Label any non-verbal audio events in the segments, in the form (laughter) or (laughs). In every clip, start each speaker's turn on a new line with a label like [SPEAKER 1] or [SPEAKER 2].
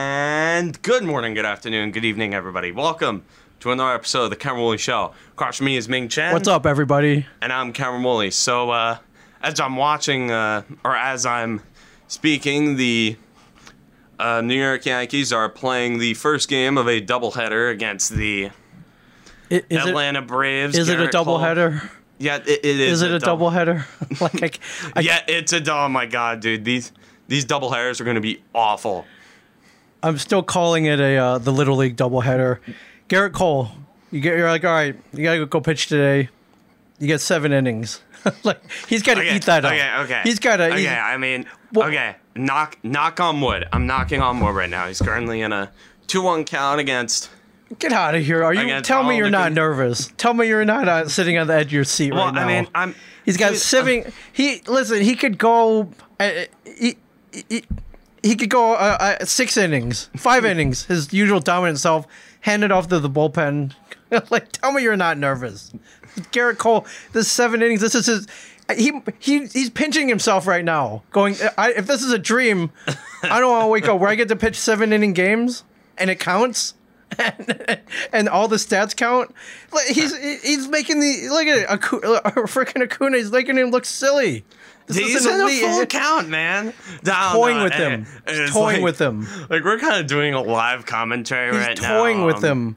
[SPEAKER 1] And good morning, good afternoon, good evening, everybody. Welcome to another episode of the Cameron Woolley Show. Across from me is Ming Chen.
[SPEAKER 2] What's up, everybody?
[SPEAKER 1] And I'm Cameron Woolley. So, uh, as I'm watching, uh, or as I'm speaking, the uh, New York Yankees are playing the first game of a doubleheader against the
[SPEAKER 2] I- Is it,
[SPEAKER 1] Atlanta Braves.
[SPEAKER 2] is it a
[SPEAKER 1] Garrett Cole-
[SPEAKER 2] doubleheader?
[SPEAKER 1] Yeah, it, it is.
[SPEAKER 2] Is it a
[SPEAKER 1] double-
[SPEAKER 2] doubleheader? (laughs) like, I c- I,
[SPEAKER 1] Yeah, it's a double. Oh my god, dude, these these doubleheaders are going to be awful.
[SPEAKER 2] I'm still calling it a uh, the little league doubleheader. Garrett Cole, you get you're like, all right, you gotta go pitch today. You get seven innings. (laughs) like he's gotta
[SPEAKER 1] Okay,
[SPEAKER 2] eat that
[SPEAKER 1] okay,
[SPEAKER 2] up.
[SPEAKER 1] Okay,
[SPEAKER 2] He's gotta.
[SPEAKER 1] Okay,
[SPEAKER 2] he's-
[SPEAKER 1] I mean,
[SPEAKER 2] Well-
[SPEAKER 1] okay. Knock, knock on wood. I'm knocking on wood right now. He's currently in a two-one count against.
[SPEAKER 2] get out of here. Are you?
[SPEAKER 1] got
[SPEAKER 2] Tell me
[SPEAKER 1] all
[SPEAKER 2] you're
[SPEAKER 1] the
[SPEAKER 2] not
[SPEAKER 1] good-
[SPEAKER 2] nervous. Tell me you're not uh, sitting on the edge of your seat
[SPEAKER 1] Well,
[SPEAKER 2] right
[SPEAKER 1] I
[SPEAKER 2] now.
[SPEAKER 1] mean, I'm.
[SPEAKER 2] He's got
[SPEAKER 1] dude,
[SPEAKER 2] seven. He listen. He could go. Uh, he, he, he could go uh, uh, six innings, five innings. His usual dominant self. Hand it off to the bullpen. (laughs) like, tell me you're not nervous. Garrett Cole. This seven innings. This is his. He, he he's pinching himself right now. Going, uh, I, if this is a dream, I don't want to wake up where I get to pitch seven inning games and it counts and, (laughs) and all the stats count. Like he's he's making the look at it, Aku, (laughs) freaking Acuna. He's making him look silly. This
[SPEAKER 1] He's
[SPEAKER 2] isn't
[SPEAKER 1] in a
[SPEAKER 2] elite.
[SPEAKER 1] full count, man. No,
[SPEAKER 2] toying
[SPEAKER 1] no,
[SPEAKER 2] with
[SPEAKER 1] it-
[SPEAKER 2] him.
[SPEAKER 1] eh, it's
[SPEAKER 2] He's toying
[SPEAKER 1] like-
[SPEAKER 2] with him.
[SPEAKER 1] Like we're kind of doing a live commentary
[SPEAKER 2] He's
[SPEAKER 1] right now.
[SPEAKER 2] toying with
[SPEAKER 1] um,
[SPEAKER 2] him.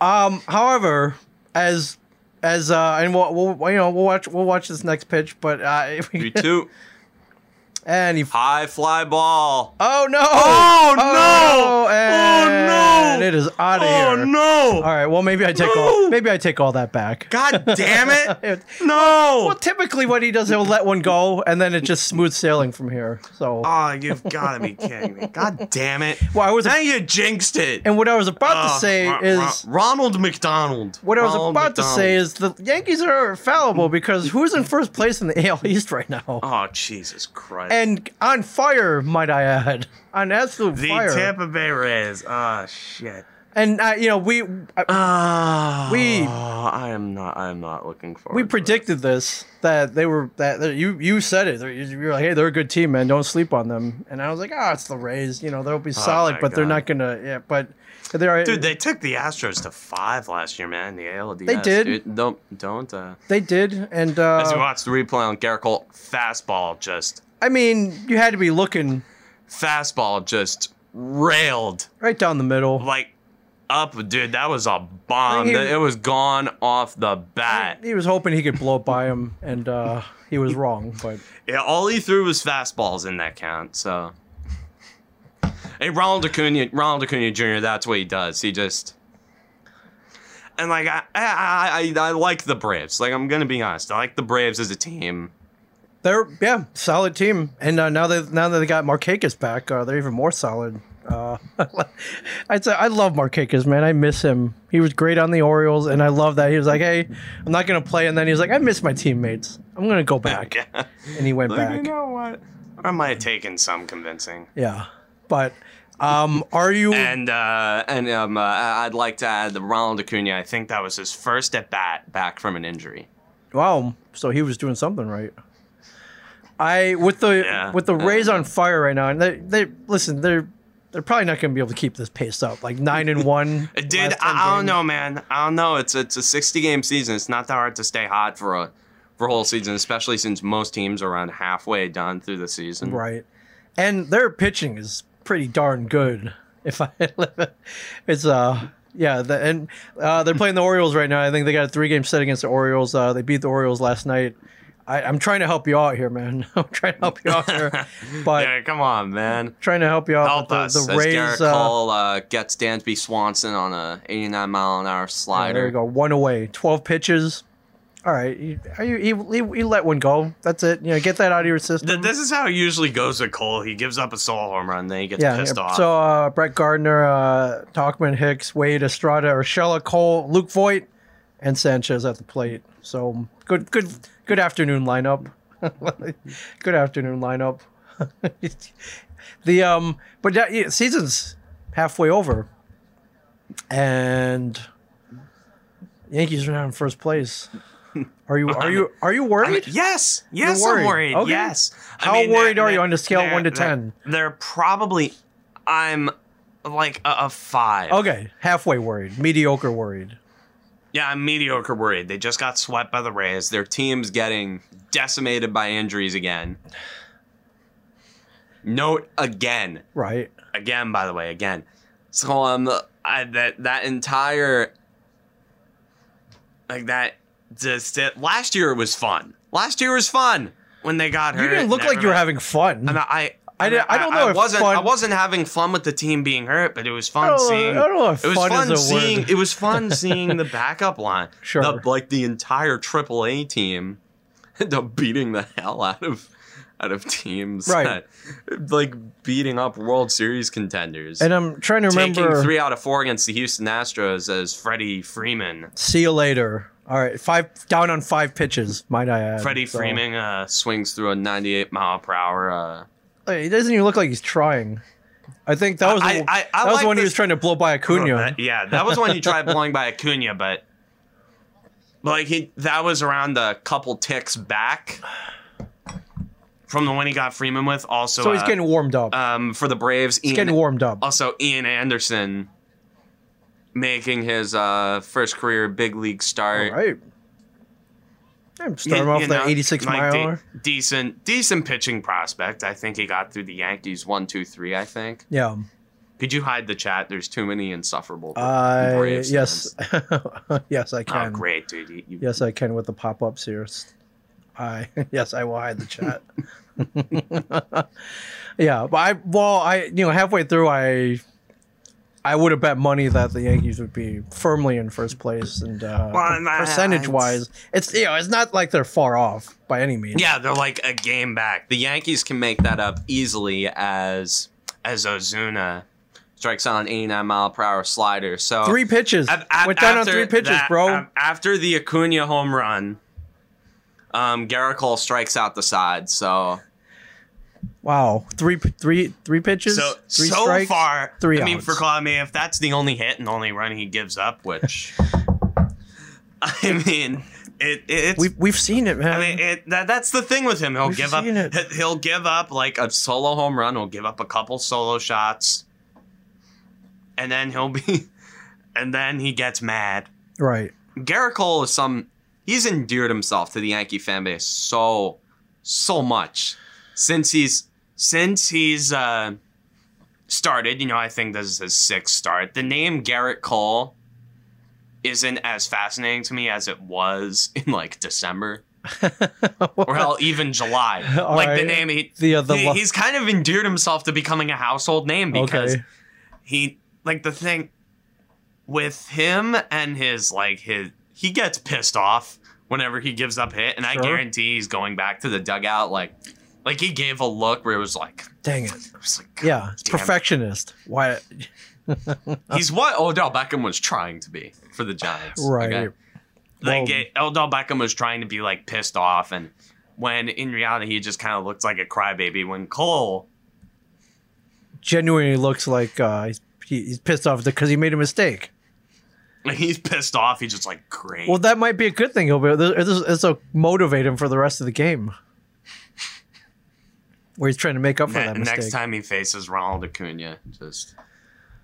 [SPEAKER 2] Um, however, as as uh, and we'll, we'll you know we'll watch we'll watch this next pitch, but uh, (laughs) if we,
[SPEAKER 1] Three, Um, two,
[SPEAKER 2] and he.
[SPEAKER 1] high fly ball.
[SPEAKER 2] Oh no!
[SPEAKER 1] Oh, no! Oh,
[SPEAKER 2] and
[SPEAKER 1] no!
[SPEAKER 2] It is out of
[SPEAKER 1] oh
[SPEAKER 2] here.
[SPEAKER 1] no!
[SPEAKER 2] All right. Well, maybe I take
[SPEAKER 1] No!
[SPEAKER 2] all. Maybe I take all that back. (laughs)
[SPEAKER 1] God damn it! no!
[SPEAKER 2] Well, typically (laughs) what he does, he'll let one go, and then it's just smooth sailing from here. So,
[SPEAKER 1] Oh, you've got to be kidding me. God damn it.
[SPEAKER 2] Well, I was-
[SPEAKER 1] now you jinxed it.
[SPEAKER 2] and what I was about to
[SPEAKER 1] Uh,
[SPEAKER 2] say
[SPEAKER 1] Ro- Ro-
[SPEAKER 2] is,
[SPEAKER 1] Ronald McDonald.
[SPEAKER 2] what I was about to say is, the Yankees are fallible because who's in first place in the (laughs) AL East right now?
[SPEAKER 1] Oh, Jesus Christ.
[SPEAKER 2] And on fire, might I add, on absolute
[SPEAKER 1] the
[SPEAKER 2] fire.
[SPEAKER 1] Tampa Bay Rays. Oh, shit.
[SPEAKER 2] And uh, you know, we I-
[SPEAKER 1] Ah,
[SPEAKER 2] We-
[SPEAKER 1] I am not. I am not looking forward.
[SPEAKER 2] we
[SPEAKER 1] to
[SPEAKER 2] predicted this that they were that, that you you said it. You were like, hey, they're a good team, man. Don't sleep on them. And I was like, ah, it's the Rays. You know, they'll be solid,
[SPEAKER 1] Oh my
[SPEAKER 2] but they're
[SPEAKER 1] God.
[SPEAKER 2] not gonna. Yeah, but they're
[SPEAKER 1] it. dude. They took the Astros to five last year, man. The ALDS.
[SPEAKER 2] They did.
[SPEAKER 1] Dude, don't don't. Uh,
[SPEAKER 2] They did, and uh,
[SPEAKER 1] as we watched the replay on Garrett Cole, fastball just
[SPEAKER 2] I mean, you had to be looking
[SPEAKER 1] fastball just railed
[SPEAKER 2] right down the middle.
[SPEAKER 1] like up, dude. That was a bomb.
[SPEAKER 2] Like he-
[SPEAKER 1] it was gone off the bat.
[SPEAKER 2] He was hoping he could blow it by him, and uh, he was wrong. But
[SPEAKER 1] Yeah, all he threw was fastballs in that count. So, hey, Ronald Acuna, Ronald Acuna Jr. That's what he does. He just and like I, I, I, I like the Braves. Like I'm gonna be honest, I like the Braves as a team.
[SPEAKER 2] they're yeah, solid team, and uh, now that now that they got Marquez back, uh, they're even more solid. Uh, (laughs) I'd say I love Marquez, man. I miss him. He was great on the Orioles, and I love that he was like, "Hey, I'm not gonna play," and then he was like, "I miss my teammates. I'm gonna go
[SPEAKER 1] (laughs)
[SPEAKER 2] back,"
[SPEAKER 1] Yeah.
[SPEAKER 2] and he went
[SPEAKER 1] Like, you
[SPEAKER 2] back.
[SPEAKER 1] know what? I might have taken some convincing.
[SPEAKER 2] Yeah, but um, are you?
[SPEAKER 1] And uh, and um, uh, I'd like to add the Ronald Acuna. I think that was his first at bat back from an injury.
[SPEAKER 2] Wow. So he was doing something right. I with the
[SPEAKER 1] Yeah.
[SPEAKER 2] with the
[SPEAKER 1] Uh,
[SPEAKER 2] Rays on fire right now, and they they listen, they're they're probably not going to be able to keep this pace up. Like nine and one.
[SPEAKER 1] (laughs) Dude,
[SPEAKER 2] last 10
[SPEAKER 1] I, I don't
[SPEAKER 2] games.
[SPEAKER 1] know, man. I don't know. It's it's a sixty game season. It's not that hard to stay hot for a for a whole season, especially since most teams are around halfway done through the season.
[SPEAKER 2] Right, and their pitching is pretty darn good. (laughs) If I, it's uh yeah, the, and uh, they're playing the Orioles right now. I think they got a three game set against the Orioles. Uh, they beat the Orioles last night. I, I'm trying to help you out here, man. (laughs) I'm trying to help you
[SPEAKER 1] (laughs)
[SPEAKER 2] out here, but
[SPEAKER 1] Yeah, come on, man.
[SPEAKER 2] trying to help you out.
[SPEAKER 1] Help
[SPEAKER 2] with the,
[SPEAKER 1] us.
[SPEAKER 2] the
[SPEAKER 1] As
[SPEAKER 2] Rays.
[SPEAKER 1] Garrett
[SPEAKER 2] uh,
[SPEAKER 1] Cole uh, gets Dansby Swanson on a eighty nine mile an hour
[SPEAKER 2] Yeah, There
[SPEAKER 1] slider.
[SPEAKER 2] you go. One away. Twelve pitches. All right. You, are you, you, you, you let one go. That's it. You know, get that out of your system.
[SPEAKER 1] Th- this is how it usually goes with Cole. He gives up a solo home run, then he gets
[SPEAKER 2] yeah.
[SPEAKER 1] pissed
[SPEAKER 2] yeah.
[SPEAKER 1] off.
[SPEAKER 2] So uh, Brett Gardner, uh, Talkman, Hicks, Wade, Estrada, Urshela, Cole, Luke Voigt, and Sanchez at the plate. So good, good, good afternoon lineup. (laughs) good afternoon lineup. (laughs) the um, but that, yeah, season's halfway over, and Yankees are now in
[SPEAKER 1] (laughs)
[SPEAKER 2] first place. Are you are you are you
[SPEAKER 1] I mean,
[SPEAKER 2] worried?
[SPEAKER 1] yes, yes,
[SPEAKER 2] worried.
[SPEAKER 1] I'm worried.
[SPEAKER 2] Okay.
[SPEAKER 1] Yes. I
[SPEAKER 2] How worried are you on a scale of
[SPEAKER 1] they're-
[SPEAKER 2] one to
[SPEAKER 1] they're-
[SPEAKER 2] 10?
[SPEAKER 1] They're probably. I'm. like a, a five.
[SPEAKER 2] Okay, halfway worried, mediocre worried.
[SPEAKER 1] Yeah, I'm mediocre worried. They just got swept by the Rays. Their team's getting decimated by injuries again. Note again,
[SPEAKER 2] Right.
[SPEAKER 1] again. By the way, again. So um, I, that that entire like that just it, last year was fun. Last year was fun when they got hurt.
[SPEAKER 2] You didn't look
[SPEAKER 1] and
[SPEAKER 2] like you were
[SPEAKER 1] everybody-
[SPEAKER 2] having fun.
[SPEAKER 1] And I,
[SPEAKER 2] I di- I don't know
[SPEAKER 1] I
[SPEAKER 2] if
[SPEAKER 1] wasn't.
[SPEAKER 2] fun-
[SPEAKER 1] I wasn't having fun with the team being hurt, but it was fun
[SPEAKER 2] I don't know-
[SPEAKER 1] seeing.
[SPEAKER 2] I don't know if
[SPEAKER 1] it was
[SPEAKER 2] fun is a word.
[SPEAKER 1] seeing. It was fun seeing the backup line.
[SPEAKER 2] (laughs) Sure.
[SPEAKER 1] The- like the entire AAA team, (laughs) end up beating the hell out of out of teams.
[SPEAKER 2] Right.
[SPEAKER 1] that- like beating up World Series contenders.
[SPEAKER 2] and I'm trying to
[SPEAKER 1] Taking
[SPEAKER 2] remember.
[SPEAKER 1] three out of four against the Houston Astros as Freddie Freeman.
[SPEAKER 2] See you later. All right, five down on five pitches, might I add.
[SPEAKER 1] Freddie
[SPEAKER 2] so-
[SPEAKER 1] Freeman uh, swings through a 98 mile per hour. Uh,
[SPEAKER 2] Hey, He doesn't even look like he's trying. I think that was
[SPEAKER 1] I-
[SPEAKER 2] the,
[SPEAKER 1] I- I
[SPEAKER 2] that was
[SPEAKER 1] like
[SPEAKER 2] the one he
[SPEAKER 1] this-
[SPEAKER 2] was trying to blow by Acuna.
[SPEAKER 1] That- uh, yeah, that was when you
[SPEAKER 2] (laughs)
[SPEAKER 1] tried blowing by Acuna, but like he that was around a couple ticks back from the one he got Freeman with. Also,
[SPEAKER 2] so he's
[SPEAKER 1] uh,
[SPEAKER 2] getting warmed up.
[SPEAKER 1] um for the Braves.
[SPEAKER 2] he's
[SPEAKER 1] Ian,
[SPEAKER 2] getting warmed up.
[SPEAKER 1] also, Ian Anderson making his uh, first career big legue
[SPEAKER 2] All
[SPEAKER 1] start.
[SPEAKER 2] right. I'm
[SPEAKER 1] You-
[SPEAKER 2] starting off
[SPEAKER 1] you
[SPEAKER 2] that
[SPEAKER 1] know,
[SPEAKER 2] 86
[SPEAKER 1] like,
[SPEAKER 2] mile
[SPEAKER 1] de-
[SPEAKER 2] hour.
[SPEAKER 1] decent, decent pitching prospect. I think he got through the Yankees one, two, three. I think.
[SPEAKER 2] Yeah.
[SPEAKER 1] Could you hide the chat? There's too many insufferable.
[SPEAKER 2] I
[SPEAKER 1] Braves
[SPEAKER 2] Uh, yes, (laughs) yes I
[SPEAKER 1] fans.
[SPEAKER 2] can.
[SPEAKER 1] Oh, great, dude! You, you,
[SPEAKER 2] Yes, I can with the pop-ups here. S- I (laughs) yes, I will hide the chat. (laughs) yeah, but I well, I you know halfway through, I I would have bet money that the Yankees would be firmly in first place, and uh,
[SPEAKER 1] Well, and I-
[SPEAKER 2] percentage wise, it's you know it's not like they're far off by any means.
[SPEAKER 1] Yeah, they're like a game back. The Yankees can make that up easily as as Ozuna strikes on an 89 mile per hour slider. So
[SPEAKER 2] three pitches.
[SPEAKER 1] Af- af-
[SPEAKER 2] Went down on
[SPEAKER 1] after
[SPEAKER 2] three pitches,
[SPEAKER 1] that- um,
[SPEAKER 2] bro.
[SPEAKER 1] af- after the Acuna home run, um, Gerrit Cole strikes out the side. So
[SPEAKER 2] wow, three p- three three pitches.
[SPEAKER 1] so
[SPEAKER 2] three
[SPEAKER 1] so
[SPEAKER 2] strikes,
[SPEAKER 1] far.
[SPEAKER 2] three
[SPEAKER 1] I mean,
[SPEAKER 2] outs.
[SPEAKER 1] for Cole, I mean, if that's the only hit and only run he gives up, which (laughs) I mean, it, it's
[SPEAKER 2] We've we've seen it, man.
[SPEAKER 1] I mean, it, that, that's the thing with him. He'll
[SPEAKER 2] We've
[SPEAKER 1] give up.
[SPEAKER 2] seen it.
[SPEAKER 1] he- He'll give up like a solo home run. He'll give up a couple solo shots, and then he'll be, (laughs) and then he gets mad.
[SPEAKER 2] right. (laughs)
[SPEAKER 1] Garrett Cole is some. He's endeared himself to the Yankee fan base so, so much since he's since he's uh, started. You know, I think this is his sixth start. The name Garrett Cole isn't as fascinating to me as it was in like December or hell, even July.
[SPEAKER 2] (laughs) All
[SPEAKER 1] like the
[SPEAKER 2] right.
[SPEAKER 1] name, he,
[SPEAKER 2] The other
[SPEAKER 1] he-
[SPEAKER 2] lo-
[SPEAKER 1] he's kind of endeared himself to becoming a household name because
[SPEAKER 2] Okay.
[SPEAKER 1] he, like the thing with him and his, like his, he gets pissed off whenever he gives up hit, and I
[SPEAKER 2] Sure.
[SPEAKER 1] guarantee he's going back to the dugout like, like he gave a look where it was like,
[SPEAKER 2] Dang it.
[SPEAKER 1] it was like,
[SPEAKER 2] Yeah, it's
[SPEAKER 1] damn it.
[SPEAKER 2] perfectionist. Why?
[SPEAKER 1] He's what Odell Beckham was trying to be for the Giants,
[SPEAKER 2] Right.
[SPEAKER 1] okay? Like
[SPEAKER 2] Well-
[SPEAKER 1] it, Odell Beckham was trying to be like pissed off, and when in reality he just kind of looked like a crybaby. When Cole, (laughs)
[SPEAKER 2] Genuinely looks like uh, he's, he- he's pissed off because he made a mistake.
[SPEAKER 1] when he's pissed off, he's just like great.
[SPEAKER 2] Well, that might be a good thing. He'll be. This, this, this will motivate him for the rest of the game, where he's trying to make up for
[SPEAKER 1] Ne-
[SPEAKER 2] that mistake.
[SPEAKER 1] next time he faces Ronald Acuna, just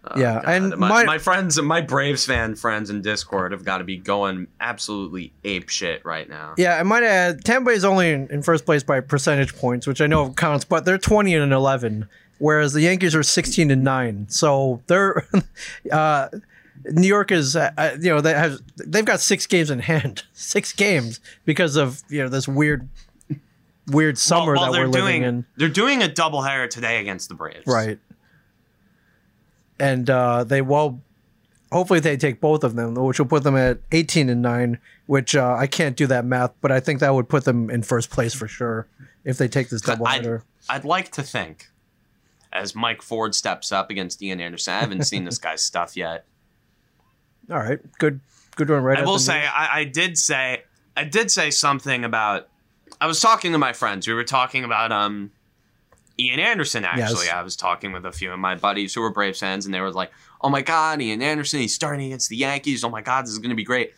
[SPEAKER 1] oh,
[SPEAKER 2] Yeah,
[SPEAKER 1] God.
[SPEAKER 2] and
[SPEAKER 1] my,
[SPEAKER 2] my-
[SPEAKER 1] my friends, my Braves fan friends in Discord have got to be going absolutely ape shit right now.
[SPEAKER 2] Yeah, I might add Tampa Bay is only in, in first place by percentage points, which I know counts, but they're twenty and eleven, whereas the Yankees are sixteen and nine. So they're (laughs) uh, New York is uh, uh, you know they have they've got six games in hand, (laughs) six games because of you know this weird weird summer
[SPEAKER 1] Well, well,
[SPEAKER 2] that we're living
[SPEAKER 1] doing,
[SPEAKER 2] in,
[SPEAKER 1] they're doing a doubleheader today against the Braves.
[SPEAKER 2] right? And uh, they will hopefully they take both of them, which will put them at eighteen and nine. Which uh, I can't do that math, but I think that would put them in first place for sure if they take this doubleheader.
[SPEAKER 1] I'd, I'd like to think, as Mike Ford steps up against Ian Anderson, I haven't seen this guy's stuff yet.
[SPEAKER 2] All right, good, good one, right?
[SPEAKER 1] I
[SPEAKER 2] at
[SPEAKER 1] will
[SPEAKER 2] the
[SPEAKER 1] say,
[SPEAKER 2] knee.
[SPEAKER 1] I, I did say, I did say something about. I was talking to my friends. We were talking about um, Ian Anderson. Actually,
[SPEAKER 2] Yes.
[SPEAKER 1] I was talking with a few of my buddies who were Braves fans, and they were like, "Oh my God, Ian Anderson! He's starting against the Yankees. Oh my God, this is going to be great."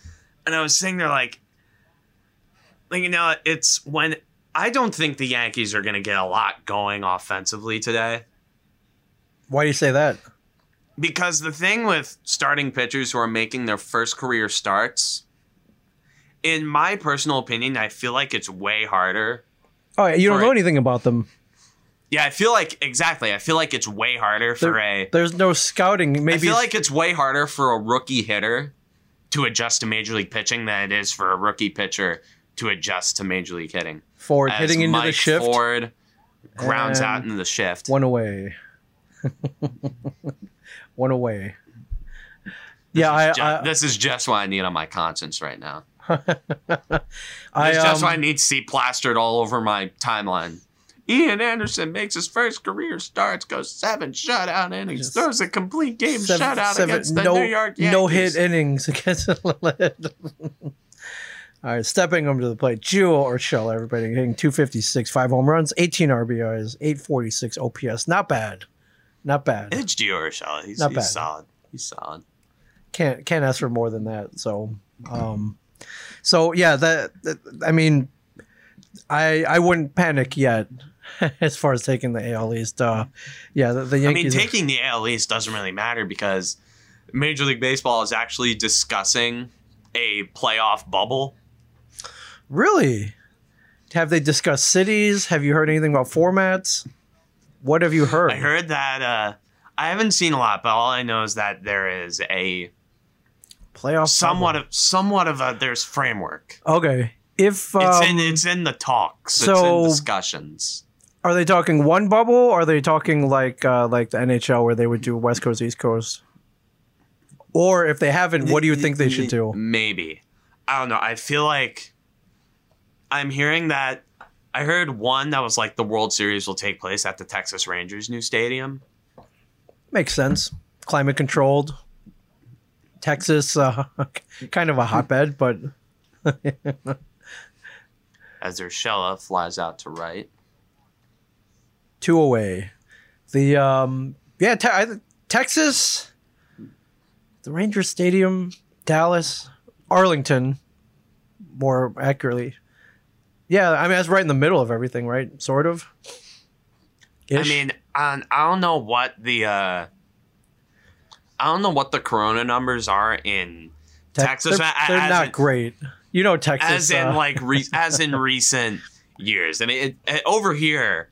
[SPEAKER 1] And I was sitting there like, like you know, it's when I don't think the Yankees are going to get a lot going offensively today.
[SPEAKER 2] why do you say that?
[SPEAKER 1] because the thing with starting pitchers who are making their first career starts, in my personal opinion, I feel like it's way harder.
[SPEAKER 2] Oh, yeah, you don't
[SPEAKER 1] For
[SPEAKER 2] know
[SPEAKER 1] it-
[SPEAKER 2] anything about them.
[SPEAKER 1] Yeah, I feel like exactly. I feel like it's way harder for a.
[SPEAKER 2] There's no scouting.
[SPEAKER 1] I
[SPEAKER 2] Maybe
[SPEAKER 1] feel like it's way harder for a rookie hitter to adjust to major league pitching than it is for a rookie pitcher to adjust to major league hitting.
[SPEAKER 2] Ford
[SPEAKER 1] As
[SPEAKER 2] hitting into the
[SPEAKER 1] Mike
[SPEAKER 2] shift,
[SPEAKER 1] Ford grounds
[SPEAKER 2] And-
[SPEAKER 1] out into the shift.
[SPEAKER 2] one away, (laughs) one away. Yeah, I,
[SPEAKER 1] Ju-
[SPEAKER 2] I,
[SPEAKER 1] this is just what I need on my conscience right now.
[SPEAKER 2] I, (laughs)
[SPEAKER 1] It's just
[SPEAKER 2] um,
[SPEAKER 1] what I need to see plastered all over my timeline. Ian Anderson makes his first career starts, goes seven shutout innings,
[SPEAKER 2] Just
[SPEAKER 1] throws a complete game
[SPEAKER 2] seven-
[SPEAKER 1] shutout
[SPEAKER 2] seven-
[SPEAKER 1] against the
[SPEAKER 2] no,
[SPEAKER 1] New York Yankees.
[SPEAKER 2] no hit innings (laughs) against. All right, stepping up to the plate, Jewel Urshela, everybody hitting 256, five home runs, 18 RBIs, 846 OPS. Not bad, not bad.
[SPEAKER 1] It's Gio Urshela. He's,
[SPEAKER 2] Not
[SPEAKER 1] he's
[SPEAKER 2] bad.
[SPEAKER 1] solid. He's solid.
[SPEAKER 2] can't can't ask for more than that. So, um, so yeah, that, that I mean, I I wouldn't panic yet (laughs) as far as taking the AL East. Uh, yeah, the, the
[SPEAKER 1] I mean,
[SPEAKER 2] Yankees.
[SPEAKER 1] taking the AL East doesn't really matter because Major League Baseball is actually discussing a playoff bubble.
[SPEAKER 2] really? Have they discussed cities? Have you heard anything about formats? What have you heard?
[SPEAKER 1] I heard that. Uh, I haven't seen a lot, but all I know is that there is a
[SPEAKER 2] playoff
[SPEAKER 1] somewhat of somewhat of a there's framework.
[SPEAKER 2] bubble. Okay, if um,
[SPEAKER 1] It's in it's in the talks. it's in
[SPEAKER 2] so-
[SPEAKER 1] discussions.
[SPEAKER 2] are they talking one bubble? Or are they talking like uh, like the NHL where they would do West Coast East Coast? Or if they haven't, what do you think they should do?
[SPEAKER 1] Maybe. I don't know. I feel like I'm hearing that I heard one that was like the World Series will take place at the Texas Rangers new stadium.
[SPEAKER 2] Makes sense. Climate controlled. Texas, uh, (laughs) kind of a hotbed, but
[SPEAKER 1] As Urshela flies out to right.
[SPEAKER 2] two away. The um, yeah, te- I, Texas, the Rangers Stadium, Dallas, Arlington, more accurately. Yeah, I mean that's right in the middle of everything, right? Sort of.
[SPEAKER 1] I
[SPEAKER 2] Ish.
[SPEAKER 1] mean, on, I don't know what the uh I don't know what the corona numbers are in
[SPEAKER 2] Tex-
[SPEAKER 1] Texas,
[SPEAKER 2] They're,
[SPEAKER 1] a-
[SPEAKER 2] they're
[SPEAKER 1] as
[SPEAKER 2] not
[SPEAKER 1] in-
[SPEAKER 2] great. You know Texas.
[SPEAKER 1] as in
[SPEAKER 2] uh,
[SPEAKER 1] like
[SPEAKER 2] (laughs)
[SPEAKER 1] re- as in recent years. I mean, it, it- over here,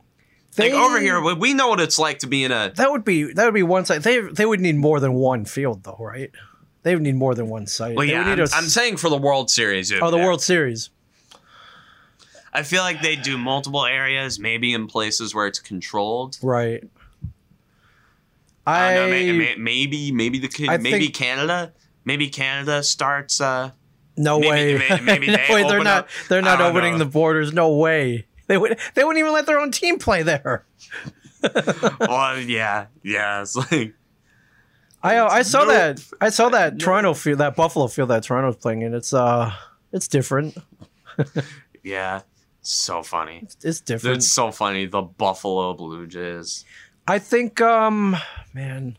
[SPEAKER 2] they-
[SPEAKER 1] like over here, we- we know what it's like to be in a
[SPEAKER 2] That would be that would be one site. They they would need more than one field though, right? They would need more than one site.
[SPEAKER 1] Well,
[SPEAKER 2] They
[SPEAKER 1] yeah,
[SPEAKER 2] would
[SPEAKER 1] I'm,
[SPEAKER 2] need a s-
[SPEAKER 1] I'm saying for the World Series. over
[SPEAKER 2] oh, the
[SPEAKER 1] there.
[SPEAKER 2] World Series.
[SPEAKER 1] I feel like they do multiple areas, maybe in places where it's controlled.
[SPEAKER 2] Right.
[SPEAKER 1] I
[SPEAKER 2] I
[SPEAKER 1] don't know, may- may- maybe, maybe the ca-
[SPEAKER 2] I
[SPEAKER 1] maybe
[SPEAKER 2] think-
[SPEAKER 1] Canada, maybe Canada starts.
[SPEAKER 2] (laughs)
[SPEAKER 1] Uh,
[SPEAKER 2] no
[SPEAKER 1] maybe-
[SPEAKER 2] way. (laughs)
[SPEAKER 1] may- maybe
[SPEAKER 2] no
[SPEAKER 1] they
[SPEAKER 2] way. They're
[SPEAKER 1] open
[SPEAKER 2] not.
[SPEAKER 1] up-
[SPEAKER 2] They're
[SPEAKER 1] I
[SPEAKER 2] not
[SPEAKER 1] don't
[SPEAKER 2] opening
[SPEAKER 1] know.
[SPEAKER 2] the borders. No way. They would. They wouldn't even let their own team play there.
[SPEAKER 1] oh yeah, yeah. It's like
[SPEAKER 2] I uh, I saw
[SPEAKER 1] Nope.
[SPEAKER 2] that. I saw that Toronto field, that Buffalo field that Toronto's playing in. It's uh, it's different.
[SPEAKER 1] yeah, so funny.
[SPEAKER 2] It's different.
[SPEAKER 1] It's so funny. The Buffalo Blue Jays.
[SPEAKER 2] I think um man.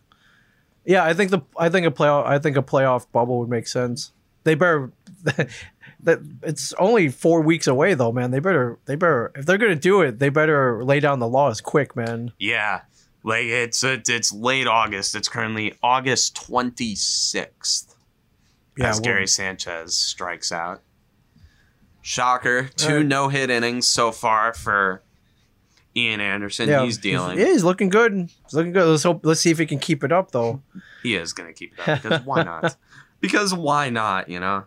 [SPEAKER 2] Yeah, I think the I think a playoff I think a playoff bubble would make sense. They better (laughs) that it's only 4 weeks away though, man. They better they better if they're going to do it, they better lay down the laws quick, man.
[SPEAKER 1] Yeah, like it's it's, it's late August. It's currently August twenty sixth.
[SPEAKER 2] Yeah,
[SPEAKER 1] as
[SPEAKER 2] well,
[SPEAKER 1] Gary Sanchez strikes out.
[SPEAKER 2] Uh,
[SPEAKER 1] Shocker. Two no hit innings so far for Ian Anderson.
[SPEAKER 2] yeah,
[SPEAKER 1] he's dealing.
[SPEAKER 2] yeah, he's looking good. He's looking good. Let's hope let's see if he can keep it up though.
[SPEAKER 1] He is going to keep it up because
[SPEAKER 2] (laughs)
[SPEAKER 1] why not? Because why not, you know?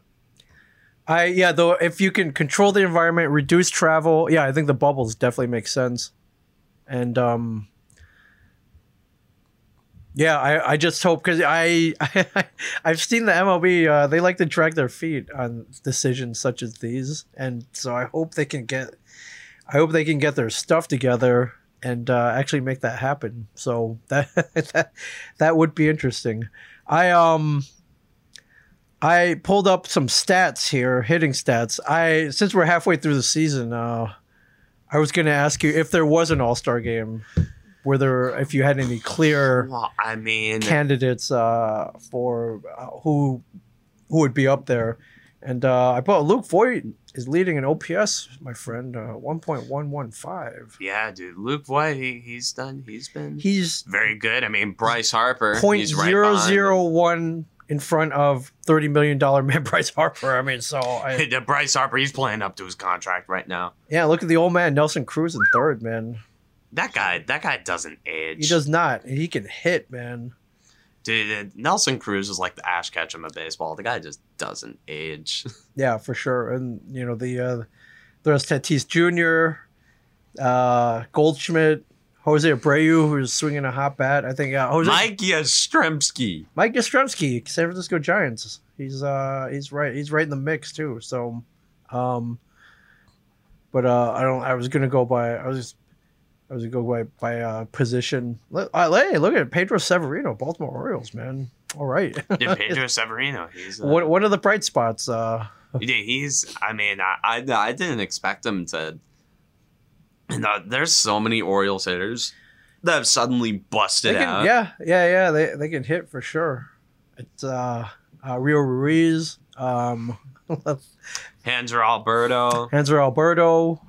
[SPEAKER 2] I yeah, though if you can control the environment, reduce travel, yeah, I think the bubbles definitely make sense. And um yeah, I, I just hope because I, (laughs) I I've seen the MLB uh, they like to drag their feet on decisions such as these, and so I hope they can get I hope they can get their stuff together and uh, actually make that happen. So (laughs) that that that would be interesting. I um I pulled up some stats here, hitting stats. I since we're halfway through the season, uh, I was going to ask you if there was an All Star game, whether if you had any clear
[SPEAKER 1] Well, I mean,
[SPEAKER 2] candidates uh, for uh, who who would be up there. And uh, I bought Luke Voigt is leading an OPS, my friend, uh, 1.115.
[SPEAKER 1] Yeah, dude. Luke White, he, he's done. He's been
[SPEAKER 2] He's
[SPEAKER 1] very good. I mean, Bryce Harper.
[SPEAKER 2] point
[SPEAKER 1] he's right
[SPEAKER 2] zero
[SPEAKER 1] behind (laughs)
[SPEAKER 2] zero one in front of $30 million (laughs) man Bryce Harper. I mean, so
[SPEAKER 1] him. (laughs)
[SPEAKER 2] I,
[SPEAKER 1] The Bryce Harper, he's playing up to his contract right now.
[SPEAKER 2] yeah, look at the old man, Nelson Cruz in third, man.
[SPEAKER 1] That guy, that guy doesn't age.
[SPEAKER 2] He does not. He can hit, man.
[SPEAKER 1] Dude, Nelson Cruz is like the Ash Ketchum of baseball. The guy just doesn't
[SPEAKER 2] (laughs)
[SPEAKER 1] age.
[SPEAKER 2] Yeah, for sure. And you know the uh, there's Tatis Jr., uh, Goldschmidt, Jose Abreu, who's swinging a hot bat. I think uh, Jose
[SPEAKER 1] Mike
[SPEAKER 2] (laughs)
[SPEAKER 1] Yastrzemski.
[SPEAKER 2] Mike Yastrzemski, San Francisco Giants. He's uh he's right he's right in the mix too. So, um, but uh I don't I was gonna go by I was just I was gonna go by by uh, position. Let, uh, hey, look at Pedro Severino, Baltimore Orioles, man. All right, (laughs)
[SPEAKER 1] Dude, Pedro Severino. He's uh,
[SPEAKER 2] what what are the bright spots? Uh,
[SPEAKER 1] Yeah, he's. I mean, I, I I didn't expect him to. And uh, there's so many Orioles hitters that have suddenly
[SPEAKER 2] They
[SPEAKER 1] busted
[SPEAKER 2] can-
[SPEAKER 1] out.
[SPEAKER 2] yeah, yeah, yeah. They they can hit for sure. It's uh, uh Rio Ruiz, um, (laughs)
[SPEAKER 1] Hanser Alberto,
[SPEAKER 2] Hanser Alberto,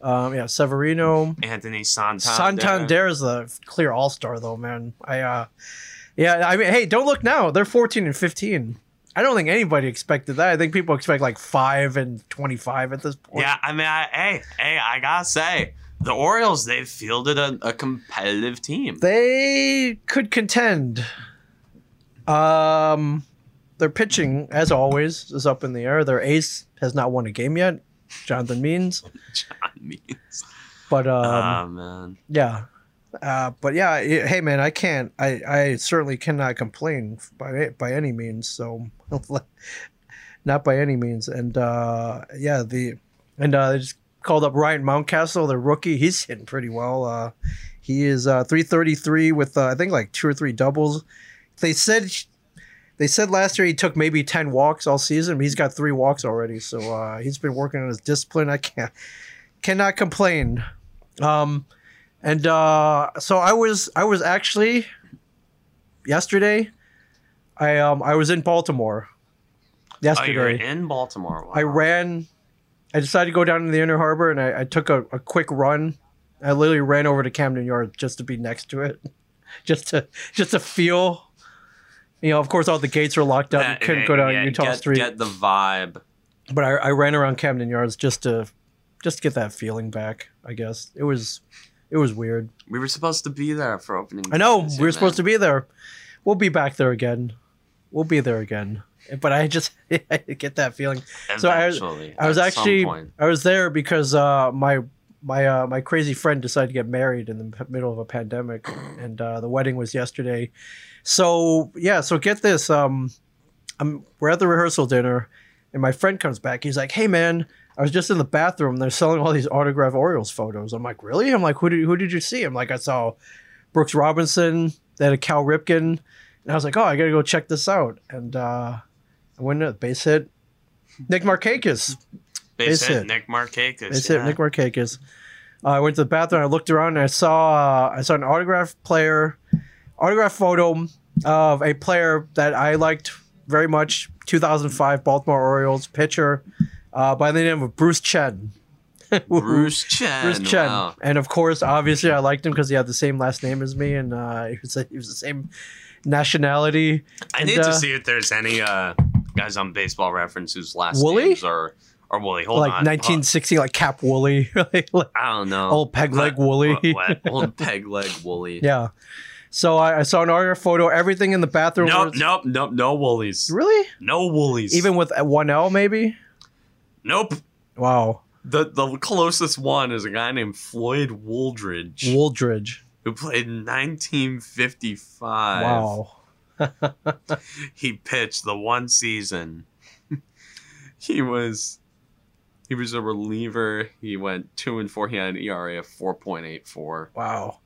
[SPEAKER 2] um, yeah, Severino.
[SPEAKER 1] Anthony Santander.
[SPEAKER 2] Santander is the clear all star though, man. I uh, yeah, I mean, hey, don't look now. They're fourteen and fifteen. I don't think anybody expected that. I think people expect like five and twenty five at this point.
[SPEAKER 1] Yeah, I mean, I, hey, hey, I gotta say, the Orioles they've fielded a, a competitive team.
[SPEAKER 2] they could contend. Um, their pitching, as always, is up in the air. Their ace has not won a game yet, Jonathan Means.
[SPEAKER 1] (laughs) John Means.
[SPEAKER 2] But um,
[SPEAKER 1] oh man,
[SPEAKER 2] yeah, uh, but yeah, y- hey man, I can't. I I certainly cannot complain by by any means. So, (laughs) not by any means. And uh, yeah, the and uh, they just called up Ryan Mountcastle, their rookie. He's hitting pretty well. Uh, he is uh, 333 with uh, I think like two or three doubles. They said they said last year he took maybe 10 walks all season. But he's got three walks already, so uh, he's been working on his discipline. I can't cannot complain. Um, and uh, so I was I was actually yesterday. I um I was in Baltimore.
[SPEAKER 1] oh,
[SPEAKER 2] Yesterday,
[SPEAKER 1] you're in Baltimore. Wow.
[SPEAKER 2] I ran. I decided to go down to the Inner Harbor, and I, I took a, a quick run. I literally ran over to Camden Yards just to be next to it, (laughs) just to just to feel. You know, of course, all the gates were locked up.
[SPEAKER 1] That-
[SPEAKER 2] you couldn't go down
[SPEAKER 1] yeah,
[SPEAKER 2] Utah
[SPEAKER 1] get,
[SPEAKER 2] Street,
[SPEAKER 1] Get the vibe.
[SPEAKER 2] but I, I ran around Camden Yards just to just to get that feeling back. I guess it was it was weird.
[SPEAKER 1] We were supposed to be there for opening.
[SPEAKER 2] I know
[SPEAKER 1] day,
[SPEAKER 2] we were
[SPEAKER 1] man.
[SPEAKER 2] supposed to be there. We'll be back there again. We'll be there again. But I just (laughs) I get that feeling. So I-
[SPEAKER 1] Eventually,
[SPEAKER 2] I was
[SPEAKER 1] at some
[SPEAKER 2] actually
[SPEAKER 1] point.
[SPEAKER 2] I was there because uh, my my uh, my crazy friend decided to get married in the p- middle of a pandemic, and uh, the wedding was yesterday. So yeah, so get this. Um, I'm we're at the rehearsal dinner, and my friend comes back. He's like, "Hey man, I was just in the bathroom. They're selling all these autograph Orioles photos." I'm like, "Really?" I'm like, "Who did who did you see?" I'm like, "I saw Brooks Robinson. They had a Cal Ripken." And I was like, "Oh, I gotta go check this out." And uh, I went to the base hit. Nick Markakis
[SPEAKER 1] Base
[SPEAKER 2] Base
[SPEAKER 1] hit,
[SPEAKER 2] hit.
[SPEAKER 1] Nick Markakis.
[SPEAKER 2] it's
[SPEAKER 1] yeah.
[SPEAKER 2] it. Nick Markakis. Uh, I went to the bathroom. I looked around. and I saw uh, I saw an autograph player, autograph photo of a player that I liked very much. 2005 Baltimore Orioles pitcher uh, by the name of Bruce Chen. (laughs)
[SPEAKER 1] Bruce Chen.
[SPEAKER 2] Bruce Chen.
[SPEAKER 1] wow.
[SPEAKER 2] And of course, obviously, I liked him because he had the same last name as me, and uh, (laughs) he was he was the same nationality.
[SPEAKER 1] I
[SPEAKER 2] And,
[SPEAKER 1] need
[SPEAKER 2] uh,
[SPEAKER 1] to see if there's any uh, guys on Baseball Reference whose last
[SPEAKER 2] Wooly?
[SPEAKER 1] names are or Wooly. Hold
[SPEAKER 2] like
[SPEAKER 1] on,
[SPEAKER 2] 1960, like Cap Woolley, (laughs) like
[SPEAKER 1] Oh, I don't know.
[SPEAKER 2] old peg leg
[SPEAKER 1] What-
[SPEAKER 2] Woolley.
[SPEAKER 1] what- what? Old peg leg Wooly.
[SPEAKER 2] (laughs) Yeah. So I, I saw an autograph photo. Everything in the bathroom.
[SPEAKER 1] Nope,
[SPEAKER 2] was-
[SPEAKER 1] nope, nope, no Woolies.
[SPEAKER 2] Really?
[SPEAKER 1] No Woolies.
[SPEAKER 2] Even with one L, maybe.
[SPEAKER 1] nope.
[SPEAKER 2] Wow.
[SPEAKER 1] The the closest one is a guy named Floyd Wooldridge,
[SPEAKER 2] Wooldridge.
[SPEAKER 1] who played in 1955.
[SPEAKER 2] Wow.
[SPEAKER 1] he pitched the one season. (laughs) he was he was a reliever. He went two and four. He had an ERA of four point eight four.
[SPEAKER 2] Wow.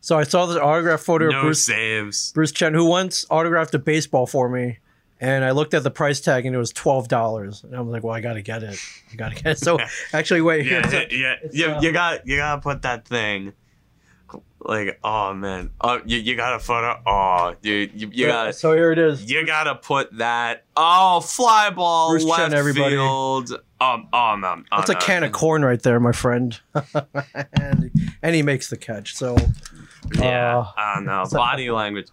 [SPEAKER 2] So I saw this autograph photo
[SPEAKER 1] No
[SPEAKER 2] of Bruce (laughs)
[SPEAKER 1] saves.
[SPEAKER 2] Bruce Chen, who once autographed a baseball for me, and I looked at the price tag and it was twelve dollars, and I'm like, well, I gotta get it. I gotta
[SPEAKER 1] (laughs)
[SPEAKER 2] (laughs) get it. So actually, wait.
[SPEAKER 1] Yeah,
[SPEAKER 2] here's a-
[SPEAKER 1] yeah,
[SPEAKER 2] it's,
[SPEAKER 1] you,
[SPEAKER 2] uh,
[SPEAKER 1] you got you gotta put that thing. Like, oh man, oh you, you got a photo. Oh, dude, you, you got
[SPEAKER 2] So here it is.
[SPEAKER 1] you got to put that. Oh, fly ball
[SPEAKER 2] Bruce
[SPEAKER 1] left
[SPEAKER 2] Chen, everybody.
[SPEAKER 1] field. Um, um, um,
[SPEAKER 2] That's a can of corn right there, my friend. (laughs) and, and he makes the catch. So
[SPEAKER 1] Yeah,
[SPEAKER 2] Oh.
[SPEAKER 1] I don't know. Body language.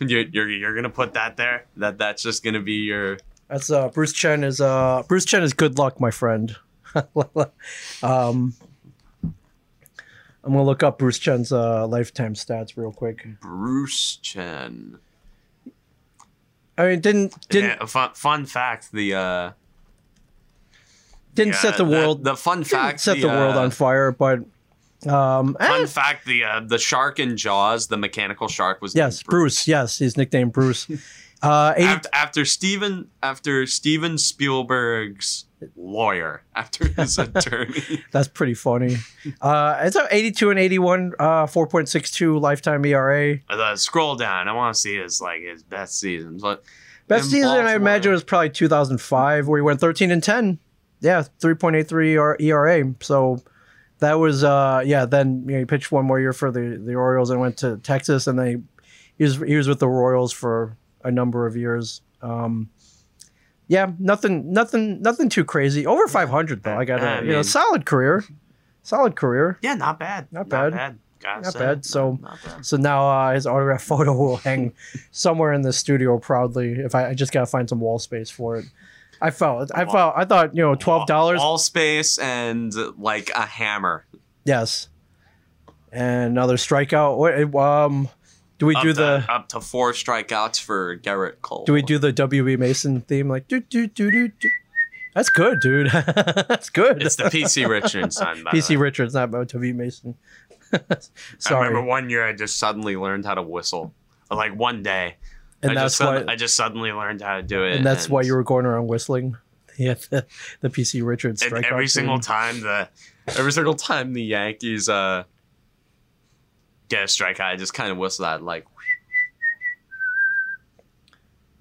[SPEAKER 1] You're, you're you're gonna put that there. That that's just gonna be your.
[SPEAKER 2] that's uh, Bruce Chen is uh, Bruce Chen is good luck, my friend. (laughs) um, I'm gonna look up Bruce Chen's uh, lifetime stats real quick.
[SPEAKER 1] Bruce Chen.
[SPEAKER 2] I mean, didn't didn't
[SPEAKER 1] yeah, fun, fun fact: the uh,
[SPEAKER 2] didn't
[SPEAKER 1] yeah,
[SPEAKER 2] set the world
[SPEAKER 1] The, fun
[SPEAKER 2] didn't
[SPEAKER 1] fact
[SPEAKER 2] set the world
[SPEAKER 1] uh,
[SPEAKER 2] on fire, but um, eh,
[SPEAKER 1] Fun fact: the uh, the shark in Jaws, the mechanical shark, was
[SPEAKER 2] yes,
[SPEAKER 1] named Bruce.
[SPEAKER 2] Bruce. Yes, he's
[SPEAKER 1] (laughs)
[SPEAKER 2] nicknamed Bruce. Uh, eight,
[SPEAKER 1] after, after Steven after Steven Spielberg's lawyer after
[SPEAKER 2] (laughs)
[SPEAKER 1] his attorney.
[SPEAKER 2] That's pretty funny. Uh, it's a 82 and 81, uh, 4.62 lifetime E ERA.
[SPEAKER 1] I thought, scroll down. I want to see his like his best seasons. But
[SPEAKER 2] Best
[SPEAKER 1] In
[SPEAKER 2] season, I
[SPEAKER 1] Baltimore.
[SPEAKER 2] imagine, was probably 2005, where he went 13 and 10. Yeah, 3.83 ERA. E So that was, uh, yeah, then you know, he pitched one more year for the, the Orioles and went to Texas, and then he, he, was, he was with the Royals for a number of years. Um, yeah, nothing, nothing, nothing too crazy. Over 500 though. I got
[SPEAKER 1] I
[SPEAKER 2] a you know
[SPEAKER 1] mean-
[SPEAKER 2] solid career, solid career.
[SPEAKER 1] yeah, not bad.
[SPEAKER 2] Not bad.
[SPEAKER 1] Gotta
[SPEAKER 2] Not
[SPEAKER 1] say,
[SPEAKER 2] bad, so-
[SPEAKER 1] not bad.
[SPEAKER 2] So now uh, his autograph (laughs) photo will hang somewhere in the studio proudly. If I, I just gotta find some wall space for it. I felt I felt I thought you know twelve dollars.
[SPEAKER 1] all space and like a hammer.
[SPEAKER 2] Yes, and another strikeout. What um, do we
[SPEAKER 1] Up
[SPEAKER 2] do
[SPEAKER 1] to,
[SPEAKER 2] the
[SPEAKER 1] up to four strikeouts for Garrett Cole.
[SPEAKER 2] do we do the W.E. Mason theme like do do do do do? That's good, dude. (laughs) That's good.
[SPEAKER 1] It's the
[SPEAKER 2] (laughs)
[SPEAKER 1] PC Richardson. by the
[SPEAKER 2] PC
[SPEAKER 1] way.
[SPEAKER 2] Richards, not about W.E. Mason. (laughs)
[SPEAKER 1] I
[SPEAKER 2] Sorry,
[SPEAKER 1] remember one year I just suddenly learned how to whistle. Like one day,
[SPEAKER 2] and
[SPEAKER 1] I
[SPEAKER 2] that's
[SPEAKER 1] just sud-
[SPEAKER 2] why
[SPEAKER 1] I just suddenly learned how to do it.
[SPEAKER 2] and that's why you were going around whistling. (laughs) Yeah, the, the PC Richards
[SPEAKER 1] And
[SPEAKER 2] strikeout.
[SPEAKER 1] every single
[SPEAKER 2] theme.
[SPEAKER 1] time the every single time the Yankees uh get a strikeout, I just kind of whistle that like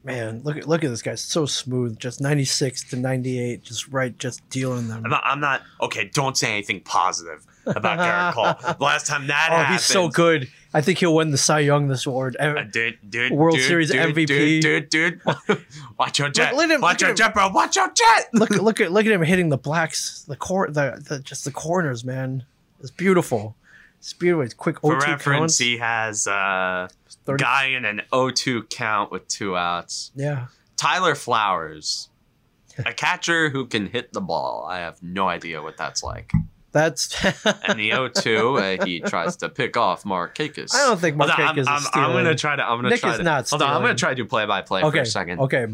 [SPEAKER 2] Man, look at look at this guy. So smooth, just ninety six to ninety eight, just right, just dealing them.
[SPEAKER 1] I'm not, I'm not okay. Don't say anything positive about Garrett
[SPEAKER 2] (laughs)
[SPEAKER 1] Cole. The last time that
[SPEAKER 2] oh,
[SPEAKER 1] happened,
[SPEAKER 2] he's so good. I think he'll win the Cy Young this award.
[SPEAKER 1] Uh,
[SPEAKER 2] And
[SPEAKER 1] dude, dude,
[SPEAKER 2] World
[SPEAKER 1] dude,
[SPEAKER 2] Series
[SPEAKER 1] dude,
[SPEAKER 2] MVP.
[SPEAKER 1] dude, dude, dude. (laughs) watch your jet,
[SPEAKER 2] let him-
[SPEAKER 1] watch
[SPEAKER 2] look
[SPEAKER 1] your
[SPEAKER 2] at
[SPEAKER 1] jet, bro, watch your
[SPEAKER 2] (laughs)
[SPEAKER 1] jet.
[SPEAKER 2] look look at look at him hitting the blacks, the cor the, the just the corners, man. It's beautiful. It's beautiful. It's quick
[SPEAKER 1] For
[SPEAKER 2] 0-2
[SPEAKER 1] reference,
[SPEAKER 2] counts.
[SPEAKER 1] he has uh,
[SPEAKER 2] 30
[SPEAKER 1] guy in an 0-2 count with two outs.
[SPEAKER 2] Yeah.
[SPEAKER 1] Tyler Flowers, a catcher who can hit the ball. I have no idea what that's like.
[SPEAKER 2] That's (laughs)
[SPEAKER 1] and the O2, uh, he tries to pick off Mark Kakis.
[SPEAKER 2] I don't think
[SPEAKER 1] Hold on, I'm,
[SPEAKER 2] Marquez is
[SPEAKER 1] I'm, I'm
[SPEAKER 2] stealing.
[SPEAKER 1] gonna try to. I'm gonna
[SPEAKER 2] Nick
[SPEAKER 1] try
[SPEAKER 2] is
[SPEAKER 1] to.
[SPEAKER 2] not
[SPEAKER 1] hold on, I'm
[SPEAKER 2] stealing.
[SPEAKER 1] gonna try to do play by play for
[SPEAKER 2] okay.
[SPEAKER 1] a second.
[SPEAKER 2] Okay.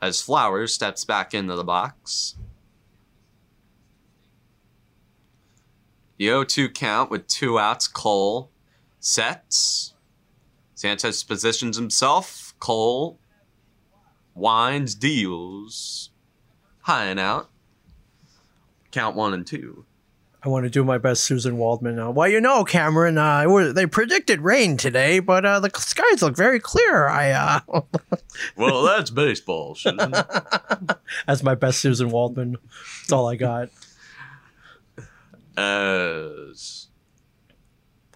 [SPEAKER 1] As Flowers steps back into the box, the O2 count with two outs. Cole sets. Sanchez positions himself. Cole winds, deals, high and out. Count one and two.
[SPEAKER 2] I want to do my best, Susan Waldman. Now. Well, you know, Cameron, uh, it was- they predicted rain today, but uh, the skies look very clear. I uh,
[SPEAKER 1] Well, that's baseball. Susan.
[SPEAKER 2] That's my best Susan Waldman. That's all I got.
[SPEAKER 1] As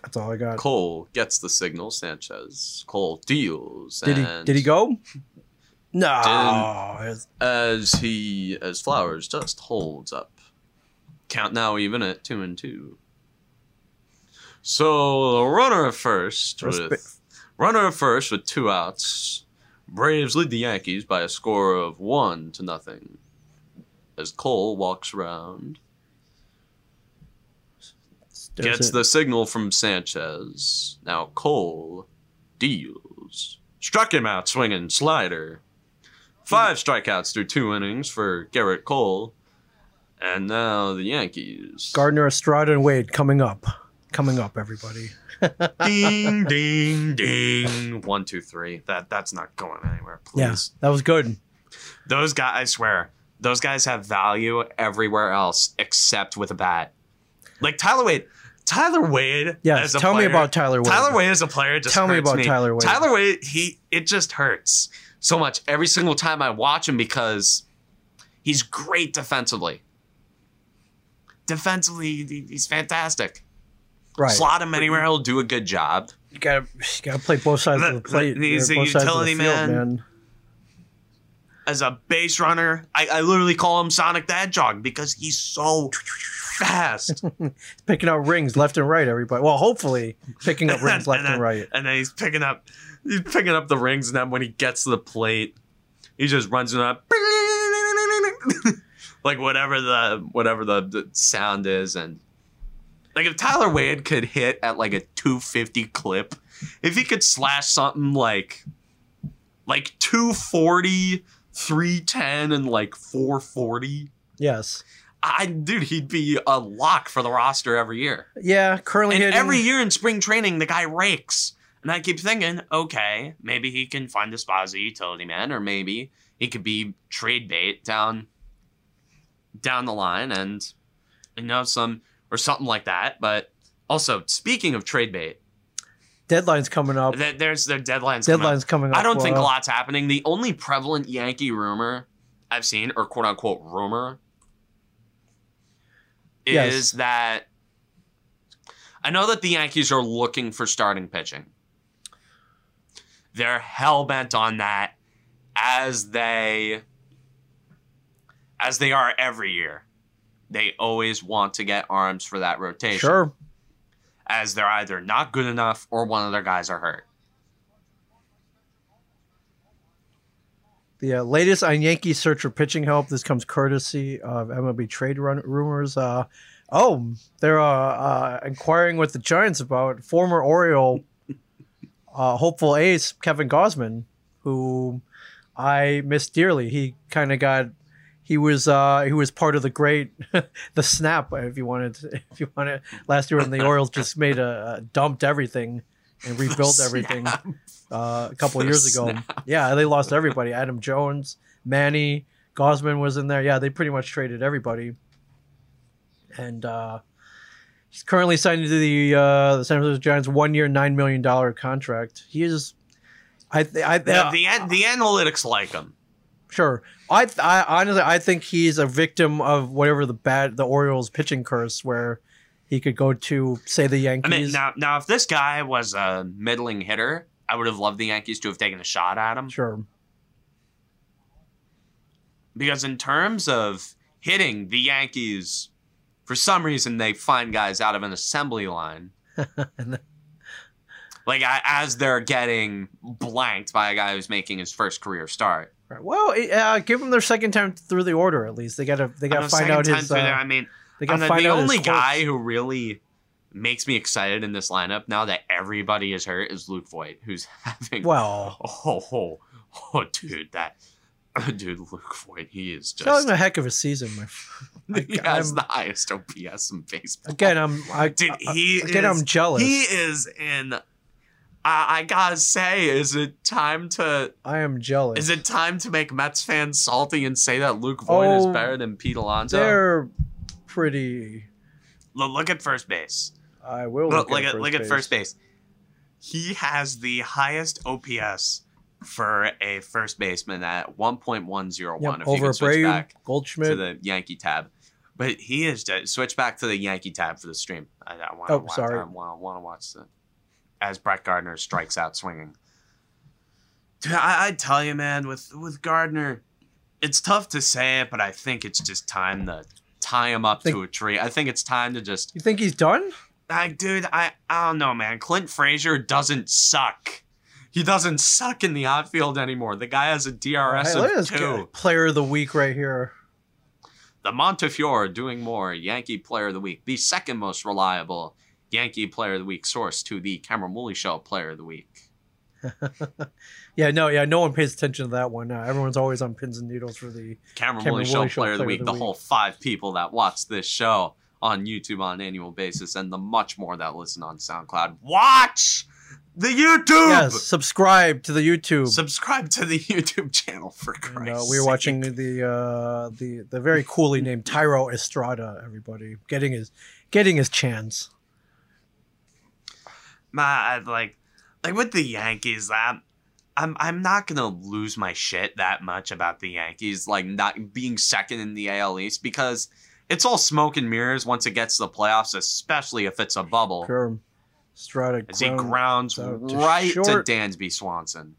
[SPEAKER 2] That's all I got.
[SPEAKER 1] Cole gets the signal, Sanchez. Cole deals.
[SPEAKER 2] Did he
[SPEAKER 1] and
[SPEAKER 2] did he go? No. It's-
[SPEAKER 1] As he as Flowers just holds up. Count now even at two and two. So the runner at first
[SPEAKER 2] First
[SPEAKER 1] with
[SPEAKER 2] ba-
[SPEAKER 1] runner at first with two outs. Braves lead the Yankees by a score of one to nothing. As Cole walks around
[SPEAKER 2] there's
[SPEAKER 1] gets
[SPEAKER 2] it.
[SPEAKER 1] the signal from Sanchez. Now Cole deals. Struck him out swinging slider. Five strikeouts through two innings for Garrett Cole. And now the Yankees.
[SPEAKER 2] Gardner Estrada and Wade coming up. Coming up, everybody.
[SPEAKER 1] (laughs) ding, ding, ding. One, two, three. That that's not going anywhere.
[SPEAKER 2] Yeah,
[SPEAKER 1] Please.
[SPEAKER 2] that was good.
[SPEAKER 1] Those guys, I swear, those guys have value everywhere else except with a bat. Like Tyler Wade. Tyler Wade.
[SPEAKER 2] Yes,
[SPEAKER 1] as a
[SPEAKER 2] tell me
[SPEAKER 1] player-
[SPEAKER 2] about Tyler Wade.
[SPEAKER 1] Tyler Wade as a player just
[SPEAKER 2] Tell me
[SPEAKER 1] hurts
[SPEAKER 2] about Tyler Wade.
[SPEAKER 1] Tyler Wade, he it just hurts so much every single time I watch him because he's great defensively. Defensively, he- he's fantastic.
[SPEAKER 2] Right.
[SPEAKER 1] Slot him anywhere. He'll do a good job.
[SPEAKER 2] You gotta, you gotta play both sides of the
[SPEAKER 1] The-
[SPEAKER 2] plate.
[SPEAKER 1] the- he's
[SPEAKER 2] or
[SPEAKER 1] a
[SPEAKER 2] both sides of the
[SPEAKER 1] utility
[SPEAKER 2] field,
[SPEAKER 1] man. As a base runner, I, I literally call him Sonic the Hedgehog because he's so fast.
[SPEAKER 2] Picking up rings left and right, everybody. Well, hopefully picking
[SPEAKER 1] (laughs)
[SPEAKER 2] up rings left
[SPEAKER 1] then,
[SPEAKER 2] and right.
[SPEAKER 1] And then he's picking up, he's picking up the rings, and then when he gets to the plate, he just runs it up, (laughs) like whatever the whatever the, the sound is, and like if Tyler Wade could hit at like a two fifty clip, if he could slash something like like 240 310 and like 440
[SPEAKER 2] Yes.
[SPEAKER 1] i dude he'd be a lock for the roster every year
[SPEAKER 2] Yeah, currently
[SPEAKER 1] and
[SPEAKER 2] hitting.
[SPEAKER 1] every year in spring training, the guy rakes. And I keep thinking, okay, maybe he can find a spot as a utility man, or maybe he could be trade bait down down the line and you know some or something like that. But also, speaking of trade bait,
[SPEAKER 2] deadline's coming up.
[SPEAKER 1] th- there's their deadlines. coming up.
[SPEAKER 2] Deadline's coming up.
[SPEAKER 1] I don't think a
[SPEAKER 2] well.
[SPEAKER 1] lot's happening. The only prevalent Yankee rumor I've seen, or quote unquote rumor, is
[SPEAKER 2] Yes.
[SPEAKER 1] that I know that the Yankees are looking for starting pitching. They're hell bent on that as they as they are every year. They always want to get arms for that rotation
[SPEAKER 2] Sure.
[SPEAKER 1] as they're either not good enough or one of their guys are hurt.
[SPEAKER 2] The uh, latest on Yankee search for pitching help. This comes courtesy of MLB trade run- rumors. Uh, oh, they're uh, uh, inquiring with the Giants about former Oriole uh, hopeful ace Kevin Gosman, who I miss dearly. He kind of got he was uh, he was part of the great (laughs) the snap. If you wanted, to, if you wanted, last year when the Orioles just made a, a dumped everything
[SPEAKER 1] (laughs)
[SPEAKER 2] and rebuilt everything
[SPEAKER 1] Snap.
[SPEAKER 2] uh, a
[SPEAKER 1] (laughs)
[SPEAKER 2] couple
[SPEAKER 1] The
[SPEAKER 2] years ago. Yeah, they lost everybody. Adam Jones, Manny, Gosman was in there. Yeah, they pretty much traded everybody. And uh, he's currently signed to the uh, the San Francisco Giants one year, nine million dollar contract. He is, I, th- I, th-
[SPEAKER 1] The, the, an- the analytics like him.
[SPEAKER 2] sure. I, th- I honestly, I think he's a victim of whatever the bad the Orioles pitching curse, where he could go to say the
[SPEAKER 1] I
[SPEAKER 2] Yankees.
[SPEAKER 1] mean, now, now if this guy was a middling hitter, I would have loved the Yankees to have taken a shot at him.
[SPEAKER 2] sure, (laughs)
[SPEAKER 1] Because in terms of hitting, the Yankees, for some reason, they find guys out of an assembly line. like I, as they're getting blanked by a guy who's making his first career start.
[SPEAKER 2] Right. Well, it- uh, give them their second time through the order at least. They gotta they
[SPEAKER 1] On
[SPEAKER 2] gotta
[SPEAKER 1] the
[SPEAKER 2] find
[SPEAKER 1] second
[SPEAKER 2] out
[SPEAKER 1] time
[SPEAKER 2] his.
[SPEAKER 1] through there,
[SPEAKER 2] Uh,
[SPEAKER 1] I mean,
[SPEAKER 2] they
[SPEAKER 1] and
[SPEAKER 2] gotta
[SPEAKER 1] the,
[SPEAKER 2] find
[SPEAKER 1] the
[SPEAKER 2] out
[SPEAKER 1] only
[SPEAKER 2] his
[SPEAKER 1] guy
[SPEAKER 2] course.
[SPEAKER 1] who really makes me excited in this lineup now that everybody is hurt is Luke Voigt, who's (laughs) having (laughs)
[SPEAKER 2] Well,
[SPEAKER 1] Oh, oh, oh, dude, that (laughs) dude Luke Voigt, he is
[SPEAKER 2] it's having
[SPEAKER 1] just
[SPEAKER 2] a heck of a season. My f-
[SPEAKER 1] (laughs) he has the highest OPS in baseball.
[SPEAKER 2] again, I'm
[SPEAKER 1] (laughs)
[SPEAKER 2] I,
[SPEAKER 1] Dude,
[SPEAKER 2] I-
[SPEAKER 1] he
[SPEAKER 2] again
[SPEAKER 1] is-
[SPEAKER 2] I'm jealous.
[SPEAKER 1] He is in. I, I gotta say, is it time to
[SPEAKER 2] I am jealous.
[SPEAKER 1] is it time to make Mets fans salty and say that Luke Voigt is
[SPEAKER 2] Oh,
[SPEAKER 1] better than Pete Alonso?
[SPEAKER 2] They're pretty.
[SPEAKER 1] Look, look at first base.
[SPEAKER 2] I will
[SPEAKER 1] Look,
[SPEAKER 2] look,
[SPEAKER 1] look
[SPEAKER 2] at
[SPEAKER 1] at look at first base. He has the highest OPS for a first baseman at one point one zero
[SPEAKER 2] Yep,
[SPEAKER 1] one. If you
[SPEAKER 2] over
[SPEAKER 1] can switch
[SPEAKER 2] Abreu,
[SPEAKER 1] back. to
[SPEAKER 2] Goldschmidt.
[SPEAKER 1] the Yankee tab. But he is dead. Switch back to the Yankee tab for the stream. I, I want to
[SPEAKER 2] Oh,
[SPEAKER 1] watch,
[SPEAKER 2] sorry.
[SPEAKER 1] I want, to watch the as Brett Gardner strikes out swinging. Dude, I, I tell you, man, with with Gardner, it's tough to say it, but I think it's just time to tie him up
[SPEAKER 2] Think-
[SPEAKER 1] to a tree. I think it's time to just,
[SPEAKER 2] you think he's done?
[SPEAKER 1] I, dude, I I don't know, man. Clint Frazier doesn't suck. He doesn't suck in the outfield anymore. The guy has a DRS
[SPEAKER 2] Hey, look at
[SPEAKER 1] of
[SPEAKER 2] this
[SPEAKER 1] two.
[SPEAKER 2] guy. Player of the week right here. (laughs)
[SPEAKER 1] The Montefiore doing more Yankee Player of the Week, the second most reliable Yankee Player of the Week source to the Cameron Woolley Show Player of the Week.
[SPEAKER 2] Yeah, no, yeah, no one pays attention to that one. Uh, everyone's always on pins and needles for the
[SPEAKER 1] Cameron,
[SPEAKER 2] Cameron
[SPEAKER 1] Woolley Show
[SPEAKER 2] Woolley Show
[SPEAKER 1] Player of the Week, the
[SPEAKER 2] Week.
[SPEAKER 1] whole five people that watch this show on YouTube on an annual basis, and the much more that listen on SoundCloud. Watch the YouTube.
[SPEAKER 2] yes. Subscribe to the YouTube.
[SPEAKER 1] Subscribe to the (laughs) YouTube channel for Christ's
[SPEAKER 2] No, we were
[SPEAKER 1] sake.
[SPEAKER 2] watching the uh, the the very coolly named Tyro Estrada. Everybody getting his getting his chance.
[SPEAKER 1] my I'd like like with the Yankees, I'm I'm I'm not gonna lose my shit that much about the Yankees, like not being second in the AL East because It's all smoke and mirrors once it gets to the playoffs, especially if it's a bubble.
[SPEAKER 2] Kerm, Strata,
[SPEAKER 1] As he
[SPEAKER 2] Ground.
[SPEAKER 1] grounds
[SPEAKER 2] So to
[SPEAKER 1] right to
[SPEAKER 2] short-
[SPEAKER 1] Dansby Swanson.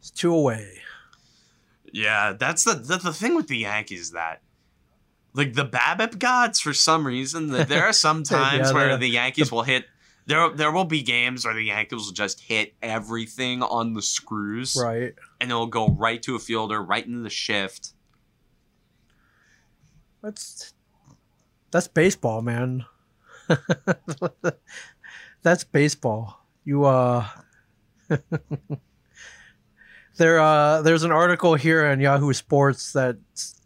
[SPEAKER 2] It's two away.
[SPEAKER 1] Yeah, that's the, the the thing with the Yankees that like the BABIP gods for some reason that
[SPEAKER 2] (laughs)
[SPEAKER 1] there are some times
[SPEAKER 2] Yeah,
[SPEAKER 1] where
[SPEAKER 2] they're-
[SPEAKER 1] the Yankees will hit there there will be games where the Yankees will just hit everything on the screws
[SPEAKER 2] Right.
[SPEAKER 1] and it'll go right to a fielder right into the shift.
[SPEAKER 2] That's that's baseball, man. (laughs) that's baseball. You uh (laughs) There uh there's an article here on Yahoo Sports that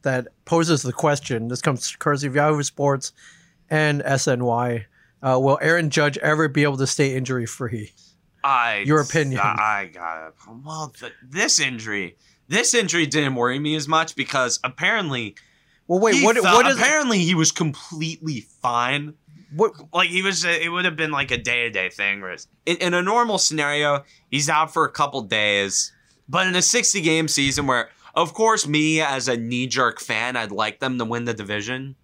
[SPEAKER 2] that poses the question. This comes courtesy of Yahoo Sports and SNY. Uh, will Aaron Judge ever be able to stay injury free?
[SPEAKER 1] I
[SPEAKER 2] Your opinion.
[SPEAKER 1] I, I got it. Well, th- this injury this injury didn't worry me as much because apparently
[SPEAKER 2] Well, wait.
[SPEAKER 1] he
[SPEAKER 2] what?
[SPEAKER 1] thought-
[SPEAKER 2] what is?
[SPEAKER 1] apparently he was completely fine.
[SPEAKER 2] What,
[SPEAKER 1] like he was it would have been like a day to day thing where it's- in, in a normal scenario he's out for a couple days but in a 60 game season where of course me as a knee jerk fan I'd like them to win the division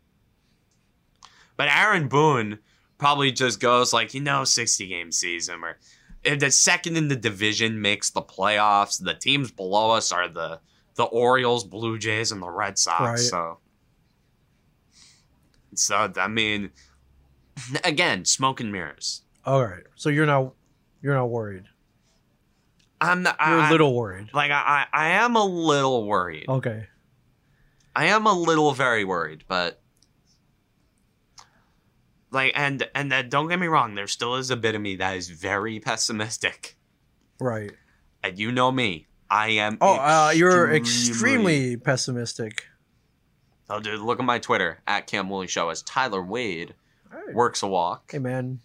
[SPEAKER 1] but Aaron Boone probably just goes like you know 60 game season where if the second in the division makes the playoffs the teams below us are the the Orioles Blue Jays and the Red Sox
[SPEAKER 2] Right.
[SPEAKER 1] so so I mean again, smoke and mirrors.
[SPEAKER 2] all right. So you're not you're not worried.
[SPEAKER 1] I'm not,
[SPEAKER 2] You're
[SPEAKER 1] I,
[SPEAKER 2] a little worried.
[SPEAKER 1] like I, I I am a little worried.
[SPEAKER 2] Okay.
[SPEAKER 1] I am a little very worried, but like and and that don't get me wrong, there still is a bit of me that is very pessimistic.
[SPEAKER 2] Right.
[SPEAKER 1] And you know me, I am.
[SPEAKER 2] Oh, uh, you're extremely pessimistic.
[SPEAKER 1] Oh, dude, look at my Twitter at Cam Woolley Show as Tyler Wade
[SPEAKER 2] All right.
[SPEAKER 1] works a walk.
[SPEAKER 2] Hey, man.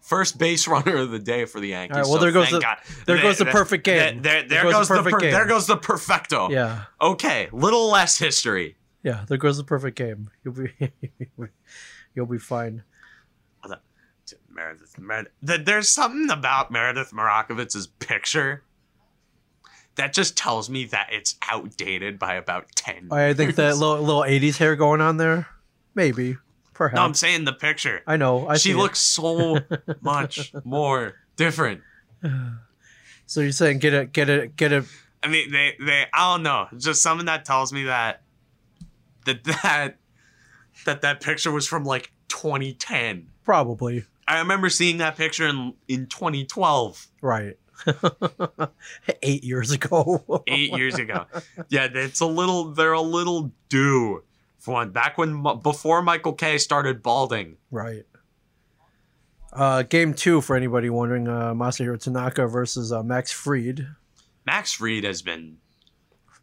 [SPEAKER 1] First base (laughs) runner of the day for the Yankees.
[SPEAKER 2] All right, well,
[SPEAKER 1] so
[SPEAKER 2] there goes
[SPEAKER 1] thank
[SPEAKER 2] the-
[SPEAKER 1] God.
[SPEAKER 2] there goes the
[SPEAKER 1] There-
[SPEAKER 2] perfect
[SPEAKER 1] there-
[SPEAKER 2] game.
[SPEAKER 1] There, there
[SPEAKER 2] goes the
[SPEAKER 1] goes the
[SPEAKER 2] perfect
[SPEAKER 1] per-
[SPEAKER 2] game.
[SPEAKER 1] there goes the perfecto.
[SPEAKER 2] Yeah.
[SPEAKER 1] Okay, little less history.
[SPEAKER 2] Yeah. There goes the perfect game. You'll be. (laughs) You'll be fine.
[SPEAKER 1] Dude, Meredith, Meredith. th- There's something about Meredith Morakovitz's picture that just tells me that it's outdated by about 10
[SPEAKER 2] Oh, I think
[SPEAKER 1] (laughs)
[SPEAKER 2] that
[SPEAKER 1] years.
[SPEAKER 2] little, little '80s hair going on there. Maybe.
[SPEAKER 1] No, I'm
[SPEAKER 2] Perhaps.
[SPEAKER 1] saying the picture.
[SPEAKER 2] I know. I
[SPEAKER 1] she
[SPEAKER 2] see it.
[SPEAKER 1] looks
[SPEAKER 2] (laughs)
[SPEAKER 1] so much more different.
[SPEAKER 2] (sighs) So you're saying get it, get it, get it.
[SPEAKER 1] I mean, they, they, I don't know. It's Just something that tells me that, that, that, that, that picture was from like 2010.
[SPEAKER 2] Probably.
[SPEAKER 1] I remember seeing that picture in, in 2012.
[SPEAKER 2] Right. (laughs) Eight years ago. (laughs)
[SPEAKER 1] eight years ago. Yeah, it's a little. They're a little due for one. Back when before Michael K started balding.
[SPEAKER 2] Right. Uh, game two for anybody wondering: uh, Masahiro Tanaka versus uh, Max Fried.
[SPEAKER 1] Max Fried has been.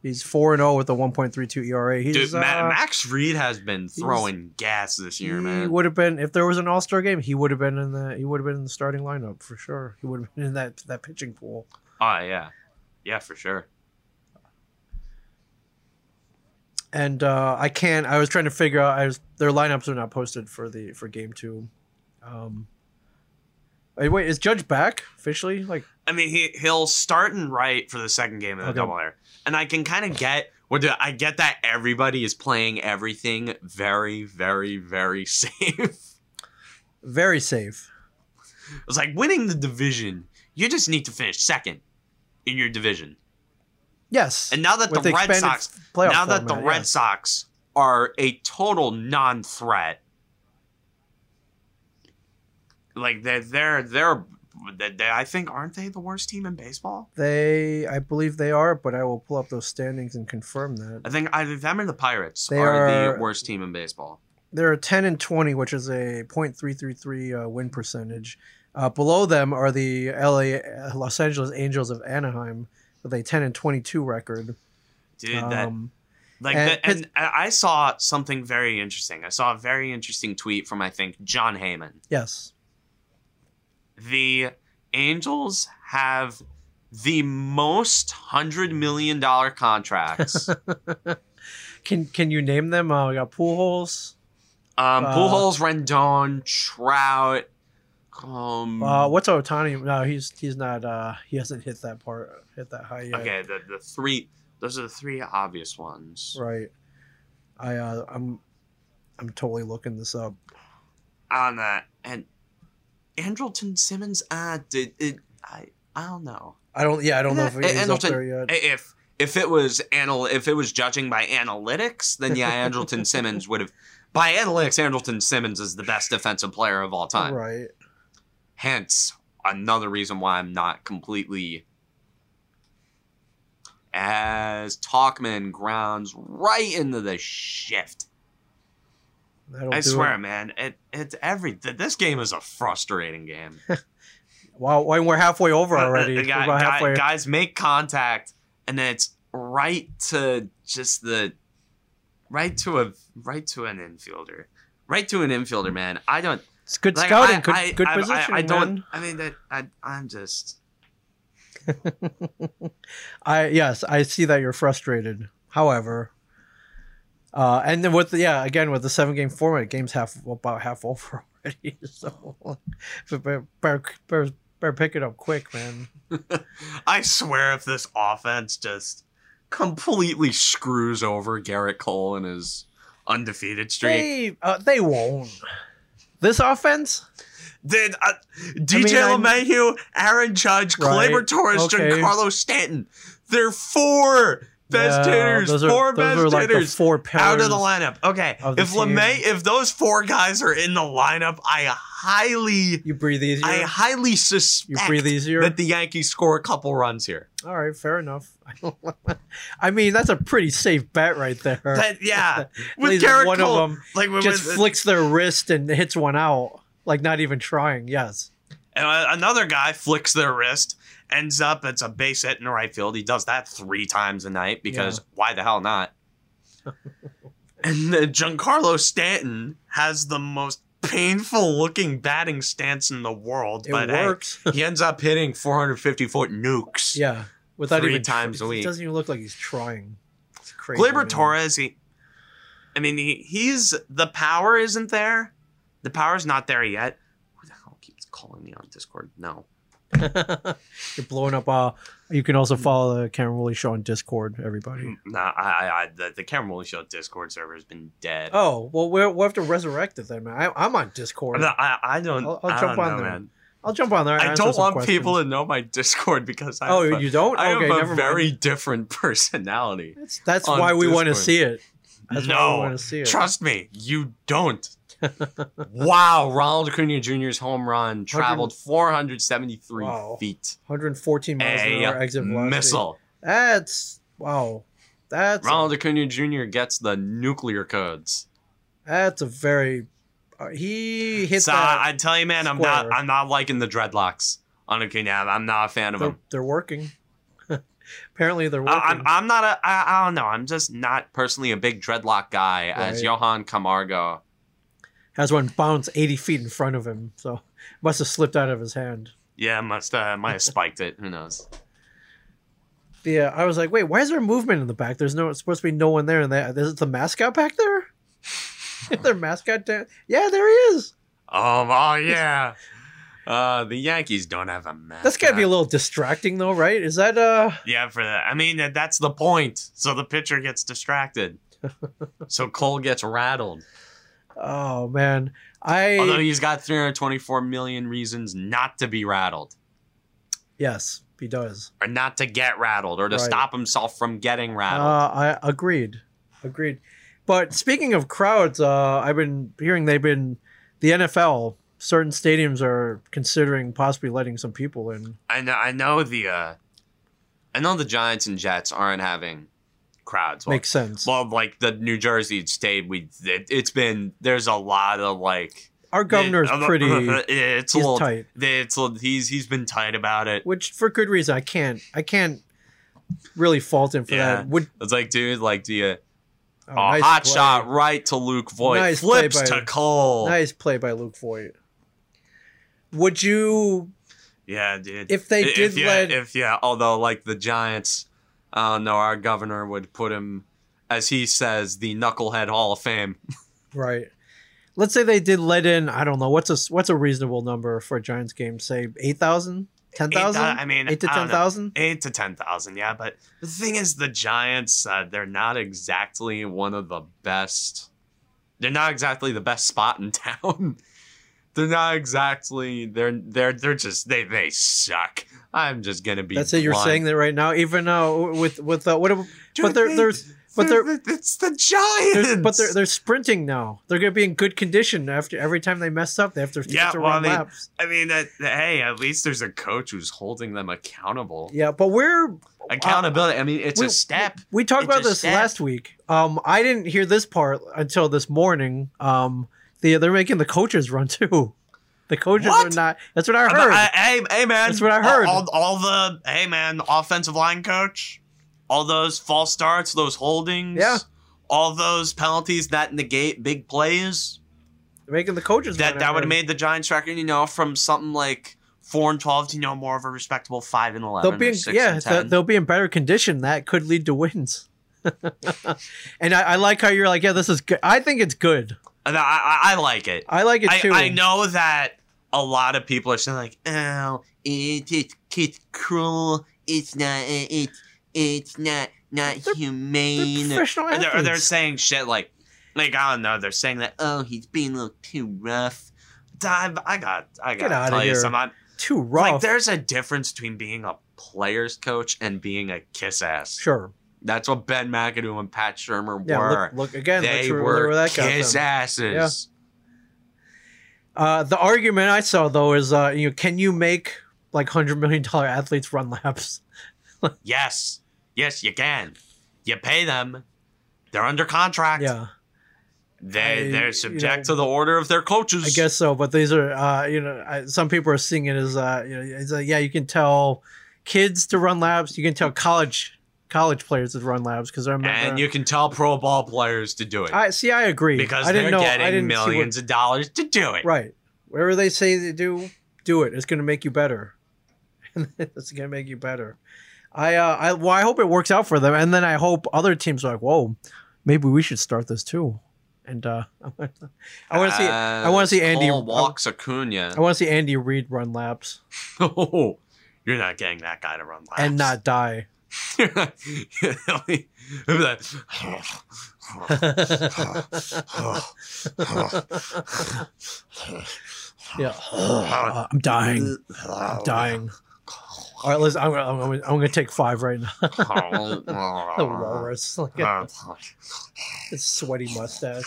[SPEAKER 2] He's four and zero with a one point three two ERA. He's,
[SPEAKER 1] Dude, Ma-
[SPEAKER 2] uh,
[SPEAKER 1] Max Fried has been throwing gas this year,
[SPEAKER 2] He
[SPEAKER 1] man.
[SPEAKER 2] would have been if there was an All Star game. He would have been in the he would have been in the starting lineup for sure. He would have been in that that pitching pool.
[SPEAKER 1] oh yeah, yeah for sure.
[SPEAKER 2] And uh, I can't. I was trying to figure out. I was their lineups are not posted for the for game two. Um, hey, wait, is Judge back officially? Like,
[SPEAKER 1] I mean, he he'll start and right for the second game of the
[SPEAKER 2] Okay.
[SPEAKER 1] double header, and I can kind of get. Well, dude, I get that everybody is playing everything very, very, very (laughs) safe.
[SPEAKER 2] very safe.
[SPEAKER 1] It's like winning the division. You just need to finish second in your division.
[SPEAKER 2] Yes.
[SPEAKER 1] And now that the, Red
[SPEAKER 2] expanded
[SPEAKER 1] Sox,
[SPEAKER 2] playoff
[SPEAKER 1] now that the
[SPEAKER 2] format,
[SPEAKER 1] Red
[SPEAKER 2] yes.
[SPEAKER 1] Sox are a total non-threat, like they're they're they're they, they- I think aren't they the worst team in baseball?
[SPEAKER 2] They, I believe they are, but I will pull up those standings and confirm that.
[SPEAKER 1] I think either them or the Pirates
[SPEAKER 2] They
[SPEAKER 1] are,
[SPEAKER 2] are-
[SPEAKER 1] the worst team in baseball.
[SPEAKER 2] They're 10 and 20, which is a .333 uh, win percentage. Uh, below them are the LA uh, Los Angeles Angels of Anaheim with a 10 and 22 record.
[SPEAKER 1] Dude, that
[SPEAKER 2] Um,
[SPEAKER 1] Like
[SPEAKER 2] And
[SPEAKER 1] and, the, and I I saw something very interesting. I saw a very interesting tweet from I think John Heyman.
[SPEAKER 2] yes,
[SPEAKER 1] the Angels have the most hundred million dollar
[SPEAKER 2] (laughs)
[SPEAKER 1] contracts. um,
[SPEAKER 2] can can you name them? Uh, we got Pujols. Uh,
[SPEAKER 1] Pujols, Um, Rendon, Trout. Um,
[SPEAKER 2] Uh, what's Otani? No, he's he's not. Uh, he hasn't hit that part, hit that high yet.
[SPEAKER 1] okay, the, the three. Those are the three obvious ones.
[SPEAKER 2] Right. I uh, I'm I'm totally looking this up.
[SPEAKER 1] on that. And Andrelton Simmons, uh, did it? I I don't know.
[SPEAKER 2] I don't. Yeah, I don't know
[SPEAKER 1] (laughs)
[SPEAKER 2] if
[SPEAKER 1] Yeah,
[SPEAKER 2] it's up
[SPEAKER 1] Andrelton-
[SPEAKER 2] there yet.
[SPEAKER 1] i- if if it was anal if it was judging by analytics, then yeah,
[SPEAKER 2] (laughs)
[SPEAKER 1] Andrelton Simmons would have. By analytics, Andrelton Simmons is the best defensive player of all time.
[SPEAKER 2] Right.
[SPEAKER 1] Hence, another reason why I'm not completely as Talkman grounds right into the shift.
[SPEAKER 2] That'll
[SPEAKER 1] I
[SPEAKER 2] do
[SPEAKER 1] swear,
[SPEAKER 2] It.
[SPEAKER 1] man, it it's every th- this game is a frustrating game.
[SPEAKER 2] Wow, when (laughs) we're halfway over
[SPEAKER 1] Uh, uh, (laughs)
[SPEAKER 2] already.
[SPEAKER 1] guy-
[SPEAKER 2] we're about
[SPEAKER 1] guy-
[SPEAKER 2] halfway.
[SPEAKER 1] guys make contact, and then it's right to just the right to a right to an infielder, right to an infielder, man. I don't
[SPEAKER 2] It's good
[SPEAKER 1] like,
[SPEAKER 2] scouting.
[SPEAKER 1] I-
[SPEAKER 2] good
[SPEAKER 1] I-
[SPEAKER 2] good
[SPEAKER 1] I- I-
[SPEAKER 2] position.
[SPEAKER 1] I, don't. (laughs)
[SPEAKER 2] man.
[SPEAKER 1] I mean that. I, I'm just.
[SPEAKER 2] I yes, I see that you're frustrated. However, uh, and then with the, yeah, again with the seven game format, game's half about half over already. (laughs) So, so better, better, better, better pick it up quick, man.
[SPEAKER 1] (laughs) I swear, if this offense just completely screws over Garrett Cole and his undefeated streak,
[SPEAKER 2] They uh, they won't. This offense,
[SPEAKER 1] did uh, DJ
[SPEAKER 2] I mean, I-
[SPEAKER 1] LeMahieu, Aaron Judge,
[SPEAKER 2] Right,
[SPEAKER 1] Claiborne Torres,
[SPEAKER 2] okay.
[SPEAKER 1] Giancarlo Stanton, they're four best
[SPEAKER 2] Yeah,
[SPEAKER 1] hitters,
[SPEAKER 2] those are-
[SPEAKER 1] four
[SPEAKER 2] those
[SPEAKER 1] best
[SPEAKER 2] are like the
[SPEAKER 1] hitters
[SPEAKER 2] four
[SPEAKER 1] out of
[SPEAKER 2] pillars.
[SPEAKER 1] the lineup. Okay,
[SPEAKER 2] of the
[SPEAKER 1] if LeMay, if those four guys are in the lineup, I highly,
[SPEAKER 2] You breathe easier.
[SPEAKER 1] I highly
[SPEAKER 2] you
[SPEAKER 1] suspect
[SPEAKER 2] breathe easier.
[SPEAKER 1] that the Yankees score a couple runs
[SPEAKER 2] (laughs)
[SPEAKER 1] here.
[SPEAKER 2] All right, fair enough. (laughs) I mean, that's a pretty safe bet right there.
[SPEAKER 1] That, yeah,
[SPEAKER 2] At
[SPEAKER 1] with
[SPEAKER 2] least
[SPEAKER 1] Garrett
[SPEAKER 2] one
[SPEAKER 1] Cole,
[SPEAKER 2] of them
[SPEAKER 1] like with,
[SPEAKER 2] just
[SPEAKER 1] with-
[SPEAKER 2] flicks their wrist and hits one out, like not even trying. Yes.
[SPEAKER 1] And uh, another guy flicks their wrist, ends up, it's a base hit in the right field. He does that three times a night because why the hell
[SPEAKER 2] (laughs)
[SPEAKER 1] not? and then Giancarlo Stanton has the most painful looking batting stance in the world,
[SPEAKER 2] It
[SPEAKER 1] but hey,
[SPEAKER 2] (laughs) works.
[SPEAKER 1] he ends up hitting 450 foot nukes.
[SPEAKER 2] yeah. Without
[SPEAKER 1] three
[SPEAKER 2] even tr-
[SPEAKER 1] times a
[SPEAKER 2] it
[SPEAKER 1] week.
[SPEAKER 2] doesn't even look like he's trying. It's crazy.
[SPEAKER 1] Gleyber
[SPEAKER 2] man.
[SPEAKER 1] Torres, he, I mean, he, he's the power isn't there. The power's not there yet. Who the hell keeps calling me on Discord? No.
[SPEAKER 2] (laughs) You're blowing up. Uh, you can also follow the Cameron Woolley show on Discord, (clears throat) everybody.
[SPEAKER 1] No, Mm, I, I, I the, the Cameron Woolley Show Discord server has been dead.
[SPEAKER 2] Oh well, we're, we'll have to resurrect it then, man. I, I'm on Discord.
[SPEAKER 1] No, I, I don't.
[SPEAKER 2] I'll-
[SPEAKER 1] I'll,
[SPEAKER 2] I'll
[SPEAKER 1] jump
[SPEAKER 2] jump on
[SPEAKER 1] on
[SPEAKER 2] there.
[SPEAKER 1] man.
[SPEAKER 2] I'll jump on there. and
[SPEAKER 1] I
[SPEAKER 2] answer
[SPEAKER 1] don't
[SPEAKER 2] some
[SPEAKER 1] want
[SPEAKER 2] questions.
[SPEAKER 1] people to know my (laughs) Discord because I.
[SPEAKER 2] Oh,
[SPEAKER 1] have a-
[SPEAKER 2] you don't?
[SPEAKER 1] I
[SPEAKER 2] okay,
[SPEAKER 1] have
[SPEAKER 2] never
[SPEAKER 1] a
[SPEAKER 2] mind.
[SPEAKER 1] very different (laughs) personality.
[SPEAKER 2] That's, that's
[SPEAKER 1] on
[SPEAKER 2] why we want to
[SPEAKER 1] Discord.
[SPEAKER 2] see it. That's why
[SPEAKER 1] No,
[SPEAKER 2] we want to see it.
[SPEAKER 1] Trust me, you
[SPEAKER 2] (laughs)
[SPEAKER 1] don't. wow, Ronald Acuna Jr.'s home run traveled 473
[SPEAKER 2] Wow.
[SPEAKER 1] feet.
[SPEAKER 2] 114 miles an hour
[SPEAKER 1] A
[SPEAKER 2] exit velocity.
[SPEAKER 1] missile.
[SPEAKER 2] That's wow. That's
[SPEAKER 1] Ronald Acuna Jr. gets the nuclear codes.
[SPEAKER 2] that's a very. uh, he hit
[SPEAKER 1] so
[SPEAKER 2] that.
[SPEAKER 1] I, I tell you, man, I'm not.
[SPEAKER 2] square.
[SPEAKER 1] I'm not liking the dreadlocks on Acuna. I'm not a fan of them.
[SPEAKER 2] they're, they're working. (laughs) Apparently, they're working.
[SPEAKER 1] I- I'm, I'm not a, I, I don't know. I'm just not personally a big dreadlock guy as
[SPEAKER 2] Right.
[SPEAKER 1] Johan Camargo.
[SPEAKER 2] Has one bounce 80 feet in front of him, so (laughs) must have slipped out of his hand.
[SPEAKER 1] Yeah, must uh, might have spiked it. Who knows?
[SPEAKER 2] Yeah, I was like, wait, why is there movement in the back? There's no it's supposed to be no one there, and that is it the mascot back there? (laughs) is their mascot down? Yeah, there he is.
[SPEAKER 1] Oh, oh (laughs) yeah. Uh, the Yankees don't have a mascot.
[SPEAKER 2] That's gotta be a little distracting, though, right? Is that uh?
[SPEAKER 1] yeah for that. I mean, that- that's the point. So the pitcher gets
[SPEAKER 2] (laughs)
[SPEAKER 1] distracted. so Cole gets rattled.
[SPEAKER 2] Oh man, I
[SPEAKER 1] Although he's got 324 million reasons not to be rattled,
[SPEAKER 2] yes, he does.
[SPEAKER 1] or not to get rattled, or to
[SPEAKER 2] Right.
[SPEAKER 1] stop himself from getting
[SPEAKER 2] Uh,
[SPEAKER 1] rattled.
[SPEAKER 2] I agreed, agreed. But speaking of crowds, uh, I've been hearing they've been the NFL. Certain stadiums are considering possibly letting some people in.
[SPEAKER 1] I know I know the uh I know the Giants and Jets aren't having crowds. Well,
[SPEAKER 2] Makes sense.
[SPEAKER 1] well like the New Jersey state we it, it's been there's a lot of like
[SPEAKER 2] Our governor's
[SPEAKER 1] it-
[SPEAKER 2] pretty.
[SPEAKER 1] (laughs) it's a
[SPEAKER 2] he's
[SPEAKER 1] little
[SPEAKER 2] tight.
[SPEAKER 1] it's a- he's he's been tight about it.
[SPEAKER 2] which for good reason. I can't. I can't really fault him for
[SPEAKER 1] Yeah.
[SPEAKER 2] that. Would
[SPEAKER 1] It's like dude like do you
[SPEAKER 2] oh,
[SPEAKER 1] oh,
[SPEAKER 2] nice
[SPEAKER 1] hot
[SPEAKER 2] play.
[SPEAKER 1] shot right to Luke Voigt
[SPEAKER 2] Nice play
[SPEAKER 1] flips
[SPEAKER 2] by-
[SPEAKER 1] to Cole.
[SPEAKER 2] Nice play by Luke Voigt. Would you?
[SPEAKER 1] Yeah, dude.
[SPEAKER 2] If they
[SPEAKER 1] I-
[SPEAKER 2] did
[SPEAKER 1] yeah,
[SPEAKER 2] let-
[SPEAKER 1] if yeah, although like the Giants, I don't know, our governor would put him as he says the knucklehead Hall of Fame.
[SPEAKER 2] Right. Let's say they did let in. I don't know what's a what's a reasonable number for a Giants game. Say eight thousand. Ten
[SPEAKER 1] Eight thou-
[SPEAKER 2] thousand.
[SPEAKER 1] I mean,
[SPEAKER 2] eight to
[SPEAKER 1] I don't
[SPEAKER 2] ten
[SPEAKER 1] know.
[SPEAKER 2] thousand.
[SPEAKER 1] Eight to ten thousand, yeah. But the thing is, the Giants, uh, they're not exactly one of the best. They're not exactly the best spot in (laughs) town. they're not exactly. They're they're they're just they they suck. I'm just gonna be.
[SPEAKER 2] That's it. You're
[SPEAKER 1] blunt.
[SPEAKER 2] saying that right now, even uh, with with uh,
[SPEAKER 1] (laughs)
[SPEAKER 2] what? ab-
[SPEAKER 1] Dude,
[SPEAKER 2] but they're,
[SPEAKER 1] they-
[SPEAKER 2] they're but they're-
[SPEAKER 1] it's the Giants.
[SPEAKER 2] they're but they're they're sprinting now. They're gonna be in good condition after every time they mess up. They have to,
[SPEAKER 1] Yeah,
[SPEAKER 2] to
[SPEAKER 1] well,
[SPEAKER 2] run
[SPEAKER 1] I mean-
[SPEAKER 2] laps.
[SPEAKER 1] I mean, uh, hey, at least there's a coach who's holding them accountable.
[SPEAKER 2] Yeah, but we're
[SPEAKER 1] Accountability. I mean, it's
[SPEAKER 2] we-
[SPEAKER 1] a step.
[SPEAKER 2] We talked
[SPEAKER 1] It's
[SPEAKER 2] about
[SPEAKER 1] a
[SPEAKER 2] this
[SPEAKER 1] step.
[SPEAKER 2] last week. Um, I didn't hear this part until this morning. Um, they they're making the coaches run (laughs) too. The coaches
[SPEAKER 1] What?
[SPEAKER 2] are not. That's what I
[SPEAKER 1] But
[SPEAKER 2] heard.
[SPEAKER 1] I- hey, hey, man.
[SPEAKER 2] That's what I heard.
[SPEAKER 1] All, all, all the hey, man, offensive line coach, all those false starts, those holdings,
[SPEAKER 2] Yeah.
[SPEAKER 1] all those penalties that negate big plays.
[SPEAKER 2] they're making the coaches
[SPEAKER 1] That
[SPEAKER 2] run, I
[SPEAKER 1] that would
[SPEAKER 2] heard.
[SPEAKER 1] have made the Giants record, you know, from something like four and twelve to you know more of a respectable five and eleven.
[SPEAKER 2] They'll be
[SPEAKER 1] or
[SPEAKER 2] in,
[SPEAKER 1] six
[SPEAKER 2] yeah.
[SPEAKER 1] and
[SPEAKER 2] they'll-
[SPEAKER 1] 10.
[SPEAKER 2] They'll be in better condition. That could lead to wins. (laughs) and I, I like how you're like, yeah, this is good. I think it's good.
[SPEAKER 1] And I, I, I like it.
[SPEAKER 2] I like it
[SPEAKER 1] I,
[SPEAKER 2] too.
[SPEAKER 1] I know that a lot of people are saying like, oh, it, it, it's cruel. It's not. It, it's not not
[SPEAKER 2] They're- They're
[SPEAKER 1] humane.
[SPEAKER 2] professional
[SPEAKER 1] Or they're, or they're
[SPEAKER 2] athletes.
[SPEAKER 1] saying shit like, like I don't know. They're saying that oh, he's being a little too rough. I, I got, I
[SPEAKER 2] Get
[SPEAKER 1] got to
[SPEAKER 2] outta
[SPEAKER 1] tell you
[SPEAKER 2] here.
[SPEAKER 1] something. I'm-
[SPEAKER 2] Too
[SPEAKER 1] Like,
[SPEAKER 2] rough.
[SPEAKER 1] there's a difference between being a players coach and being a kiss ass.
[SPEAKER 2] sure.
[SPEAKER 1] That's what Ben McAdoo and Pat Shermer
[SPEAKER 2] Yeah.
[SPEAKER 1] were.
[SPEAKER 2] Look, look again.
[SPEAKER 1] they
[SPEAKER 2] let's re-
[SPEAKER 1] were
[SPEAKER 2] where that got them.
[SPEAKER 1] kiss asses.
[SPEAKER 2] Uh, the argument I saw though is, uh, you know, can you make like hundred million dollar athletes run laps?
[SPEAKER 1] Yes, yes, you can. You pay them. They're under contract.
[SPEAKER 2] Yeah,
[SPEAKER 1] They
[SPEAKER 2] I-
[SPEAKER 1] they're
[SPEAKER 2] you
[SPEAKER 1] subject
[SPEAKER 2] know,
[SPEAKER 1] to the order of their coaches.
[SPEAKER 2] I guess so. But these are, uh, you know, I, some people are seeing it as, uh, you know, it's like, yeah, you can tell kids to run laps. You can tell college college players to run laps because I'm.
[SPEAKER 1] and you can tell pro ball players to do it.
[SPEAKER 2] I see. I agree.
[SPEAKER 1] because
[SPEAKER 2] I
[SPEAKER 1] they're
[SPEAKER 2] didn't know. I
[SPEAKER 1] getting
[SPEAKER 2] didn't see what-
[SPEAKER 1] millions of dollars to do it.
[SPEAKER 2] right. Whatever they say they do, do it. It's going to make you better. (laughs) it's going to make you better. I, uh, I, well, I hope it works out for them, and then I hope other teams are like, whoa, maybe we should start this too. And uh, (laughs) I want to
[SPEAKER 1] Uh,
[SPEAKER 2] see, I want to see Andy
[SPEAKER 1] Cole walks Acuna.
[SPEAKER 2] I want to see Andy Reid run laps
[SPEAKER 1] (laughs) Oh, you're not getting that guy to run laps.
[SPEAKER 2] and not die.
[SPEAKER 1] (laughs) You're not- He'll be- he'll be (laughs) like,
[SPEAKER 2] yeah,
[SPEAKER 1] (laughs)
[SPEAKER 2] Uh, I'm dying.
[SPEAKER 1] Oh.
[SPEAKER 2] I'm dying. All right, listen, I'm, gonna- I'm, gonna- I'm gonna take five right now. Oh,
[SPEAKER 1] Oh,
[SPEAKER 2] the walrus, like
[SPEAKER 1] Ah.
[SPEAKER 2] a, a sweaty mustache.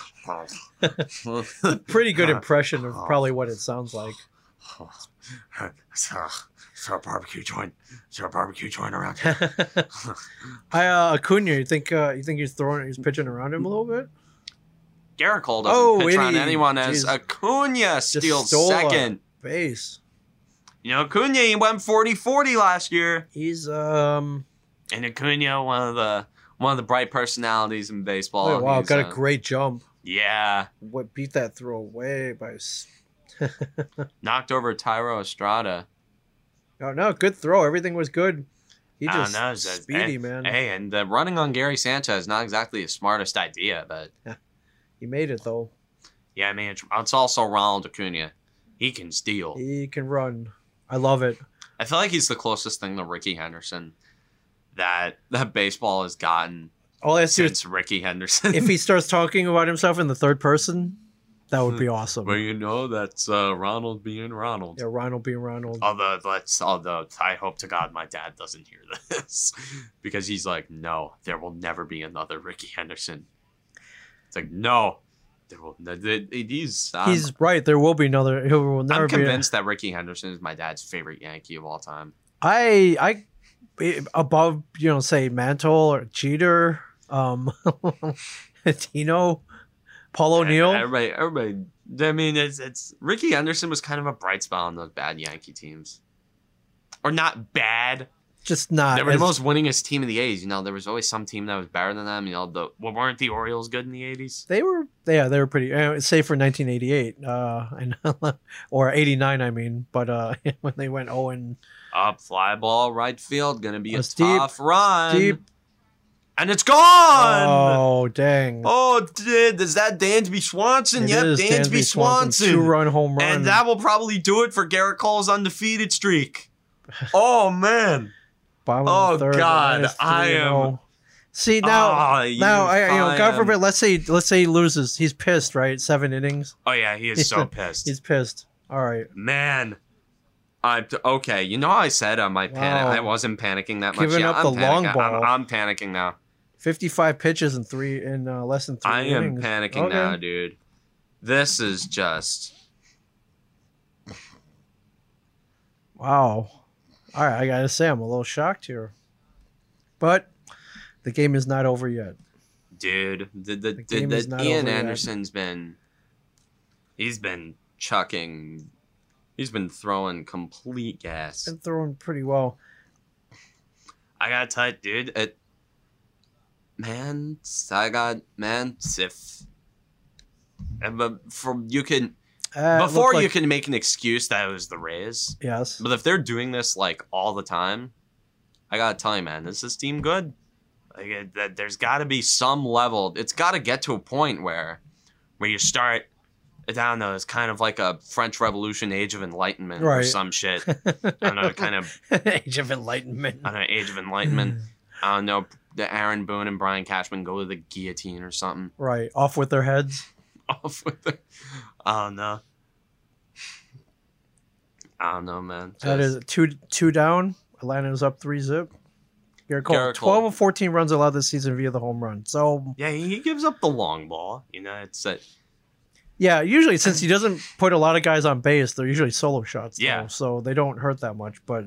[SPEAKER 2] Pretty
[SPEAKER 1] Ah.
[SPEAKER 2] good impression of probably what it
[SPEAKER 1] (laughs)
[SPEAKER 2] sounds like.
[SPEAKER 1] Is there a barbecue joint? Is there a barbecue joint around here?
[SPEAKER 2] I uh, Acuna, you think uh, you think he's throwing, he's pitching around him a little bit?
[SPEAKER 1] Garrett Cole doesn't
[SPEAKER 2] Oh,
[SPEAKER 1] pitch on
[SPEAKER 2] Whitty.
[SPEAKER 1] anyone as
[SPEAKER 2] Jeez.
[SPEAKER 1] Acuna steals
[SPEAKER 2] stole a-
[SPEAKER 1] second.
[SPEAKER 2] Base.
[SPEAKER 1] You know, Acuna he went 40-40 last year,
[SPEAKER 2] He's um.
[SPEAKER 1] and Acuna one of the one of the bright personalities in baseball.
[SPEAKER 2] oh, wow,
[SPEAKER 1] He's,
[SPEAKER 2] got
[SPEAKER 1] uh,
[SPEAKER 2] a great jump.
[SPEAKER 1] yeah,
[SPEAKER 2] What beat that throw away by? s-
[SPEAKER 1] knocked over Tyro Estrada.
[SPEAKER 2] No, oh, no, good throw. Everything was good. He
[SPEAKER 1] I don't
[SPEAKER 2] just
[SPEAKER 1] know, it's Oh, a-
[SPEAKER 2] speedy man.
[SPEAKER 1] Hey, and uh, running on Gary Sanchez not exactly the smartest idea, but
[SPEAKER 2] He made it though.
[SPEAKER 1] yeah, I mean it's, it's also Ronald Acuna. He can steal.
[SPEAKER 2] He can run. I love it.
[SPEAKER 1] I feel like he's the closest thing to Ricky Henderson that that baseball has gotten
[SPEAKER 2] All I have to do is
[SPEAKER 1] since Ricky Henderson. (laughs)
[SPEAKER 2] if he starts talking about himself in the third person, that would be awesome.
[SPEAKER 1] Well, Hmm. you know that's uh, Ronald being Ronald.
[SPEAKER 2] Yeah, Ronald being Ronald.
[SPEAKER 1] Although let's, although I hope to God my dad doesn't hear (laughs) this because he's like, no, there will never be another Ricky Henderson. It's like no, there will. No, it, it is. I'm,
[SPEAKER 2] He's right. There will be another. There will never
[SPEAKER 1] I'm
[SPEAKER 2] be. a-
[SPEAKER 1] convinced that Ricky Henderson is my dad's favorite Yankee of all time.
[SPEAKER 2] I I above you know say Mantle or Cheater, um, (laughs) Tino, Paul
[SPEAKER 1] And
[SPEAKER 2] O'Neill.
[SPEAKER 1] Everybody, everybody. I mean, it's it's Ricky Henderson was kind of a bright spot on those bad Yankee teams, or not bad.
[SPEAKER 2] Just not.
[SPEAKER 1] They were the
[SPEAKER 2] Uh, as-
[SPEAKER 1] most winningest team in the '80s. You know, there was always some team that was better than them. You know, the well, weren't the Orioles good in the '80s?
[SPEAKER 2] They were yeah they were pretty uh, say for 1988 uh (laughs) and or 89 I mean but uh (laughs) when they went oh and
[SPEAKER 1] Up fly ball right field, gonna be a
[SPEAKER 2] That's deep.
[SPEAKER 1] tough run,
[SPEAKER 2] Deep.
[SPEAKER 1] and it's gone.
[SPEAKER 2] oh dang
[SPEAKER 1] Oh, did is that Dansby Swanson?
[SPEAKER 2] It
[SPEAKER 1] yep,
[SPEAKER 2] is
[SPEAKER 1] Dansby,
[SPEAKER 2] Dansby
[SPEAKER 1] Swanson.
[SPEAKER 2] two run home run
[SPEAKER 1] And that will probably do it for Garrett Cole's undefeated streak. Oh man.
[SPEAKER 2] Bottom
[SPEAKER 1] Oh,
[SPEAKER 2] of the third,
[SPEAKER 1] God,
[SPEAKER 2] minus three
[SPEAKER 1] I
[SPEAKER 2] and
[SPEAKER 1] am-
[SPEAKER 2] oh. See (laughs) now,
[SPEAKER 1] Ah, you-
[SPEAKER 2] now I, you know,
[SPEAKER 1] I
[SPEAKER 2] God
[SPEAKER 1] am-
[SPEAKER 2] forbid. Let's say, let's say he loses. He's pissed, right? Seven innings.
[SPEAKER 1] Oh yeah, he is so
[SPEAKER 2] (laughs)
[SPEAKER 1] pissed.
[SPEAKER 2] He's pissed. All right,
[SPEAKER 1] Man. I okay. You know, I said I might panic.
[SPEAKER 2] Wow.
[SPEAKER 1] I wasn't panicking that much.
[SPEAKER 2] Giving
[SPEAKER 1] Yeah,
[SPEAKER 2] up
[SPEAKER 1] I'm
[SPEAKER 2] the long
[SPEAKER 1] panicking.
[SPEAKER 2] ball.
[SPEAKER 1] I'm, I'm panicking now.
[SPEAKER 2] fifty-five pitches in three in uh, less than three.
[SPEAKER 1] I am
[SPEAKER 2] innings.
[SPEAKER 1] panicking
[SPEAKER 2] Okay.
[SPEAKER 1] now, dude. This is just.
[SPEAKER 2] Wow. All right, I gotta say I'm a little shocked here, but the game is not over yet.
[SPEAKER 1] dude. The the, the,
[SPEAKER 2] game
[SPEAKER 1] the-
[SPEAKER 2] is not
[SPEAKER 1] Ian
[SPEAKER 2] over yet.
[SPEAKER 1] Anderson's been he's been chucking he's been throwing complete gas.
[SPEAKER 2] Been throwing pretty well.
[SPEAKER 1] I got tight, dude. It man, I got man if and but from you can
[SPEAKER 2] Uh, it
[SPEAKER 1] before
[SPEAKER 2] looked
[SPEAKER 1] you
[SPEAKER 2] like-
[SPEAKER 1] can make an excuse that it was the Rays, (laughs)
[SPEAKER 2] Yes.
[SPEAKER 1] but if they're doing this like all the time, I gotta tell you, man, is this team good? Like, it- that there's got to be some level. It's got to get to a point where, where you start. I don't know. It's kind of like a French Revolution, Age of Enlightenment, or
[SPEAKER 2] Right.
[SPEAKER 1] some
[SPEAKER 2] (laughs)
[SPEAKER 1] shit. I don't know. Kind of.
[SPEAKER 2] Age of Enlightenment.
[SPEAKER 1] I don't know. Age of
[SPEAKER 2] (laughs)
[SPEAKER 1] Enlightenment. I don't know. The Aaron Boone and Brian Cashman go to the guillotine or something. (laughs)
[SPEAKER 2] (clears throat) Right. Off with their heads.
[SPEAKER 1] Off with the. I don't know. I don't know, man.
[SPEAKER 2] That
[SPEAKER 1] Just-
[SPEAKER 2] is two two down. Atlanta is up three zip. Garrett Cole,
[SPEAKER 1] Garrett Cole.
[SPEAKER 2] twelve of fourteen runs allowed this season via the home run. So
[SPEAKER 1] Yeah, he he gives up the long ball. You know, it's that.
[SPEAKER 2] yeah, usually since he doesn't put a lot of guys on base, they're usually solo shots. though,
[SPEAKER 1] Yeah.
[SPEAKER 2] so they don't hurt that much. But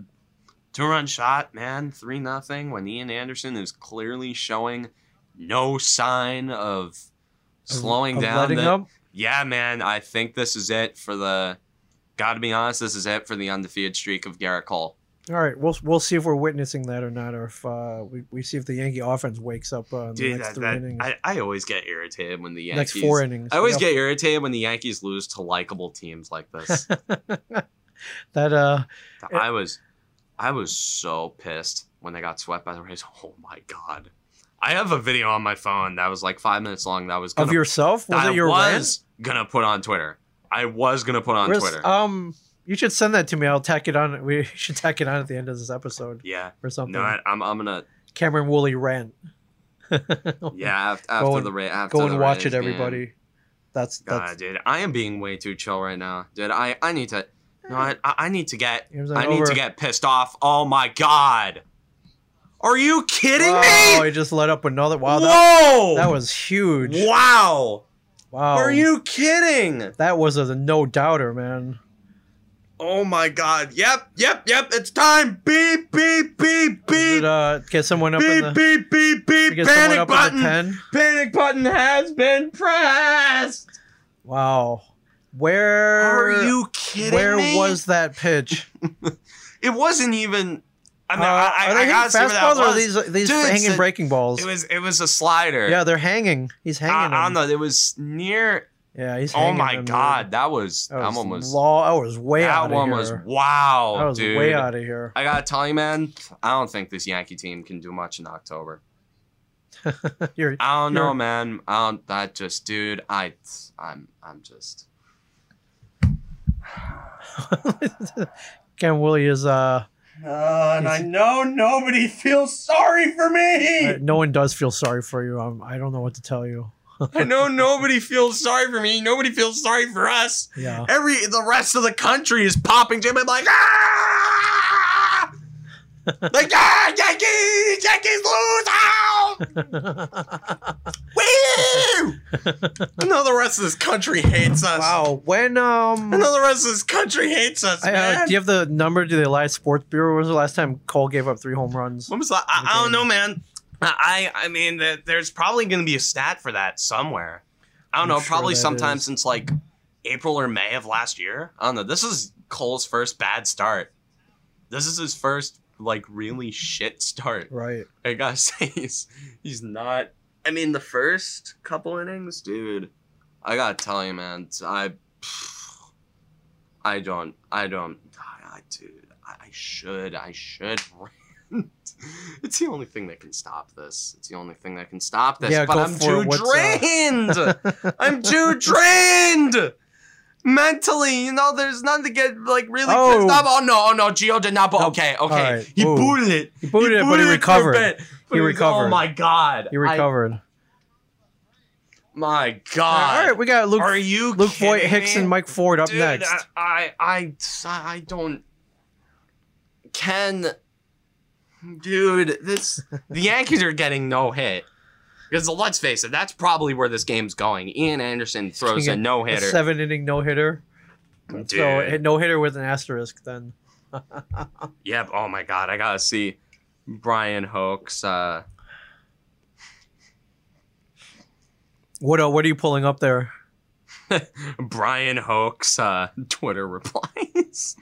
[SPEAKER 1] two run shot, man, three nothing. When Ian Anderson is clearly showing no sign of slowing
[SPEAKER 2] of
[SPEAKER 1] down.
[SPEAKER 2] letting
[SPEAKER 1] that-
[SPEAKER 2] up.
[SPEAKER 1] Yeah, man, I think this is it for the. Got to be honest, this is it for the undefeated streak of Garrett Cole.
[SPEAKER 2] All right, we'll we'll see if we're witnessing that or not, or if uh, we we see if the Yankee offense wakes up uh, in the
[SPEAKER 1] Dude,
[SPEAKER 2] next
[SPEAKER 1] that,
[SPEAKER 2] three
[SPEAKER 1] that-
[SPEAKER 2] innings,
[SPEAKER 1] I, I always get irritated when the Yankees.
[SPEAKER 2] next four innings.
[SPEAKER 1] I always
[SPEAKER 2] Yeah.
[SPEAKER 1] get irritated when the Yankees lose to likable teams like
[SPEAKER 2] (laughs)
[SPEAKER 1] this.
[SPEAKER 2] that. Uh,
[SPEAKER 1] I was, I was so pissed when they got swept by the Rays. (laughs) Oh my god! I have a video on my phone that was like five minutes long. That I was gonna,
[SPEAKER 2] of yourself was
[SPEAKER 1] I
[SPEAKER 2] it your
[SPEAKER 1] was gonna put on Twitter. I was gonna put on
[SPEAKER 2] rant? Where's-
[SPEAKER 1] Twitter.
[SPEAKER 2] Um, you should send that to me. I'll tack it on. We (laughs) should tack it on at the end of this episode
[SPEAKER 1] yeah,
[SPEAKER 2] or something.
[SPEAKER 1] no, I, I'm, I'm
[SPEAKER 2] (laughs)
[SPEAKER 1] gonna
[SPEAKER 2] Cameron Woolley rant.
[SPEAKER 1] (laughs) yeah after, after
[SPEAKER 2] and-
[SPEAKER 1] the Ra- after
[SPEAKER 2] Go
[SPEAKER 1] the
[SPEAKER 2] and watch
[SPEAKER 1] Rays
[SPEAKER 2] it,
[SPEAKER 1] game.
[SPEAKER 2] everybody. That's
[SPEAKER 1] God,
[SPEAKER 2] that's.
[SPEAKER 1] dude, I am being way too chill right now, dude. I I need to, no, I I I need to get
[SPEAKER 2] Here's an
[SPEAKER 1] I need
[SPEAKER 2] over.
[SPEAKER 1] to get pissed off. Oh my god, are you kidding
[SPEAKER 2] Wow,
[SPEAKER 1] me?
[SPEAKER 2] he just let up another. Oh, Wow, that,
[SPEAKER 1] Whoa,
[SPEAKER 2] that was huge.
[SPEAKER 1] wow.
[SPEAKER 2] Wow,
[SPEAKER 1] Are you kidding?
[SPEAKER 2] That was a no doubter, man.
[SPEAKER 1] Oh my god. Yep, yep, yep. It's time. Beep, beep, beep,
[SPEAKER 2] Is it,
[SPEAKER 1] beep.
[SPEAKER 2] uh, get someone up in
[SPEAKER 1] Beep,
[SPEAKER 2] the.
[SPEAKER 1] beep, beep, beep.
[SPEAKER 2] Get someone
[SPEAKER 1] Panic
[SPEAKER 2] up in
[SPEAKER 1] button.
[SPEAKER 2] the pen.
[SPEAKER 1] Panic button has been pressed.
[SPEAKER 2] Wow. Where
[SPEAKER 1] Are you kidding
[SPEAKER 2] Where
[SPEAKER 1] me?
[SPEAKER 2] was that pitch?
[SPEAKER 1] it? Wasn't even. I mean,
[SPEAKER 2] Uh,
[SPEAKER 1] I,
[SPEAKER 2] are
[SPEAKER 1] I,
[SPEAKER 2] they
[SPEAKER 1] I gotta see
[SPEAKER 2] hitting
[SPEAKER 1] where that
[SPEAKER 2] fastballs or are
[SPEAKER 1] was.
[SPEAKER 2] these these
[SPEAKER 1] Dude, it's
[SPEAKER 2] hanging
[SPEAKER 1] a-
[SPEAKER 2] breaking balls?
[SPEAKER 1] It was. It was a slider.
[SPEAKER 2] yeah, they're hanging. He's hanging.
[SPEAKER 1] I, I
[SPEAKER 2] them.
[SPEAKER 1] don't know. It was near.
[SPEAKER 2] Yeah, he's.
[SPEAKER 1] Oh
[SPEAKER 2] Hanging
[SPEAKER 1] my
[SPEAKER 2] them, dude.
[SPEAKER 1] god, that was that,
[SPEAKER 2] That was
[SPEAKER 1] one was
[SPEAKER 2] law. I was way
[SPEAKER 1] that
[SPEAKER 2] out
[SPEAKER 1] one
[SPEAKER 2] of
[SPEAKER 1] was
[SPEAKER 2] here.
[SPEAKER 1] wow,
[SPEAKER 2] that was
[SPEAKER 1] dude.
[SPEAKER 2] way out of here. (laughs)
[SPEAKER 1] I gotta tell you, man, I don't think this Yankee team can do much in October.
[SPEAKER 2] You're,
[SPEAKER 1] I don't know,
[SPEAKER 2] You're-
[SPEAKER 1] man. I don't. I just, dude. I, I'm, I'm just.
[SPEAKER 2] (laughs) Ken Woolley is. Uh,
[SPEAKER 1] and I know nobody feels sorry for
[SPEAKER 2] uh,
[SPEAKER 1] me.
[SPEAKER 2] no one does feel sorry for you. Um, I don't know what to tell you.
[SPEAKER 1] I know nobody feels sorry for me. Nobody feels sorry for us.
[SPEAKER 2] Yeah.
[SPEAKER 1] Every the rest of the country is popping Jim and like ah, like ah, Yankees, Yankees lose out. Woo! I know the rest of this country hates us.
[SPEAKER 2] (laughs) wow. When um.
[SPEAKER 1] I know the rest of this country hates us,
[SPEAKER 2] I,
[SPEAKER 1] man.
[SPEAKER 2] uh, do you have the number to the Elias Sports Bureau? When was the last time Cole gave up three home runs?
[SPEAKER 1] When was the- I, I don't know, man. I I mean, th- there's probably going to be a stat for that somewhere. I don't
[SPEAKER 2] I'm
[SPEAKER 1] know,
[SPEAKER 2] sure
[SPEAKER 1] probably
[SPEAKER 2] that
[SPEAKER 1] sometime
[SPEAKER 2] is.
[SPEAKER 1] since like April or May of last year. I don't know. This is Cole's first bad start. This is his first like really shit start. (laughs)
[SPEAKER 2] Right.
[SPEAKER 1] I gotta say, he's he's not. I mean, the first couple innings, dude. I gotta tell you, man. it's- I I don't. I don't. I, I- dude, I, I should. I should. (laughs) rant. it's the only thing that can stop this. It's the only thing that can stop this.
[SPEAKER 2] Yeah,
[SPEAKER 1] but
[SPEAKER 2] go
[SPEAKER 1] I'm
[SPEAKER 2] for
[SPEAKER 1] too
[SPEAKER 2] (laughs) it. What's, uh,
[SPEAKER 1] drained. I'm too drained. mentally, you know, there's nothing to get like really
[SPEAKER 2] Oh.
[SPEAKER 1] pissed off. Oh no, oh no, Gio did not. But okay, okay,
[SPEAKER 2] right.
[SPEAKER 1] he
[SPEAKER 2] Ooh.
[SPEAKER 1] booted it. He
[SPEAKER 2] booted it, but he
[SPEAKER 1] for a
[SPEAKER 2] recovered.
[SPEAKER 1] bit, but
[SPEAKER 2] He
[SPEAKER 1] was-
[SPEAKER 2] recovered.
[SPEAKER 1] Oh my god,
[SPEAKER 2] You
[SPEAKER 1] I-
[SPEAKER 2] recovered.
[SPEAKER 1] my
[SPEAKER 2] All
[SPEAKER 1] god.
[SPEAKER 2] right, we got Luke.
[SPEAKER 1] Uh, Are you
[SPEAKER 2] Luke Voigt,
[SPEAKER 1] kidding
[SPEAKER 2] Hicks,
[SPEAKER 1] me?
[SPEAKER 2] and Mike Ford up
[SPEAKER 1] Dude, uh,
[SPEAKER 2] next.
[SPEAKER 1] I, I, I, I don't. Can, dude, this the Yankees are getting no hit because let's face it, that's probably where this game's going. Ian Anderson throws a
[SPEAKER 2] Speaking of-
[SPEAKER 1] no
[SPEAKER 2] A
[SPEAKER 1] hitter.
[SPEAKER 2] seven inning no hitter. So
[SPEAKER 1] Dude.
[SPEAKER 2] no hitter with an asterisk then.
[SPEAKER 1] Yep. Oh my God, I gotta see Brian Hoke's. Uh,
[SPEAKER 2] What uh, what are you pulling up there?
[SPEAKER 1] Brian Hoke's uh, Twitter replies.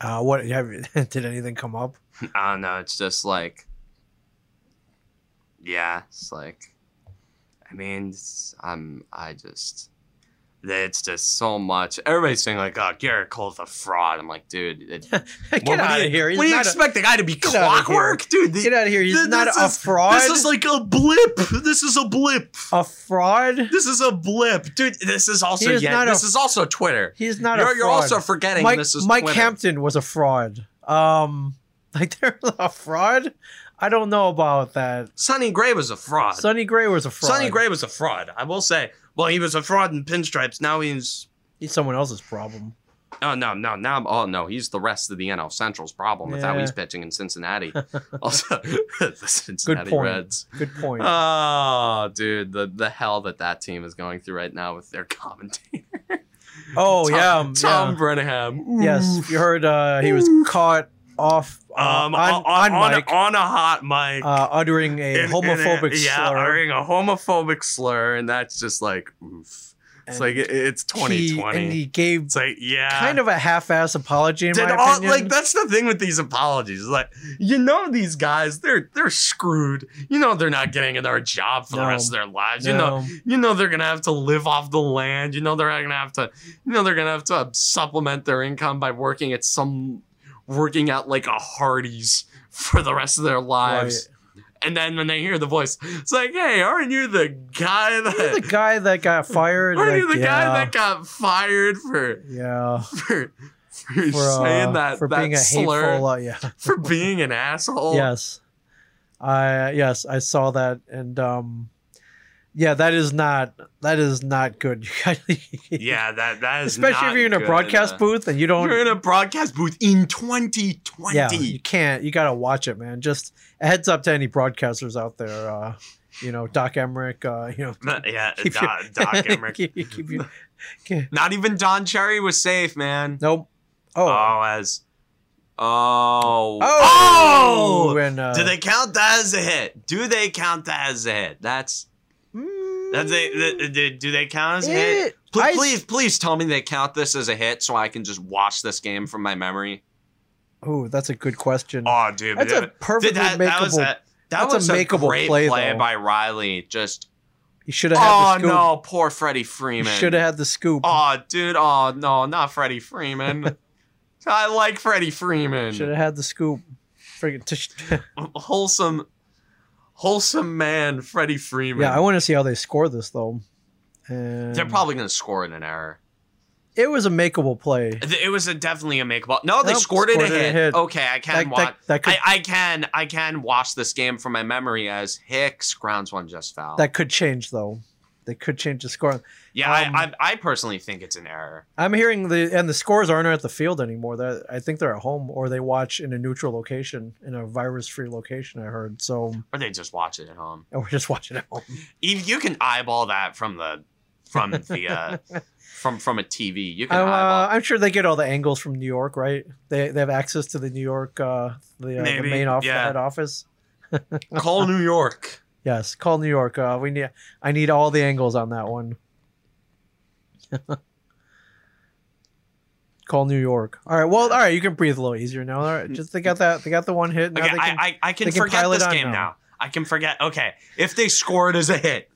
[SPEAKER 2] Uh, what (laughs) have, you- did anything come up?
[SPEAKER 1] I don't know. It's just like, yeah, it's like, I mean, it's- I'm, I just, it's just so much. Everybody's saying like, oh, Garrett Cole's a fraud. I'm like, dude, it, what,
[SPEAKER 2] (laughs) Get
[SPEAKER 1] what do
[SPEAKER 2] out
[SPEAKER 1] you-
[SPEAKER 2] of here! He's
[SPEAKER 1] What do you
[SPEAKER 2] not a-
[SPEAKER 1] expect the guy to be
[SPEAKER 2] Get outta here.
[SPEAKER 1] clockwork, dude? the-
[SPEAKER 2] get out of here! He's
[SPEAKER 1] th-
[SPEAKER 2] not
[SPEAKER 1] this
[SPEAKER 2] a
[SPEAKER 1] is-
[SPEAKER 2] fraud.
[SPEAKER 1] This is like a blip. This is a blip.
[SPEAKER 2] a fraud.
[SPEAKER 1] This is a blip, dude. This is also
[SPEAKER 2] He is
[SPEAKER 1] yeah.
[SPEAKER 2] not a-
[SPEAKER 1] This is also Twitter.
[SPEAKER 2] He's not
[SPEAKER 1] you're,
[SPEAKER 2] a fraud.
[SPEAKER 1] you're also forgetting
[SPEAKER 2] Mike,
[SPEAKER 1] this is
[SPEAKER 2] Mike
[SPEAKER 1] Twitter.
[SPEAKER 2] Hampton was a fraud. Um, (laughs) like they're a fraud. I don't know about that.
[SPEAKER 1] Sonny Gray was a fraud.
[SPEAKER 2] Sonny Gray was a fraud.
[SPEAKER 1] Sonny Gray was a fraud. I will say. Well, he was a fraud in pinstripes. Now he's.
[SPEAKER 2] He's someone else's problem.
[SPEAKER 1] Oh no, no, now. I'm- Oh no, he's the rest of the NL Central's problem with how
[SPEAKER 2] Yeah.
[SPEAKER 1] he's pitching in
[SPEAKER 2] (laughs)
[SPEAKER 1] Cincinnati. also, (laughs) the Cincinnati
[SPEAKER 2] point.
[SPEAKER 1] Reds.
[SPEAKER 2] Good point.
[SPEAKER 1] Uh, Oh, dude, the the hell that that team is going through right now with their commentator.
[SPEAKER 2] oh
[SPEAKER 1] Tom,
[SPEAKER 2] yeah, um,
[SPEAKER 1] Tom Brenham.
[SPEAKER 2] yeah. Yes, you heard uh, he was caught off uh,
[SPEAKER 1] Um, on,
[SPEAKER 2] on, on,
[SPEAKER 1] on-
[SPEAKER 2] mic
[SPEAKER 1] on a hot mic.
[SPEAKER 2] uh, uttering a
[SPEAKER 1] in- in a-
[SPEAKER 2] homophobic
[SPEAKER 1] yeah,
[SPEAKER 2] slur.
[SPEAKER 1] uttering a homophobic slur, and that's just like, oof. It's
[SPEAKER 2] And
[SPEAKER 1] like it- it's
[SPEAKER 2] He,
[SPEAKER 1] 2020.
[SPEAKER 2] and he gave
[SPEAKER 1] it's like yeah,
[SPEAKER 2] kind of a half-ass apology in
[SPEAKER 1] Did
[SPEAKER 2] my
[SPEAKER 1] all-
[SPEAKER 2] opinion.
[SPEAKER 1] like that's the thing with these apologies. Like you know these guys, they're they're screwed. You know they're not getting another job for the
[SPEAKER 2] No.
[SPEAKER 1] rest of their lives. You know
[SPEAKER 2] No.
[SPEAKER 1] (laughs) you know they're gonna have to live off the land. You know they're gonna have to you know they're gonna have to supplement their income by working at some working at like a Hardee's for the rest of their lives. And then when they hear the voice, it's like, hey, aren't you the guy that
[SPEAKER 2] You're the guy that got fired.
[SPEAKER 1] aren't you
[SPEAKER 2] like,
[SPEAKER 1] the
[SPEAKER 2] yeah,
[SPEAKER 1] guy that got fired for
[SPEAKER 2] yeah,
[SPEAKER 1] for for,
[SPEAKER 2] for, uh,
[SPEAKER 1] saying that
[SPEAKER 2] for
[SPEAKER 1] that
[SPEAKER 2] being a
[SPEAKER 1] slur
[SPEAKER 2] hateful, uh, yeah,
[SPEAKER 1] (laughs) for being an asshole?
[SPEAKER 2] yes, I yes I saw that and um, yeah, that is not that is not good. (laughs)
[SPEAKER 1] Yeah, that that is
[SPEAKER 2] especially
[SPEAKER 1] not
[SPEAKER 2] if you're in a
[SPEAKER 1] good. uh,
[SPEAKER 2] broadcast booth and you don't
[SPEAKER 1] You're in a broadcast booth in 2020.
[SPEAKER 2] yeah you can't you gotta watch it man just a heads up to any broadcasters out there uh you know doc emmerich uh you know
[SPEAKER 1] yeah,
[SPEAKER 2] (laughs) keep
[SPEAKER 1] Doc,
[SPEAKER 2] your-
[SPEAKER 1] Doc Emmerich.
[SPEAKER 2] keep, keep your- okay.
[SPEAKER 1] Not even Don Cherry was safe, man.
[SPEAKER 2] nope oh oh,
[SPEAKER 1] Oh, as oh oh.
[SPEAKER 2] and uh,
[SPEAKER 1] Do they count that as a hit? Do they count that as a hit? That's that's a, th- th- do they count as a hit?
[SPEAKER 2] Hmm. It-
[SPEAKER 1] Pl-
[SPEAKER 2] I-
[SPEAKER 1] please, please tell me they count this as a hit so I can just watch this game from my memory.
[SPEAKER 2] oh that's a good question
[SPEAKER 1] Oh, dude,
[SPEAKER 2] that's a
[SPEAKER 1] dude,
[SPEAKER 2] perfectly
[SPEAKER 1] that, that was a,
[SPEAKER 2] makeable
[SPEAKER 1] that
[SPEAKER 2] that's a
[SPEAKER 1] was a
[SPEAKER 2] makeable
[SPEAKER 1] great play,
[SPEAKER 2] play, though.
[SPEAKER 1] by Riley. Just
[SPEAKER 2] he should have
[SPEAKER 1] oh
[SPEAKER 2] had the scoop
[SPEAKER 1] no, poor Freddie
[SPEAKER 2] he
[SPEAKER 1] Freeman.
[SPEAKER 2] should have had the scoop
[SPEAKER 1] Oh, dude, oh no, not Freddie
[SPEAKER 2] (laughs)
[SPEAKER 1] Freeman. I like Freddie Freeman.
[SPEAKER 2] should have had the scoop Friggin' (laughs) tish-
[SPEAKER 1] Wholesome, wholesome man, Freddie Freeman.
[SPEAKER 2] yeah i want to see how they score this though and
[SPEAKER 1] They're probably gonna score in an error.
[SPEAKER 2] it was a makeable play
[SPEAKER 1] Th- It was a, definitely a make ball. No, they
[SPEAKER 2] Nope,
[SPEAKER 1] scored it a
[SPEAKER 2] scored it a
[SPEAKER 1] hit.
[SPEAKER 2] hit.
[SPEAKER 1] Okay, I can
[SPEAKER 2] that,
[SPEAKER 1] watch.
[SPEAKER 2] that, that could
[SPEAKER 1] I, I can I can watch this game from my memory as Hicks grounds one just foul.
[SPEAKER 2] That could change though. They could change the score.
[SPEAKER 1] yeah,
[SPEAKER 2] um,
[SPEAKER 1] I, I I personally think it's an error.
[SPEAKER 2] I'm hearing the and the scores aren't at the field anymore. That I think they're at home or they watch in a neutral location in a virus-free location. I heard so, (laughs)
[SPEAKER 1] Or they just watch it at home.
[SPEAKER 2] and we're just watching at home.
[SPEAKER 1] You, you can eyeball that from the from the uh, from from a TV. You can
[SPEAKER 2] I'm, uh,
[SPEAKER 1] eyeball.
[SPEAKER 2] I'm sure they get all the angles from New York, right? They they have access to the New York uh, the, uh, the
[SPEAKER 1] Maybe,
[SPEAKER 2] main off
[SPEAKER 1] yeah.
[SPEAKER 2] the head office.
[SPEAKER 1] Call New
[SPEAKER 2] (laughs)
[SPEAKER 1] York.
[SPEAKER 2] Yes, call New York. Uh, we need I need all the angles on that
[SPEAKER 1] (laughs)
[SPEAKER 2] one. call New York. All right. Well, all right. You can breathe a little easier now. All right. Just they got that. They got the one hit. Now
[SPEAKER 1] Mm. Okay,
[SPEAKER 2] they
[SPEAKER 1] I, I I can
[SPEAKER 2] they can
[SPEAKER 1] forget
[SPEAKER 2] pile it
[SPEAKER 1] this
[SPEAKER 2] on
[SPEAKER 1] game now.
[SPEAKER 2] now.
[SPEAKER 1] I can forget. Okay, if they score it as a hit,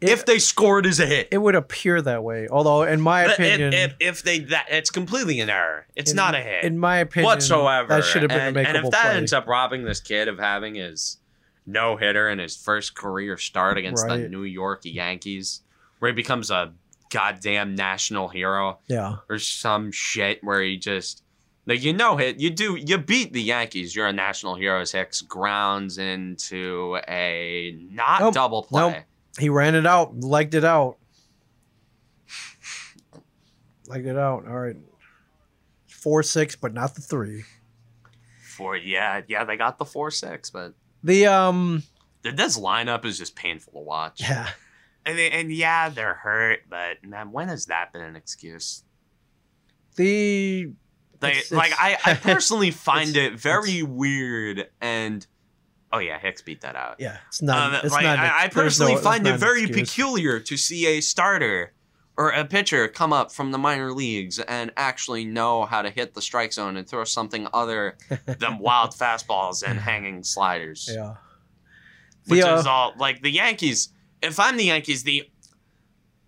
[SPEAKER 2] It-
[SPEAKER 1] if they score it as a hit,
[SPEAKER 2] It would appear that way. Although, in my
[SPEAKER 1] But if-
[SPEAKER 2] opinion,
[SPEAKER 1] if, if they that it's completely an error. It's
[SPEAKER 2] in-
[SPEAKER 1] not a hit
[SPEAKER 2] in my opinion,
[SPEAKER 1] whatsoever.
[SPEAKER 2] that should have been
[SPEAKER 1] and,
[SPEAKER 2] a makeable
[SPEAKER 1] and if that
[SPEAKER 2] play.
[SPEAKER 1] ends up robbing this kid of having his no hitter in his first career start against the
[SPEAKER 2] Right.
[SPEAKER 1] New York Yankees, where he becomes a goddamn national hero
[SPEAKER 2] Yeah.
[SPEAKER 1] or some shit where he just like you know hit you do you beat the Yankees. You're a national hero. as Hicks grounds into a not
[SPEAKER 2] Nope.
[SPEAKER 1] double play.
[SPEAKER 2] Nope. He ran it out, legged it out. Legged it out. All right. Four six, but not the three.
[SPEAKER 1] For yeah, yeah, they got the four six, but
[SPEAKER 2] The um
[SPEAKER 1] th- this lineup is just painful to watch.
[SPEAKER 2] yeah.
[SPEAKER 1] And they- and yeah, they're hurt, but man, when has that been an excuse?
[SPEAKER 2] The
[SPEAKER 1] They,
[SPEAKER 2] It's-
[SPEAKER 1] like I,
[SPEAKER 2] it's- (laughs)
[SPEAKER 1] I personally find
[SPEAKER 2] it's-
[SPEAKER 1] it very weird and oh yeah, Hicks beat that out.
[SPEAKER 2] yeah, it's not.
[SPEAKER 1] Um,
[SPEAKER 2] it's
[SPEAKER 1] like,
[SPEAKER 2] not an-
[SPEAKER 1] I, I
[SPEAKER 2] there's
[SPEAKER 1] personally
[SPEAKER 2] no- there's
[SPEAKER 1] find
[SPEAKER 2] not
[SPEAKER 1] it
[SPEAKER 2] an
[SPEAKER 1] very
[SPEAKER 2] excuse.
[SPEAKER 1] peculiar to see a starter or a pitcher come up from the minor leagues and actually know how to hit the strike zone and throw something other
[SPEAKER 2] (laughs)
[SPEAKER 1] than wild fastballs and hanging sliders,
[SPEAKER 2] Yeah.
[SPEAKER 1] which
[SPEAKER 2] The, uh,
[SPEAKER 1] is all like the Yankees. If I'm the Yankees, the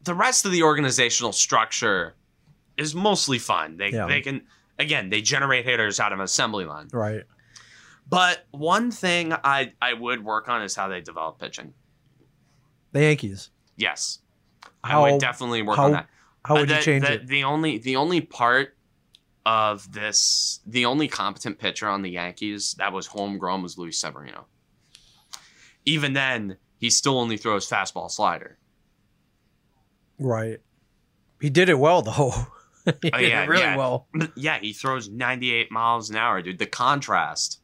[SPEAKER 1] the rest of the organizational structure is mostly fine. They
[SPEAKER 2] Yeah.
[SPEAKER 1] they can again they generate hitters out of assembly line.
[SPEAKER 2] Right.
[SPEAKER 1] But one thing I I would work on is how they develop pitching.
[SPEAKER 2] The Yankees.
[SPEAKER 1] Yes.
[SPEAKER 2] How-
[SPEAKER 1] I would definitely work on
[SPEAKER 2] how-
[SPEAKER 1] that.
[SPEAKER 2] How would
[SPEAKER 1] Uh,
[SPEAKER 2] you
[SPEAKER 1] the-
[SPEAKER 2] change
[SPEAKER 1] the,
[SPEAKER 2] it?
[SPEAKER 1] The only the only part of this the only competent pitcher on the Yankees that was homegrown was Luis Severino. Even then, he still only throws fastball slider.
[SPEAKER 2] Right. He did it well though. (laughs) he did
[SPEAKER 1] Oh, yeah,
[SPEAKER 2] it really
[SPEAKER 1] yeah.
[SPEAKER 2] well.
[SPEAKER 1] yeah, he throws 98 miles an hour, dude. The contrast.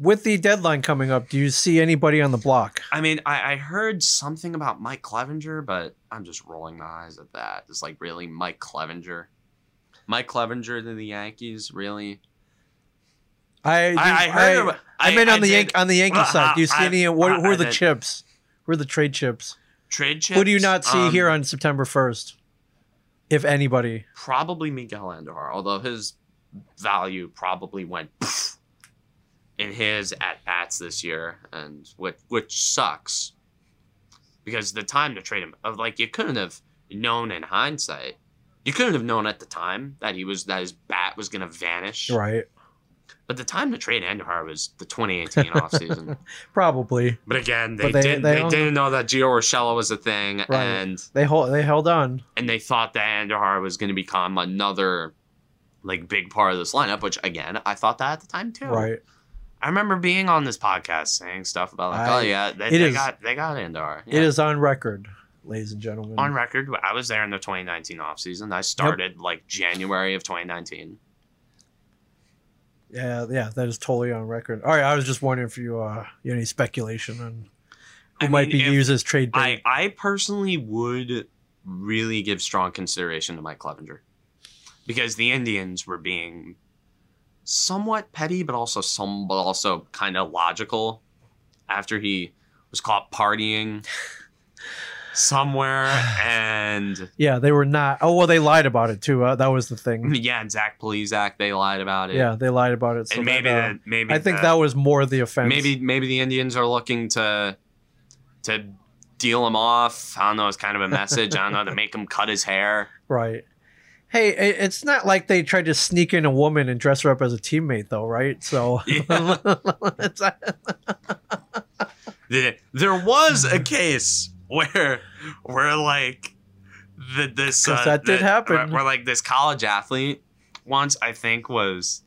[SPEAKER 2] With the deadline coming up, do you see anybody on the block?
[SPEAKER 1] I mean, I, I heard something about Mike Clevenger, but I'm just rolling my eyes at that. It's like really Mike Clevenger. Mike Clevenger to the Yankees, really?
[SPEAKER 2] I
[SPEAKER 1] I, I heard. about-
[SPEAKER 2] I, meant on the
[SPEAKER 1] did-
[SPEAKER 2] Yan- on the Yankee
[SPEAKER 1] Well,
[SPEAKER 2] side. Do you see
[SPEAKER 1] I-
[SPEAKER 2] any? What,
[SPEAKER 1] I-
[SPEAKER 2] who
[SPEAKER 1] I
[SPEAKER 2] are the
[SPEAKER 1] did-
[SPEAKER 2] chips? Who are the trade chips?
[SPEAKER 1] trade chips.
[SPEAKER 2] Who do you not see
[SPEAKER 1] Um,
[SPEAKER 2] here on September first, if anybody?
[SPEAKER 1] probably Miguel Andujar, although his value probably went (laughs) poof in his at bats this year, and which which sucks because the time to trade him of like you couldn't have known in hindsight, you couldn't have known at the time that he was that his bat was gonna vanish.
[SPEAKER 2] Right,
[SPEAKER 1] But the time to trade Andujar was the 2018
[SPEAKER 2] (laughs)
[SPEAKER 1] offseason.
[SPEAKER 2] probably
[SPEAKER 1] But again, they,
[SPEAKER 2] But they-
[SPEAKER 1] didn't
[SPEAKER 2] they
[SPEAKER 1] they,
[SPEAKER 2] don't-
[SPEAKER 1] didn't know that Gio Urshela was a thing,
[SPEAKER 2] Right.
[SPEAKER 1] and
[SPEAKER 2] they hold they held on.
[SPEAKER 1] and they thought that Andahar was going to become another like big part of this lineup, which again, I thought that at the time too.
[SPEAKER 2] Right,
[SPEAKER 1] I remember being on this podcast saying stuff about like,
[SPEAKER 2] I-
[SPEAKER 1] oh yeah, they,
[SPEAKER 2] it
[SPEAKER 1] they
[SPEAKER 2] is-
[SPEAKER 1] got they got Andahar.
[SPEAKER 2] it is on record, ladies and gentlemen.
[SPEAKER 1] on record. I was there in the 2019 offseason. I started like January of 2019.
[SPEAKER 2] yeah, yeah, that is totally on record. All right, I was just wondering if you uh you had any speculation on who
[SPEAKER 1] I
[SPEAKER 2] might
[SPEAKER 1] mean,
[SPEAKER 2] be
[SPEAKER 1] if
[SPEAKER 2] used as trade
[SPEAKER 1] I
[SPEAKER 2] bait.
[SPEAKER 1] I personally would really give strong consideration to Mike Clevenger because the Indians were being somewhat petty, but also some, but also kind of logical after he was caught
[SPEAKER 2] (sighs)
[SPEAKER 1] partying somewhere, and
[SPEAKER 2] yeah, they were not. Oh well, they lied about it too. Uh, that was the thing.
[SPEAKER 1] yeah, and Zach Polizak they lied about it.
[SPEAKER 2] Yeah, they lied about it. So
[SPEAKER 1] and
[SPEAKER 2] that,
[SPEAKER 1] maybe
[SPEAKER 2] uh,
[SPEAKER 1] that, maybe
[SPEAKER 2] I think that was more the offense.
[SPEAKER 1] maybe maybe the Indians are looking to to deal him off. I don't know. It's kind of a message. I don't know to make him cut his hair.
[SPEAKER 2] Right. Hey, i- it's not like they tried to sneak in a woman and dress her up as a teammate, though, right? So (laughs)
[SPEAKER 1] (laughs) Yeah.
[SPEAKER 2] It's not-
[SPEAKER 1] There there was a case where where like the, this uh,
[SPEAKER 2] 'Cause that did
[SPEAKER 1] the-
[SPEAKER 2] happen.
[SPEAKER 1] Where, where, like this college athlete once I think was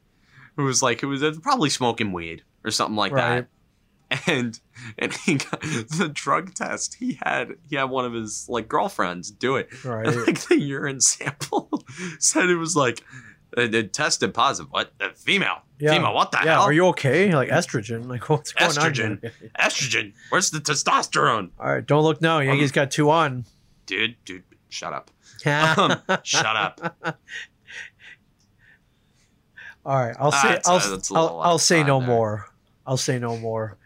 [SPEAKER 1] who was like who was uh, probably smoking weed or something like
[SPEAKER 2] Right.
[SPEAKER 1] that, and and he got (laughs) the drug test. He had he had one of his like girlfriends do it, and,
[SPEAKER 2] right.
[SPEAKER 1] (laughs) (laughs) like the urine sample (laughs) said it was like it, it tested positive. What a female?
[SPEAKER 2] Yeah.
[SPEAKER 1] Female? What the
[SPEAKER 2] Yeah,
[SPEAKER 1] hell?
[SPEAKER 2] are you okay? Like estrogen? Like what's going on?
[SPEAKER 1] Estrogen.
[SPEAKER 2] here?
[SPEAKER 1] Estrogen? Where's the testosterone?
[SPEAKER 2] All right, don't look now.
[SPEAKER 1] Um,
[SPEAKER 2] Yankees got two on.
[SPEAKER 1] dude, dude, shut (laughs) up.
[SPEAKER 2] All (laughs)
[SPEAKER 1] Um, shut up.
[SPEAKER 2] right, I'll
[SPEAKER 1] Ah,
[SPEAKER 2] say
[SPEAKER 1] it's-
[SPEAKER 2] I'll
[SPEAKER 1] uh, it's a little
[SPEAKER 2] I'll, I'll say
[SPEAKER 1] outside
[SPEAKER 2] no
[SPEAKER 1] there.
[SPEAKER 2] more. I'll say no more.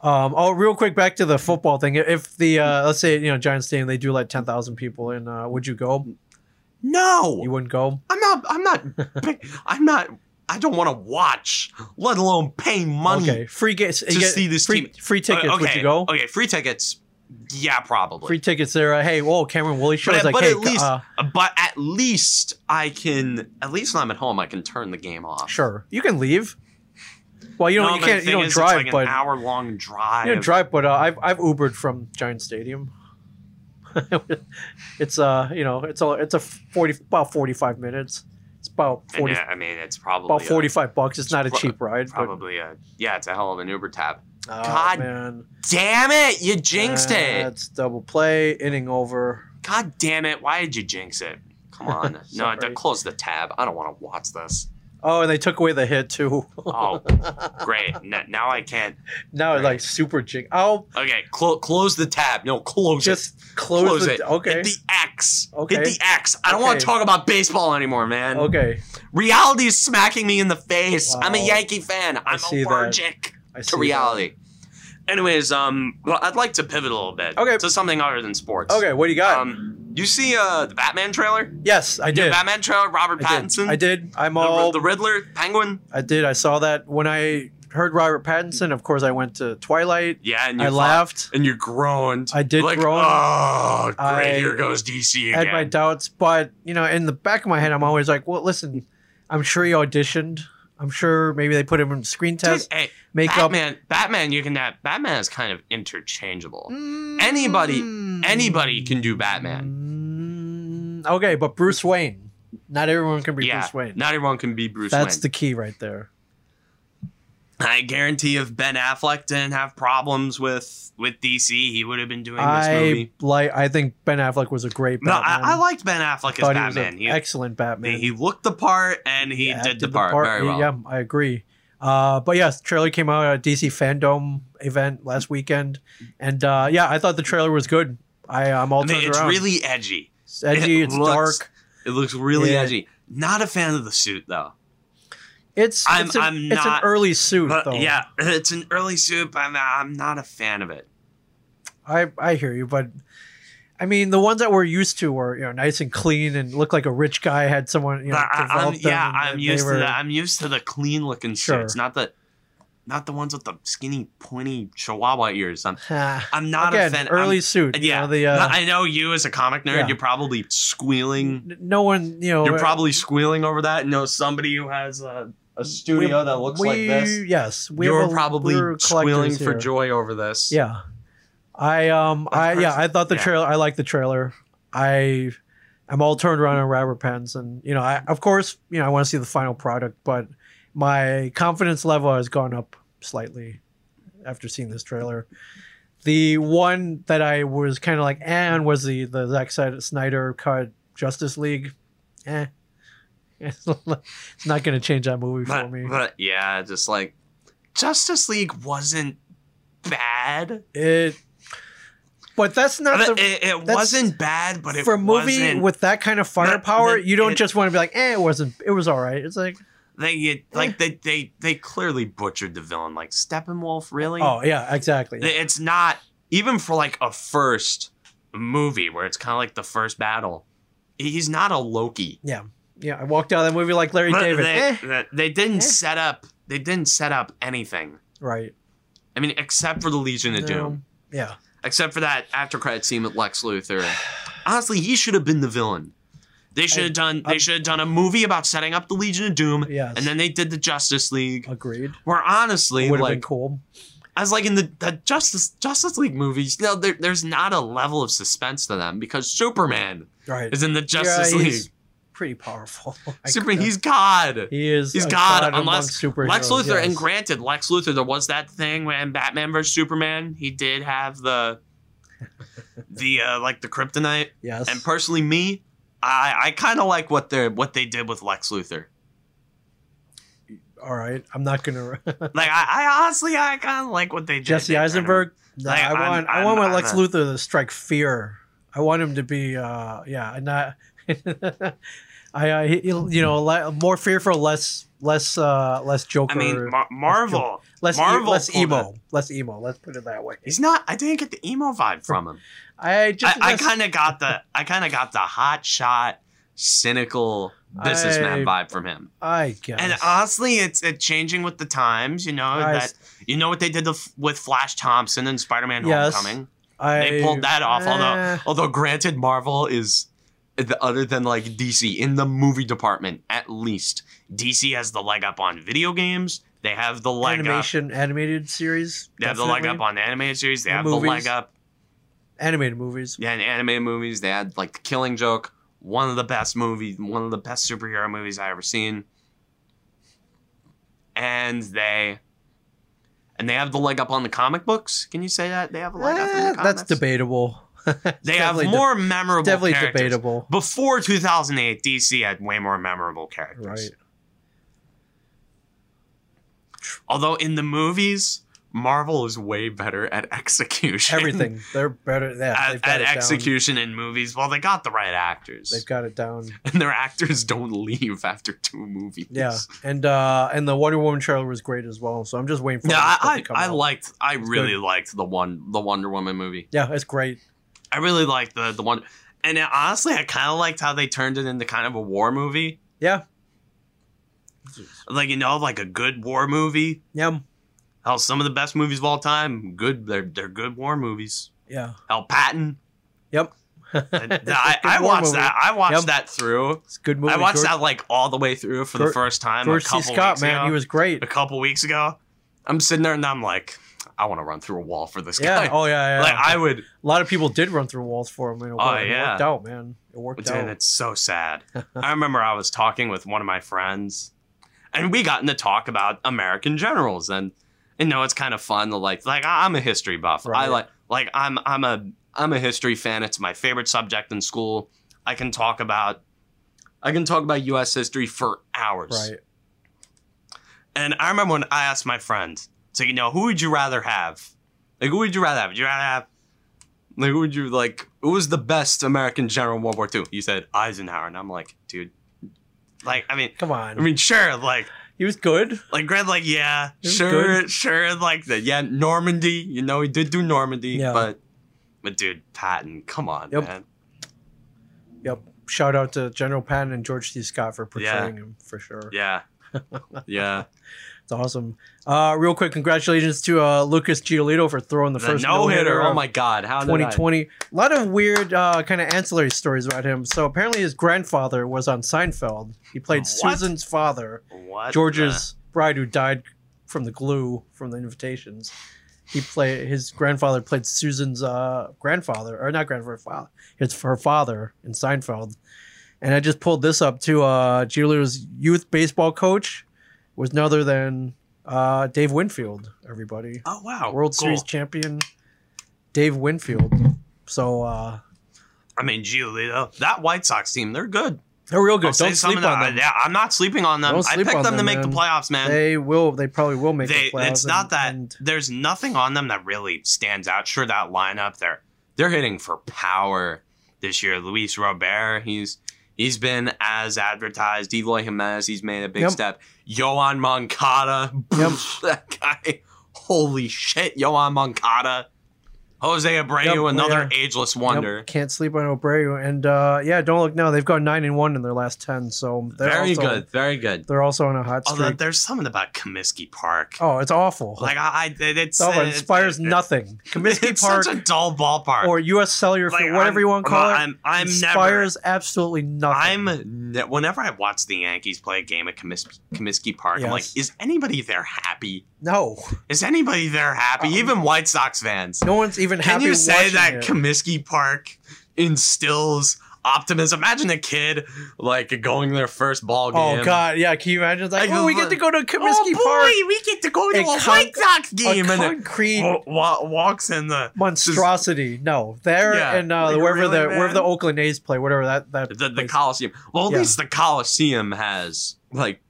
[SPEAKER 2] Um, oh, real quick, back to the football thing. If the uh, let's say you know Giants Stadium, they do let ten thousand people in. Uh, would you go? You
[SPEAKER 1] No,
[SPEAKER 2] wouldn't go.
[SPEAKER 1] I'm not. I'm not. big- I'm not. I don't want to watch, let alone pay money.
[SPEAKER 2] Okay, free ga- To
[SPEAKER 1] see this
[SPEAKER 2] free,
[SPEAKER 1] team.
[SPEAKER 2] Free tickets.
[SPEAKER 1] Uh, okay.
[SPEAKER 2] Would you go?
[SPEAKER 1] Okay, free tickets. Yeah, probably.
[SPEAKER 2] Free tickets there. Uh, hey, whoa, Cameron Woolley shows
[SPEAKER 1] But-
[SPEAKER 2] like,
[SPEAKER 1] but
[SPEAKER 2] hey,
[SPEAKER 1] at least-
[SPEAKER 2] uh,
[SPEAKER 1] but at least I can. At least when I'm at home, I can turn the game off.
[SPEAKER 2] sure, you can leave. Well, you know
[SPEAKER 1] No,
[SPEAKER 2] you
[SPEAKER 1] but the
[SPEAKER 2] can't you
[SPEAKER 1] thing
[SPEAKER 2] don't
[SPEAKER 1] is,
[SPEAKER 2] drive,
[SPEAKER 1] it's like
[SPEAKER 2] but
[SPEAKER 1] an hour long drive.
[SPEAKER 2] you don't drive, but uh, I've I've Ubered from Giant Stadium. (laughs) it's uh you know it's a it's a forty about forty five minutes. It's about
[SPEAKER 1] And
[SPEAKER 2] forty
[SPEAKER 1] yeah, I mean, it's probably
[SPEAKER 2] about
[SPEAKER 1] a-
[SPEAKER 2] forty five bucks. It's not a
[SPEAKER 1] Pro-
[SPEAKER 2] cheap ride, but
[SPEAKER 1] probably a yeah, it's a hell of an Uber tab.
[SPEAKER 2] oh,
[SPEAKER 1] God
[SPEAKER 2] man,
[SPEAKER 1] Damn it, you jinxed it.
[SPEAKER 2] That's double play, inning over.
[SPEAKER 1] God damn it, why did you jinx it?
[SPEAKER 2] (laughs)
[SPEAKER 1] Come on, no,
[SPEAKER 2] Sorry.
[SPEAKER 1] d- close the tab. I don't want to watch
[SPEAKER 2] (laughs)
[SPEAKER 1] this.
[SPEAKER 2] Oh, and they took away the hit too.
[SPEAKER 1] Oh, great. N- now I can't.
[SPEAKER 2] (laughs) now it's
[SPEAKER 1] Right.
[SPEAKER 2] like super jig. Oh,
[SPEAKER 1] Okay, clo- close the tab. No, close it.
[SPEAKER 2] just close,
[SPEAKER 1] Close
[SPEAKER 2] the,
[SPEAKER 1] it.
[SPEAKER 2] Okay.
[SPEAKER 1] Hit the X.
[SPEAKER 2] Okay.
[SPEAKER 1] Hit the X. I don't want
[SPEAKER 2] Okay.
[SPEAKER 1] to talk about baseball anymore, man.
[SPEAKER 2] okay.
[SPEAKER 1] Reality is smacking me in the face. I'm a
[SPEAKER 2] Wow.
[SPEAKER 1] Yankee fan. I'm
[SPEAKER 2] see that.
[SPEAKER 1] allergic
[SPEAKER 2] I
[SPEAKER 1] to
[SPEAKER 2] see that.
[SPEAKER 1] reality. Anyways, um, well, I'd like to pivot a little bit.
[SPEAKER 2] Okay.
[SPEAKER 1] To something other than sports.
[SPEAKER 2] Okay, what do you got?
[SPEAKER 1] Um, you see uh the Batman trailer?
[SPEAKER 2] yes, I did.
[SPEAKER 1] Batman trailer, Robert
[SPEAKER 2] I did.
[SPEAKER 1] Pattinson.
[SPEAKER 2] I did. I'm
[SPEAKER 1] The,
[SPEAKER 2] all.
[SPEAKER 1] the Riddler, Penguin.
[SPEAKER 2] I did. I saw that when I heard Robert Pattinson. Of course, I went to Twilight.
[SPEAKER 1] Yeah, and you
[SPEAKER 2] I
[SPEAKER 1] thought-
[SPEAKER 2] laughed.
[SPEAKER 1] and you groaned.
[SPEAKER 2] I did
[SPEAKER 1] like,
[SPEAKER 2] groan.
[SPEAKER 1] Oh, great!
[SPEAKER 2] I
[SPEAKER 1] here goes DC
[SPEAKER 2] I
[SPEAKER 1] again.
[SPEAKER 2] had my doubts, but you know, in the back of my head, I'm always like, "Well, listen, I'm sure he auditioned. I'm sure maybe they put him in screen
[SPEAKER 1] Dude,
[SPEAKER 2] test,
[SPEAKER 1] hey,
[SPEAKER 2] makeup.
[SPEAKER 1] Batman, Batman, you can have Batman is kind of interchangeable. Anybody-
[SPEAKER 2] Mm.
[SPEAKER 1] Anybody can do Batman.
[SPEAKER 2] Mm, okay, but Bruce Wayne. Not everyone can be
[SPEAKER 1] yeah,
[SPEAKER 2] Bruce Wayne.
[SPEAKER 1] not everyone can be Bruce
[SPEAKER 2] That's
[SPEAKER 1] Wayne.
[SPEAKER 2] the key right there.
[SPEAKER 1] I guarantee if Ben Affleck didn't have problems with with DC, he would have been doing this
[SPEAKER 2] I
[SPEAKER 1] movie.
[SPEAKER 2] like. I think Ben Affleck was a great
[SPEAKER 1] No, I,
[SPEAKER 2] Batman.
[SPEAKER 1] I liked Ben Affleck as
[SPEAKER 2] Thought
[SPEAKER 1] Batman.
[SPEAKER 2] he was an
[SPEAKER 1] He-
[SPEAKER 2] excellent Batman.
[SPEAKER 1] He looked the part and he
[SPEAKER 2] Yeah,
[SPEAKER 1] did the, part, very
[SPEAKER 2] He-
[SPEAKER 1] well.
[SPEAKER 2] Yeah, I agree. Uh, but yes, trailer came out at DC fandom event last weekend, and uh, yeah, I thought the trailer was good. I, I'm all
[SPEAKER 1] I mean,
[SPEAKER 2] turned
[SPEAKER 1] it's
[SPEAKER 2] around.
[SPEAKER 1] really edgy.
[SPEAKER 2] it's edgy.
[SPEAKER 1] it
[SPEAKER 2] it's
[SPEAKER 1] looks-
[SPEAKER 2] dark.
[SPEAKER 1] It looks really
[SPEAKER 2] Yeah.
[SPEAKER 1] edgy. Not a fan of the suit though.
[SPEAKER 2] It's
[SPEAKER 1] I'm-
[SPEAKER 2] it's, an,
[SPEAKER 1] I'm
[SPEAKER 2] it's an
[SPEAKER 1] not-
[SPEAKER 2] early suit
[SPEAKER 1] But
[SPEAKER 2] though.
[SPEAKER 1] yeah, (laughs) it's an early suit. But I'm, I'm not a fan of it.
[SPEAKER 2] I I hear you, but I mean the ones that we're used to were you know nice and clean and looked like a rich guy had someone you know
[SPEAKER 1] But I, I'm,
[SPEAKER 2] develop them
[SPEAKER 1] yeah,
[SPEAKER 2] and
[SPEAKER 1] I'm
[SPEAKER 2] they
[SPEAKER 1] used
[SPEAKER 2] were-
[SPEAKER 1] to
[SPEAKER 2] (sighs)
[SPEAKER 1] that. I'm used to the clean looking
[SPEAKER 2] Sure.
[SPEAKER 1] suits, not the not the ones with the skinny, pointy Chihuahua ears. I'm
[SPEAKER 2] Ha.
[SPEAKER 1] I'm not a
[SPEAKER 2] Again,
[SPEAKER 1] fan.
[SPEAKER 2] early
[SPEAKER 1] I'm-
[SPEAKER 2] suit. you
[SPEAKER 1] yeah,
[SPEAKER 2] know, the, uh,
[SPEAKER 1] I know you as a comic nerd.
[SPEAKER 2] Yeah.
[SPEAKER 1] You're probably squealing.
[SPEAKER 2] n- no one you know.
[SPEAKER 1] You're probably squealing over that. You know somebody who has a, a studio that looks
[SPEAKER 2] we,
[SPEAKER 1] like this.
[SPEAKER 2] Yes, we
[SPEAKER 1] You're
[SPEAKER 2] have a-
[SPEAKER 1] probably
[SPEAKER 2] we're collectors
[SPEAKER 1] squealing for
[SPEAKER 2] here.
[SPEAKER 1] joy over this.
[SPEAKER 2] Yeah, I um
[SPEAKER 1] Of
[SPEAKER 2] I yeah
[SPEAKER 1] course.
[SPEAKER 2] I thought the
[SPEAKER 1] Yeah.
[SPEAKER 2] trailer. I like the trailer. I I'm all turned around on Robert Pattinson. You know, I of course you know I want to see the final product, but my confidence level has gone up slightly after seeing this trailer. The one that I was kind of like, eh, on was the the Zack Snyder cut Justice League. Eh, (laughs) it's not going to change that movie for
[SPEAKER 1] but,
[SPEAKER 2] me.
[SPEAKER 1] but yeah, just like Justice League wasn't bad.
[SPEAKER 2] It, but that's not
[SPEAKER 1] But
[SPEAKER 2] the
[SPEAKER 1] it it
[SPEAKER 2] that's-
[SPEAKER 1] wasn't bad, but it
[SPEAKER 2] for a movie
[SPEAKER 1] wasn't-
[SPEAKER 2] with that kind of firepower,
[SPEAKER 1] the-
[SPEAKER 2] you don't
[SPEAKER 1] it-
[SPEAKER 2] just want to be like, eh, it wasn't, it was all right. It's like,
[SPEAKER 1] they
[SPEAKER 2] Eh.
[SPEAKER 1] it- like they, they they clearly butchered the villain. Like Steppenwolf, really?
[SPEAKER 2] oh yeah, exactly.
[SPEAKER 1] It's not even for like a first movie where it's kind of like the first battle. He's not a Loki.
[SPEAKER 2] yeah, I walked out of that movie like Larry
[SPEAKER 1] But
[SPEAKER 2] David.
[SPEAKER 1] They,
[SPEAKER 2] Eh.
[SPEAKER 1] they- they didn't
[SPEAKER 2] Eh.
[SPEAKER 1] set up. They didn't set up anything.
[SPEAKER 2] Right.
[SPEAKER 1] I mean, except for the Legion of
[SPEAKER 2] No.
[SPEAKER 1] Doom.
[SPEAKER 2] Yeah.
[SPEAKER 1] except for that after credit scene with Lex Luthor. Honestly, he should have been the villain. They should have done. They
[SPEAKER 2] I-
[SPEAKER 1] should have done a movie about setting up the Legion of Doom,
[SPEAKER 2] Yes.
[SPEAKER 1] and then they did the Justice League.
[SPEAKER 2] agreed.
[SPEAKER 1] Where honestly,
[SPEAKER 2] Uh, Would have been
[SPEAKER 1] like
[SPEAKER 2] cool.
[SPEAKER 1] as like in the, the Justice Justice League movies, no, there, there's not a level of suspense to them because Superman
[SPEAKER 2] Right.
[SPEAKER 1] is in the Justice
[SPEAKER 2] yeah,
[SPEAKER 1] League.
[SPEAKER 2] He's pretty powerful. (laughs) I
[SPEAKER 1] Super,
[SPEAKER 2] could-
[SPEAKER 1] he's God.
[SPEAKER 2] he is.
[SPEAKER 1] He's
[SPEAKER 2] a
[SPEAKER 1] God, unless
[SPEAKER 2] amongst superheroes,
[SPEAKER 1] Lex Luthor.
[SPEAKER 2] yes.
[SPEAKER 1] And granted, Lex Luthor, there was that thing when Batman vs Superman, he did have
[SPEAKER 2] (laughs)
[SPEAKER 1] the the uh, like the kryptonite.
[SPEAKER 2] Yes.
[SPEAKER 1] And personally, me, I, I kind of like what they what they did with Lex
[SPEAKER 2] (laughs)
[SPEAKER 1] Luthor.
[SPEAKER 2] all right. I'm not gonna.
[SPEAKER 1] Like I, I honestly, I kind of like what they did.
[SPEAKER 2] Jesse
[SPEAKER 1] They kinda-
[SPEAKER 2] Eisenberg. No,
[SPEAKER 1] Like,
[SPEAKER 2] I
[SPEAKER 1] I'm-
[SPEAKER 2] want. i
[SPEAKER 1] I'm-
[SPEAKER 2] want my
[SPEAKER 1] I'm
[SPEAKER 2] Lex
[SPEAKER 1] a-
[SPEAKER 2] Luthor to strike fear. I want him to be. Uh, yeah, not. (laughs) I, uh, he- he'll- you know, le- more fearful, less, less, uh, less Joker.
[SPEAKER 1] I mean, Mar- Marvel.
[SPEAKER 2] less, e-
[SPEAKER 1] Marvel
[SPEAKER 2] less
[SPEAKER 1] pulled
[SPEAKER 2] emo, less emo. Let's put it that way.
[SPEAKER 1] He's not. I didn't get the emo vibe from him.
[SPEAKER 2] I just,
[SPEAKER 1] I, I
[SPEAKER 2] less-
[SPEAKER 1] kind of got the. I kind of got the hot shot, cynical businessman vibe from him.
[SPEAKER 2] I guess.
[SPEAKER 1] And honestly, it's it's changing with the times. You know
[SPEAKER 2] I
[SPEAKER 1] that.
[SPEAKER 2] s-
[SPEAKER 1] You know what they did to, with Flash Thompson and Spider Man
[SPEAKER 2] Yes.
[SPEAKER 1] Homecoming.
[SPEAKER 2] I,
[SPEAKER 1] They pulled that off.
[SPEAKER 2] Eh,
[SPEAKER 1] Although, although granted, Marvel is the- other than like DC in the movie department. At least DC has the leg up on video games They have the leg up.
[SPEAKER 2] animation animated series.
[SPEAKER 1] They have the leg up
[SPEAKER 2] definitely.
[SPEAKER 1] on the animated series. They
[SPEAKER 2] The
[SPEAKER 1] have the
[SPEAKER 2] movies.
[SPEAKER 1] leg up.
[SPEAKER 2] animated movies.
[SPEAKER 1] Yeah, in animated movies, they had like the Killing Joke, one of the best movies, one of the best superhero movies I ever seen. And they, and they have the leg up on the comic books. Can you say that they have a leg up? In
[SPEAKER 2] Eh,
[SPEAKER 1] the comics?
[SPEAKER 2] that's debatable. (laughs) It's
[SPEAKER 1] They have
[SPEAKER 2] definitely de-
[SPEAKER 1] more memorable.
[SPEAKER 2] definitely
[SPEAKER 1] characters.
[SPEAKER 2] debatable.
[SPEAKER 1] Before 2008, DC had way more memorable characters.
[SPEAKER 2] Right.
[SPEAKER 1] Although in the movies, Marvel is way better at (laughs) execution.
[SPEAKER 2] Everything. (laughs) They're better. Yeah, they've
[SPEAKER 1] At,
[SPEAKER 2] got
[SPEAKER 1] at
[SPEAKER 2] it down.
[SPEAKER 1] execution in movies, well, they got the right
[SPEAKER 2] They've
[SPEAKER 1] actors,
[SPEAKER 2] got it
[SPEAKER 1] (laughs)
[SPEAKER 2] down.
[SPEAKER 1] and their actors don't leave after two movies.
[SPEAKER 2] Yeah, and uh and the Wonder Woman trailer was great as well. So I'm just waiting for.
[SPEAKER 1] no,
[SPEAKER 2] all this stuff
[SPEAKER 1] I
[SPEAKER 2] to come
[SPEAKER 1] I, I
[SPEAKER 2] out.
[SPEAKER 1] liked, I really
[SPEAKER 2] good.
[SPEAKER 1] liked the one, the Wonder Woman movie.
[SPEAKER 2] Yeah, it's great.
[SPEAKER 1] I really liked the the one, and it- honestly, I kind of liked how they turned it into kind of a war movie,
[SPEAKER 2] Yeah,
[SPEAKER 1] like you know, like a good war movie.
[SPEAKER 2] yeah,
[SPEAKER 1] Hell, some of the best movies of all time, good. They're they're good war movies.
[SPEAKER 2] yeah.
[SPEAKER 1] Hell,
[SPEAKER 2] (laughs)
[SPEAKER 1] Patton.
[SPEAKER 2] Yep. (laughs)
[SPEAKER 1] I,
[SPEAKER 2] It's a
[SPEAKER 1] I,
[SPEAKER 2] good
[SPEAKER 1] I
[SPEAKER 2] war
[SPEAKER 1] watched
[SPEAKER 2] movie.
[SPEAKER 1] that. I watched
[SPEAKER 2] Yep.
[SPEAKER 1] that through.
[SPEAKER 2] It's a good movie.
[SPEAKER 1] I watched
[SPEAKER 2] George,
[SPEAKER 1] that like all the way through for the
[SPEAKER 2] George-
[SPEAKER 1] first time
[SPEAKER 2] George
[SPEAKER 1] a couple
[SPEAKER 2] C. Scott,
[SPEAKER 1] weeks
[SPEAKER 2] man,
[SPEAKER 1] ago.
[SPEAKER 2] he
[SPEAKER 1] (laughs)
[SPEAKER 2] was great.
[SPEAKER 1] a couple weeks ago. I'm sitting there and I'm like, I want to run through a wall for this
[SPEAKER 2] Yeah.
[SPEAKER 1] guy.
[SPEAKER 2] Oh yeah. yeah.
[SPEAKER 1] Like I would.
[SPEAKER 2] a lot of people did run through walls for him. And it,
[SPEAKER 1] Oh,
[SPEAKER 2] wor- it
[SPEAKER 1] yeah.
[SPEAKER 2] worked out, man. It worked
[SPEAKER 1] Dude,
[SPEAKER 2] out.
[SPEAKER 1] it's so
[SPEAKER 2] (laughs)
[SPEAKER 1] sad. I remember I was talking with one of my friends, and we got into talk about American generals, and you know it's kind of fun to like. Like I- I'm a history buff. I
[SPEAKER 2] Right.
[SPEAKER 1] like like I'm I'm a I'm a history fan. It's my favorite subject in school. I can talk about I can talk about U.S. history for hours.
[SPEAKER 2] Right.
[SPEAKER 1] And I remember when I asked my friend, so you know, who would you rather have? Like, who would you rather have? Would you rather have? Like, who would you like? Who was the best American general in World War II? You said Eisenhower, and I'm like, dude, like, I mean,
[SPEAKER 2] Come
[SPEAKER 1] I
[SPEAKER 2] on.
[SPEAKER 1] mean, sure, like,
[SPEAKER 2] he was good.
[SPEAKER 1] like, Greg, like, yeah,
[SPEAKER 2] It was
[SPEAKER 1] sure, sure, like, the, yeah, Normandy, you know, he did do Normandy,
[SPEAKER 2] Yeah.
[SPEAKER 1] but, but, dude, Patton, come on,
[SPEAKER 2] Yep.
[SPEAKER 1] man,
[SPEAKER 2] Yep. Shout out to General Patton and George C. Scott for
[SPEAKER 1] Yeah.
[SPEAKER 2] portraying him for sure. (laughs)
[SPEAKER 1] yeah, yeah,
[SPEAKER 2] It's awesome. Uh, real quick, congratulations to uh, Lucas Giolito for throwing the,
[SPEAKER 1] the
[SPEAKER 2] first
[SPEAKER 1] no hitter.
[SPEAKER 2] no-hitter
[SPEAKER 1] Oh
[SPEAKER 2] of
[SPEAKER 1] my God, how did I?
[SPEAKER 2] 2020. A lot of weird uh, kind of ancillary stories about him. So apparently his grandfather was on Seinfeld. He played
[SPEAKER 1] What?
[SPEAKER 2] Susan's father,
[SPEAKER 1] What the-
[SPEAKER 2] George's bride who died from the glue from the invitations. He play his grandfather played Susan's uh, grandfather or not grandfather father. It's her father in Seinfeld. And I just pulled this up to uh, Giolito's youth baseball coach was none other than uh, Dave Winfield. Everybody.
[SPEAKER 1] Oh wow,
[SPEAKER 2] World
[SPEAKER 1] cool.
[SPEAKER 2] Series champion Dave Winfield. So uh,
[SPEAKER 1] I mean, Giolito, that White Sox team, they're good.
[SPEAKER 2] they're real good.
[SPEAKER 1] I'll say
[SPEAKER 2] Don't sleep
[SPEAKER 1] some
[SPEAKER 2] on
[SPEAKER 1] of that.
[SPEAKER 2] them.
[SPEAKER 1] Yeah, I'm not sleeping on them.
[SPEAKER 2] Don't
[SPEAKER 1] I
[SPEAKER 2] sleep
[SPEAKER 1] picked
[SPEAKER 2] on
[SPEAKER 1] them to
[SPEAKER 2] them,
[SPEAKER 1] make
[SPEAKER 2] man.
[SPEAKER 1] the playoffs, man. They,
[SPEAKER 2] They will. They probably will make the playoffs.
[SPEAKER 1] it's not
[SPEAKER 2] and-
[SPEAKER 1] that
[SPEAKER 2] and
[SPEAKER 1] there's nothing on them that really stands out. Sure, that lineup they're they're hitting for power this year. Luis Robert, he's he's been as advertised. Eloy Jimenez, he's made a big
[SPEAKER 2] Yep.
[SPEAKER 1] step. Yoan Moncada, (laughs)
[SPEAKER 2] Yep.
[SPEAKER 1] that guy, holy shit, Yoan Moncada. Jose Abreu,
[SPEAKER 2] Yep, oh,
[SPEAKER 1] another
[SPEAKER 2] yeah.
[SPEAKER 1] ageless
[SPEAKER 2] yep,
[SPEAKER 1] wonder.
[SPEAKER 2] can't sleep on Obreu. And uh, yeah, don't look now. They've gone nine and one in their last ten. So they're
[SPEAKER 1] Very
[SPEAKER 2] also,
[SPEAKER 1] good, very good.
[SPEAKER 2] They're also on a hot
[SPEAKER 1] Although
[SPEAKER 2] streak.
[SPEAKER 1] there's something about Comiskey Park.
[SPEAKER 2] Oh, it's awful.
[SPEAKER 1] Like I, I it, it's
[SPEAKER 2] it's awful. It
[SPEAKER 1] uh,
[SPEAKER 2] inspires
[SPEAKER 1] it-
[SPEAKER 2] nothing.
[SPEAKER 1] (laughs)
[SPEAKER 2] Comiskey
[SPEAKER 1] it's
[SPEAKER 2] Park
[SPEAKER 1] such a dull ballpark.
[SPEAKER 2] or U.S. Cellular,
[SPEAKER 1] Like,
[SPEAKER 2] Field,
[SPEAKER 1] I'm-
[SPEAKER 2] whatever you want to call it,
[SPEAKER 1] I'm, I'm never.
[SPEAKER 2] inspires absolutely nothing.
[SPEAKER 1] I'm ne- whenever I watch the Yankees play a game at Comis- Comiskey Park, I'm like,
[SPEAKER 2] Yes.
[SPEAKER 1] is anybody there happy?
[SPEAKER 2] no,
[SPEAKER 1] Is anybody there happy?
[SPEAKER 2] Um,
[SPEAKER 1] Even White Sox fans.
[SPEAKER 2] no one's even
[SPEAKER 1] Can
[SPEAKER 2] happy.
[SPEAKER 1] you say
[SPEAKER 2] watching
[SPEAKER 1] that
[SPEAKER 2] it.
[SPEAKER 1] Comiskey Park instills optimism? Imagine a kid like going their first ball game.
[SPEAKER 2] Oh God, yeah. Can you imagine? It's like,
[SPEAKER 1] I
[SPEAKER 2] oh, we
[SPEAKER 1] love-
[SPEAKER 2] get to go to Comiskey Park,
[SPEAKER 1] Oh boy, we get to go to
[SPEAKER 2] A
[SPEAKER 1] a,
[SPEAKER 2] con-
[SPEAKER 1] White Sox game
[SPEAKER 2] a
[SPEAKER 1] and it-
[SPEAKER 2] concrete
[SPEAKER 1] wa- wa- walks in the
[SPEAKER 2] monstrosity. no, there
[SPEAKER 1] Yeah,
[SPEAKER 2] and uh,
[SPEAKER 1] like,
[SPEAKER 2] wherever
[SPEAKER 1] really,
[SPEAKER 2] the
[SPEAKER 1] man?
[SPEAKER 2] wherever the Oakland A's play, whatever that that
[SPEAKER 1] the, the
[SPEAKER 2] place-
[SPEAKER 1] Coliseum. Well, at
[SPEAKER 2] Yeah.
[SPEAKER 1] least the Coliseum has like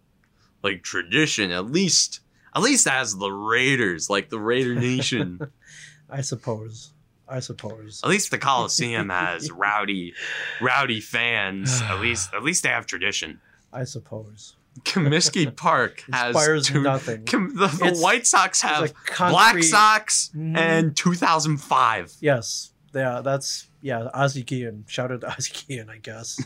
[SPEAKER 1] like tradition. At least at least has the Raiders, like the Raider
[SPEAKER 2] (laughs)
[SPEAKER 1] Nation.
[SPEAKER 2] I suppose. I suppose.
[SPEAKER 1] at least the Coliseum has rowdy rowdy fans. At least at least they have tradition.
[SPEAKER 2] I suppose. (laughs)
[SPEAKER 1] Comiskey Park has
[SPEAKER 2] Inspires
[SPEAKER 1] two- (laughs)
[SPEAKER 2] nothing.
[SPEAKER 1] Com- the, the
[SPEAKER 2] It's-
[SPEAKER 1] White Sox have
[SPEAKER 2] It's a concrete-
[SPEAKER 1] Black Sox
[SPEAKER 2] Mhm.
[SPEAKER 1] and 2005.
[SPEAKER 2] Yes. Yeah, that's yeah. Ozzie Guillen. Shout out to (laughs) Ozzie Guillen, I
[SPEAKER 1] (laughs)
[SPEAKER 2] guess.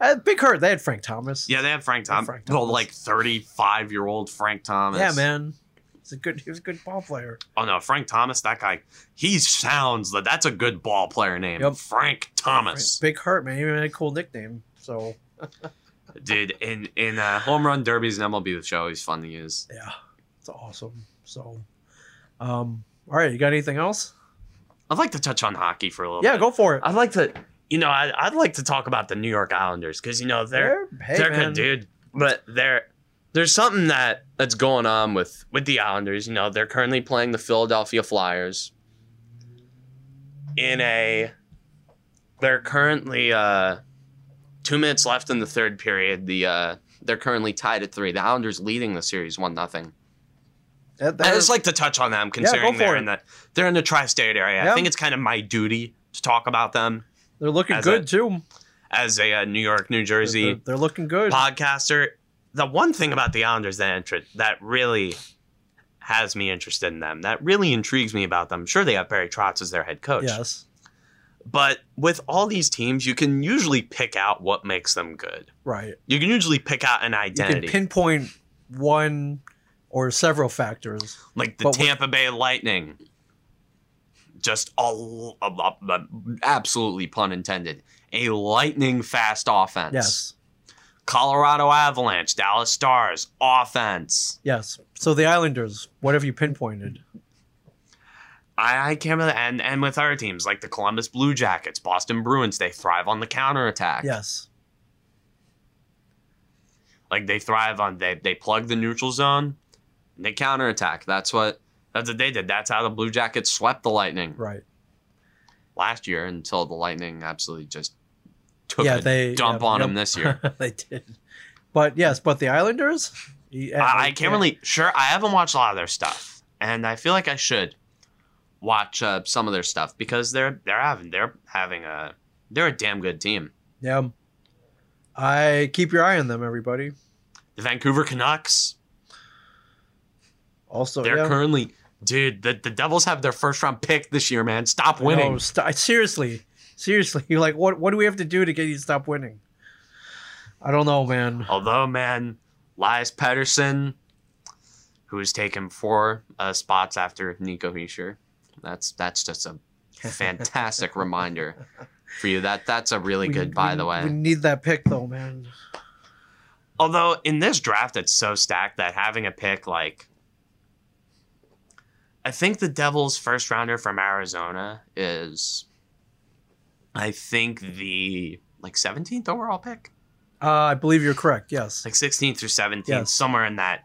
[SPEAKER 2] uh, Big Hurt. They had Frank Thomas.
[SPEAKER 1] Yeah, they have Frank
[SPEAKER 2] They have
[SPEAKER 1] Thomas.
[SPEAKER 2] Frank
[SPEAKER 1] Well,
[SPEAKER 2] Thomas.
[SPEAKER 1] like 35 year old Frank Thomas.
[SPEAKER 2] Yeah, man. He's a good. He was a good ball player.
[SPEAKER 1] Oh no, Frank Thomas, that guy, he sounds like that's a good ball player name.
[SPEAKER 2] Yep.
[SPEAKER 1] Frank Thomas.
[SPEAKER 2] Big Hurt, man. He even had a cool nickname. So
[SPEAKER 1] Dude, in in uh, home run derbies and MLB the show, he's fun to use.
[SPEAKER 2] yeah, It's awesome. So, um, all right, you got anything else?
[SPEAKER 1] I'd like to touch on hockey for a little.
[SPEAKER 2] Yeah,
[SPEAKER 1] bit.
[SPEAKER 2] go for it.
[SPEAKER 1] I'd like to, you know, I, I'd like to talk about the New York Islanders because you know they're
[SPEAKER 2] hey,
[SPEAKER 1] they're
[SPEAKER 2] man.
[SPEAKER 1] good, dude. But there, there's something that that's going on with with the Islanders. You know, they're currently playing the Philadelphia Flyers in a. They're currently uh, two minutes left in the third period. The uh, they're currently tied at three. The Islanders leading the series one nothing.
[SPEAKER 2] That-
[SPEAKER 1] I
[SPEAKER 2] that
[SPEAKER 1] just
[SPEAKER 2] is-
[SPEAKER 1] like to touch on them
[SPEAKER 2] go
[SPEAKER 1] considering
[SPEAKER 2] for
[SPEAKER 1] they're
[SPEAKER 2] it.
[SPEAKER 1] in the they're in the tri-state area.
[SPEAKER 2] Yeah.
[SPEAKER 1] I think it's kind of my duty to talk about them
[SPEAKER 2] they're looking
[SPEAKER 1] as
[SPEAKER 2] good
[SPEAKER 1] a-
[SPEAKER 2] too.
[SPEAKER 1] as a uh, New York, New
[SPEAKER 2] They're,
[SPEAKER 1] Jersey
[SPEAKER 2] they're- they're looking good.
[SPEAKER 1] podcaster. The one thing about the Islanders that inter- that really has me interested in them, that really intrigues me about them. Sure, they have Barry Trotz as their head coach,
[SPEAKER 2] Yes.
[SPEAKER 1] but with all these teams, you can usually pick out what makes them good.
[SPEAKER 2] Right.
[SPEAKER 1] You can usually pick out an
[SPEAKER 2] You
[SPEAKER 1] identity,
[SPEAKER 2] can pinpoint one or several factors.
[SPEAKER 1] like the
[SPEAKER 2] but with-
[SPEAKER 1] Tampa Bay Lightning. Just a, l- a- a- a- absolutely pun intended, a lightning fast offense.
[SPEAKER 2] Yes.
[SPEAKER 1] Colorado Avalanche, Dallas Stars, offense.
[SPEAKER 2] Yes. So the Islanders, what have you pinpointed?
[SPEAKER 1] I, I can't really. And, and with other teams like the Columbus Blue Jackets, Boston Bruins, they thrive on the counterattack.
[SPEAKER 2] Yes.
[SPEAKER 1] Like they thrive on, they, they plug the neutral zone and they counterattack. That's what, that's what they did. That's how the Blue Jackets swept the Lightning
[SPEAKER 2] Right.
[SPEAKER 1] last year until the Lightning absolutely just took
[SPEAKER 2] yeah,
[SPEAKER 1] a
[SPEAKER 2] they
[SPEAKER 1] dump
[SPEAKER 2] yeah,
[SPEAKER 1] on
[SPEAKER 2] yep.
[SPEAKER 1] them this year.
[SPEAKER 2] (laughs) they did. But yes, but the Islanders.
[SPEAKER 1] I, I can't really, sure, I haven't watched a lot of their stuff and I feel like I should watch uh, some of their stuff because they're, they're having, they're having a, they're a damn good team.
[SPEAKER 2] Yeah. I keep your eye on them, everybody.
[SPEAKER 1] The Vancouver Canucks,
[SPEAKER 2] Also,
[SPEAKER 1] They're
[SPEAKER 2] Oh, yeah.
[SPEAKER 1] currently, dude. The, the Devils have their first round pick this year, man. Stop winning.
[SPEAKER 2] No, st- seriously, seriously. (laughs) You're like, what? What do we have to do to get you to stop winning? I don't know, man.
[SPEAKER 1] Although, man, Lias Patterson, who has taken four uh, spots after Nico Heischer, that's that's just
[SPEAKER 2] (laughs)
[SPEAKER 1] a fantastic reminder for you. That that's a really
[SPEAKER 2] We-
[SPEAKER 1] good, by
[SPEAKER 2] we-
[SPEAKER 1] the way.
[SPEAKER 2] We need that pick though, man.
[SPEAKER 1] Although in this draft, it's so stacked that having a pick like. I think the Devils' first rounder from Arizona is, I think the like 17th overall pick,
[SPEAKER 2] Uh, I believe you're correct. Yes.
[SPEAKER 1] like 16th or 17th,
[SPEAKER 2] Yes.
[SPEAKER 1] somewhere in that,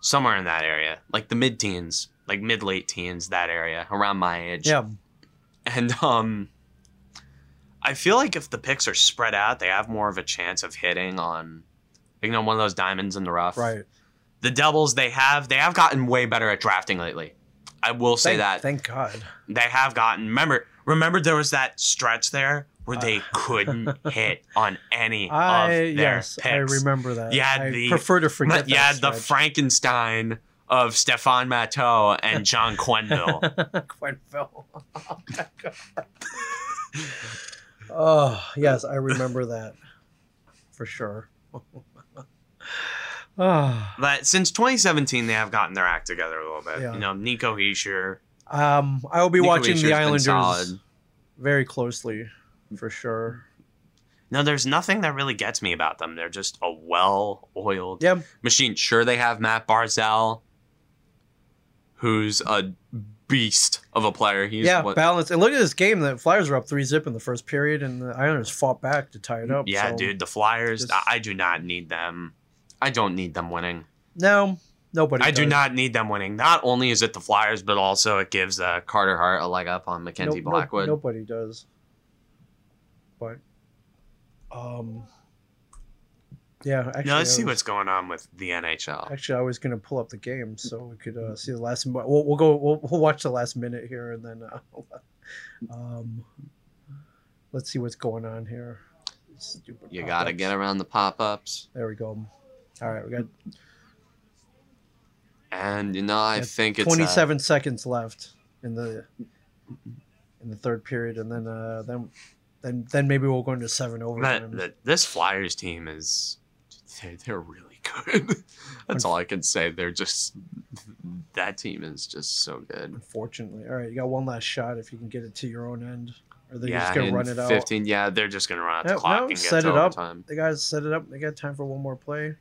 [SPEAKER 1] somewhere in that area, like the mid teens, like mid late teens, that area around my age.
[SPEAKER 2] Yeah.
[SPEAKER 1] And um I feel like if the picks are spread out, they have more of a chance of hitting on you know, one of those diamonds in the rough.
[SPEAKER 2] Right.
[SPEAKER 1] The Devils, they have they have gotten way better at drafting lately. I will say
[SPEAKER 2] thank,
[SPEAKER 1] that.
[SPEAKER 2] Thank God.
[SPEAKER 1] they have gotten remember remember there was that stretch there where
[SPEAKER 2] (laughs)
[SPEAKER 1] they couldn't hit on any
[SPEAKER 2] I
[SPEAKER 1] of their
[SPEAKER 2] yes,
[SPEAKER 1] picks.
[SPEAKER 2] I remember that.
[SPEAKER 1] You had
[SPEAKER 2] I
[SPEAKER 1] the-
[SPEAKER 2] prefer to
[SPEAKER 1] (laughs)
[SPEAKER 2] forget.
[SPEAKER 1] you
[SPEAKER 2] that
[SPEAKER 1] had the
[SPEAKER 2] stretch.
[SPEAKER 1] Frankenstein of Stefan Matteau and
[SPEAKER 2] (laughs)
[SPEAKER 1] John Quenville.
[SPEAKER 2] Quenville. Oh, my God. (laughs) oh yes, I remember that for sure. (laughs) Ah.
[SPEAKER 1] But since 2017, they have gotten their act together a little bit.
[SPEAKER 2] Yeah.
[SPEAKER 1] You know, Nico Heischer.
[SPEAKER 2] Um, I will be
[SPEAKER 1] Nico
[SPEAKER 2] watching
[SPEAKER 1] Heischer's
[SPEAKER 2] the
[SPEAKER 1] been
[SPEAKER 2] Islanders
[SPEAKER 1] solid.
[SPEAKER 2] very closely, for sure.
[SPEAKER 1] No, there's nothing that really gets me about them. They're just a well-oiled
[SPEAKER 2] Yeah,
[SPEAKER 1] machine. Sure, they have Matt Barzell, who's a beast of a player. He's
[SPEAKER 2] yeah,
[SPEAKER 1] what-
[SPEAKER 2] balance. And look at this game. The Flyers were up three zip in the first period, and the Islanders fought back to tie it up.
[SPEAKER 1] yeah,
[SPEAKER 2] so-
[SPEAKER 1] dude. The Flyers.
[SPEAKER 2] Just-
[SPEAKER 1] I- I do not need them. I don't need them winning.
[SPEAKER 2] No, nobody.
[SPEAKER 1] I do
[SPEAKER 2] does.
[SPEAKER 1] not need them winning. Not only is it the Flyers, but also it gives uh, Carter Hart a leg up on Mackenzie
[SPEAKER 2] Nope, nope,
[SPEAKER 1] Blackwood.
[SPEAKER 2] nobody does. But, um, yeah. Actually,
[SPEAKER 1] Now let's
[SPEAKER 2] I
[SPEAKER 1] see
[SPEAKER 2] was-
[SPEAKER 1] what's going on with the NHL.
[SPEAKER 2] Actually, I was gonna pull up the game so we could uh, see the last. mi- We'll, we'll go. We'll, we'll watch the last minute here, and then, uh, (laughs) um, let's see what's going on here. Stupid.
[SPEAKER 1] You gotta
[SPEAKER 2] pop-ups.
[SPEAKER 1] get around the pop-ups.
[SPEAKER 2] There we go. All right, we got
[SPEAKER 1] And you know, I
[SPEAKER 2] Yeah,
[SPEAKER 1] think it's uh,
[SPEAKER 2] 27 seconds left in the in the third period, and then uh, then then then maybe we'll go into seven
[SPEAKER 1] that,
[SPEAKER 2] overtime.
[SPEAKER 1] that this Flyers team is they're, they're really good. (laughs) That's all I can say. They're just that team is just so good.
[SPEAKER 2] Unfortunately, all right, you got one last shot if you can get it to your own end, or they're
[SPEAKER 1] yeah,
[SPEAKER 2] just gonna
[SPEAKER 1] in
[SPEAKER 2] run it out.
[SPEAKER 1] 15, Yeah, they're just gonna run out
[SPEAKER 2] No,
[SPEAKER 1] the clock
[SPEAKER 2] no,
[SPEAKER 1] and get
[SPEAKER 2] set
[SPEAKER 1] to
[SPEAKER 2] it up.
[SPEAKER 1] overtime.
[SPEAKER 2] The guys set it up. They got time for one more play.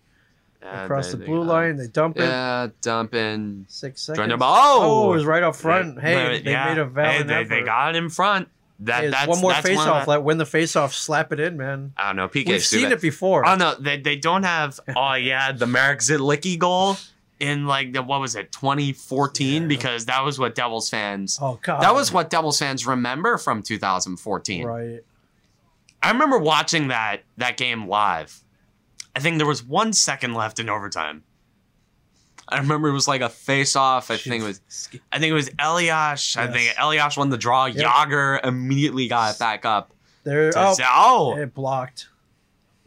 [SPEAKER 1] Yeah,
[SPEAKER 2] across the
[SPEAKER 1] they-
[SPEAKER 2] blue
[SPEAKER 1] they-
[SPEAKER 2] line. They dump it.
[SPEAKER 1] Yeah, dumping.
[SPEAKER 2] Six
[SPEAKER 1] Trying
[SPEAKER 2] seconds.
[SPEAKER 1] to-
[SPEAKER 2] Oh,
[SPEAKER 1] Oh,
[SPEAKER 2] it was right up front.
[SPEAKER 1] Yeah,
[SPEAKER 2] Hey,
[SPEAKER 1] but
[SPEAKER 2] they
[SPEAKER 1] yeah.
[SPEAKER 2] made a valid
[SPEAKER 1] Hey, they, they
[SPEAKER 2] effort.
[SPEAKER 1] got in front. That,
[SPEAKER 2] Hey, it's
[SPEAKER 1] that's
[SPEAKER 2] one more
[SPEAKER 1] that's
[SPEAKER 2] face off.
[SPEAKER 1] of the-
[SPEAKER 2] Like win the face off. Slap it in, man.
[SPEAKER 1] I don't know. PK's
[SPEAKER 2] We've
[SPEAKER 1] too
[SPEAKER 2] seen
[SPEAKER 1] bad.
[SPEAKER 2] it before.
[SPEAKER 1] Oh no, they they don't have. Oh yeah, the Marek Zitlicki goal in like the what was it 2014
[SPEAKER 2] Yeah.
[SPEAKER 1] because that was what Devils fans.
[SPEAKER 2] oh god.
[SPEAKER 1] That was what Devils fans remember from 2014.
[SPEAKER 2] right.
[SPEAKER 1] I remember watching that that game live. I think there was one second left in overtime. I remember it was like a face-off. I think it was. I think it was Eliash. I think
[SPEAKER 2] Yes.
[SPEAKER 1] Eliash won the draw.
[SPEAKER 2] Yep.
[SPEAKER 1] Yager immediately got it back up.
[SPEAKER 2] There.
[SPEAKER 1] to
[SPEAKER 2] Oh,
[SPEAKER 1] say- oh,
[SPEAKER 2] it blocked.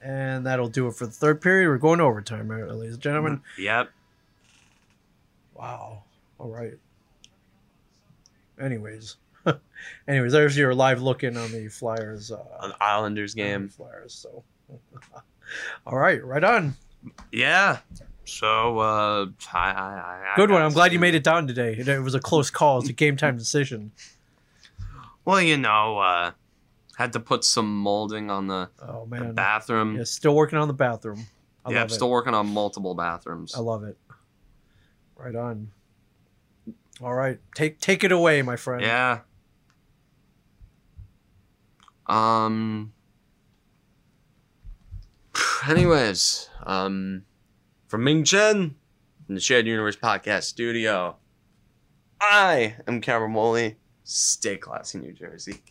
[SPEAKER 2] And that'll do it for the third period. We're going to overtime, right, ladies and gentlemen.
[SPEAKER 1] yep. Mm-hmm.
[SPEAKER 2] Wow. All right. Anyways, (laughs) anyways, there's your live looking on the Flyers. Uh, on
[SPEAKER 1] An Islanders
[SPEAKER 2] the
[SPEAKER 1] game.
[SPEAKER 2] Flyers. So. (laughs) All right, right on.
[SPEAKER 1] Yeah. So uh, I, I, I
[SPEAKER 2] Good one.
[SPEAKER 1] guess-
[SPEAKER 2] I'm glad you made it down today. It, it was a close call. It's a game time decision.
[SPEAKER 1] Well, you know, uh, had to put some molding on the,
[SPEAKER 2] Oh
[SPEAKER 1] the
[SPEAKER 2] man.
[SPEAKER 1] bathroom.
[SPEAKER 2] Yeah, still working on the bathroom. I
[SPEAKER 1] yeah, I'm
[SPEAKER 2] love it.
[SPEAKER 1] still working on multiple bathrooms.
[SPEAKER 2] I love it. Right on. All right, take take it away, my friend.
[SPEAKER 1] Yeah. Um. Anyways, um, from Ming Chen in the Shared Universe Podcast Studio, I am Cameron Moley. Stay classy, New Jersey.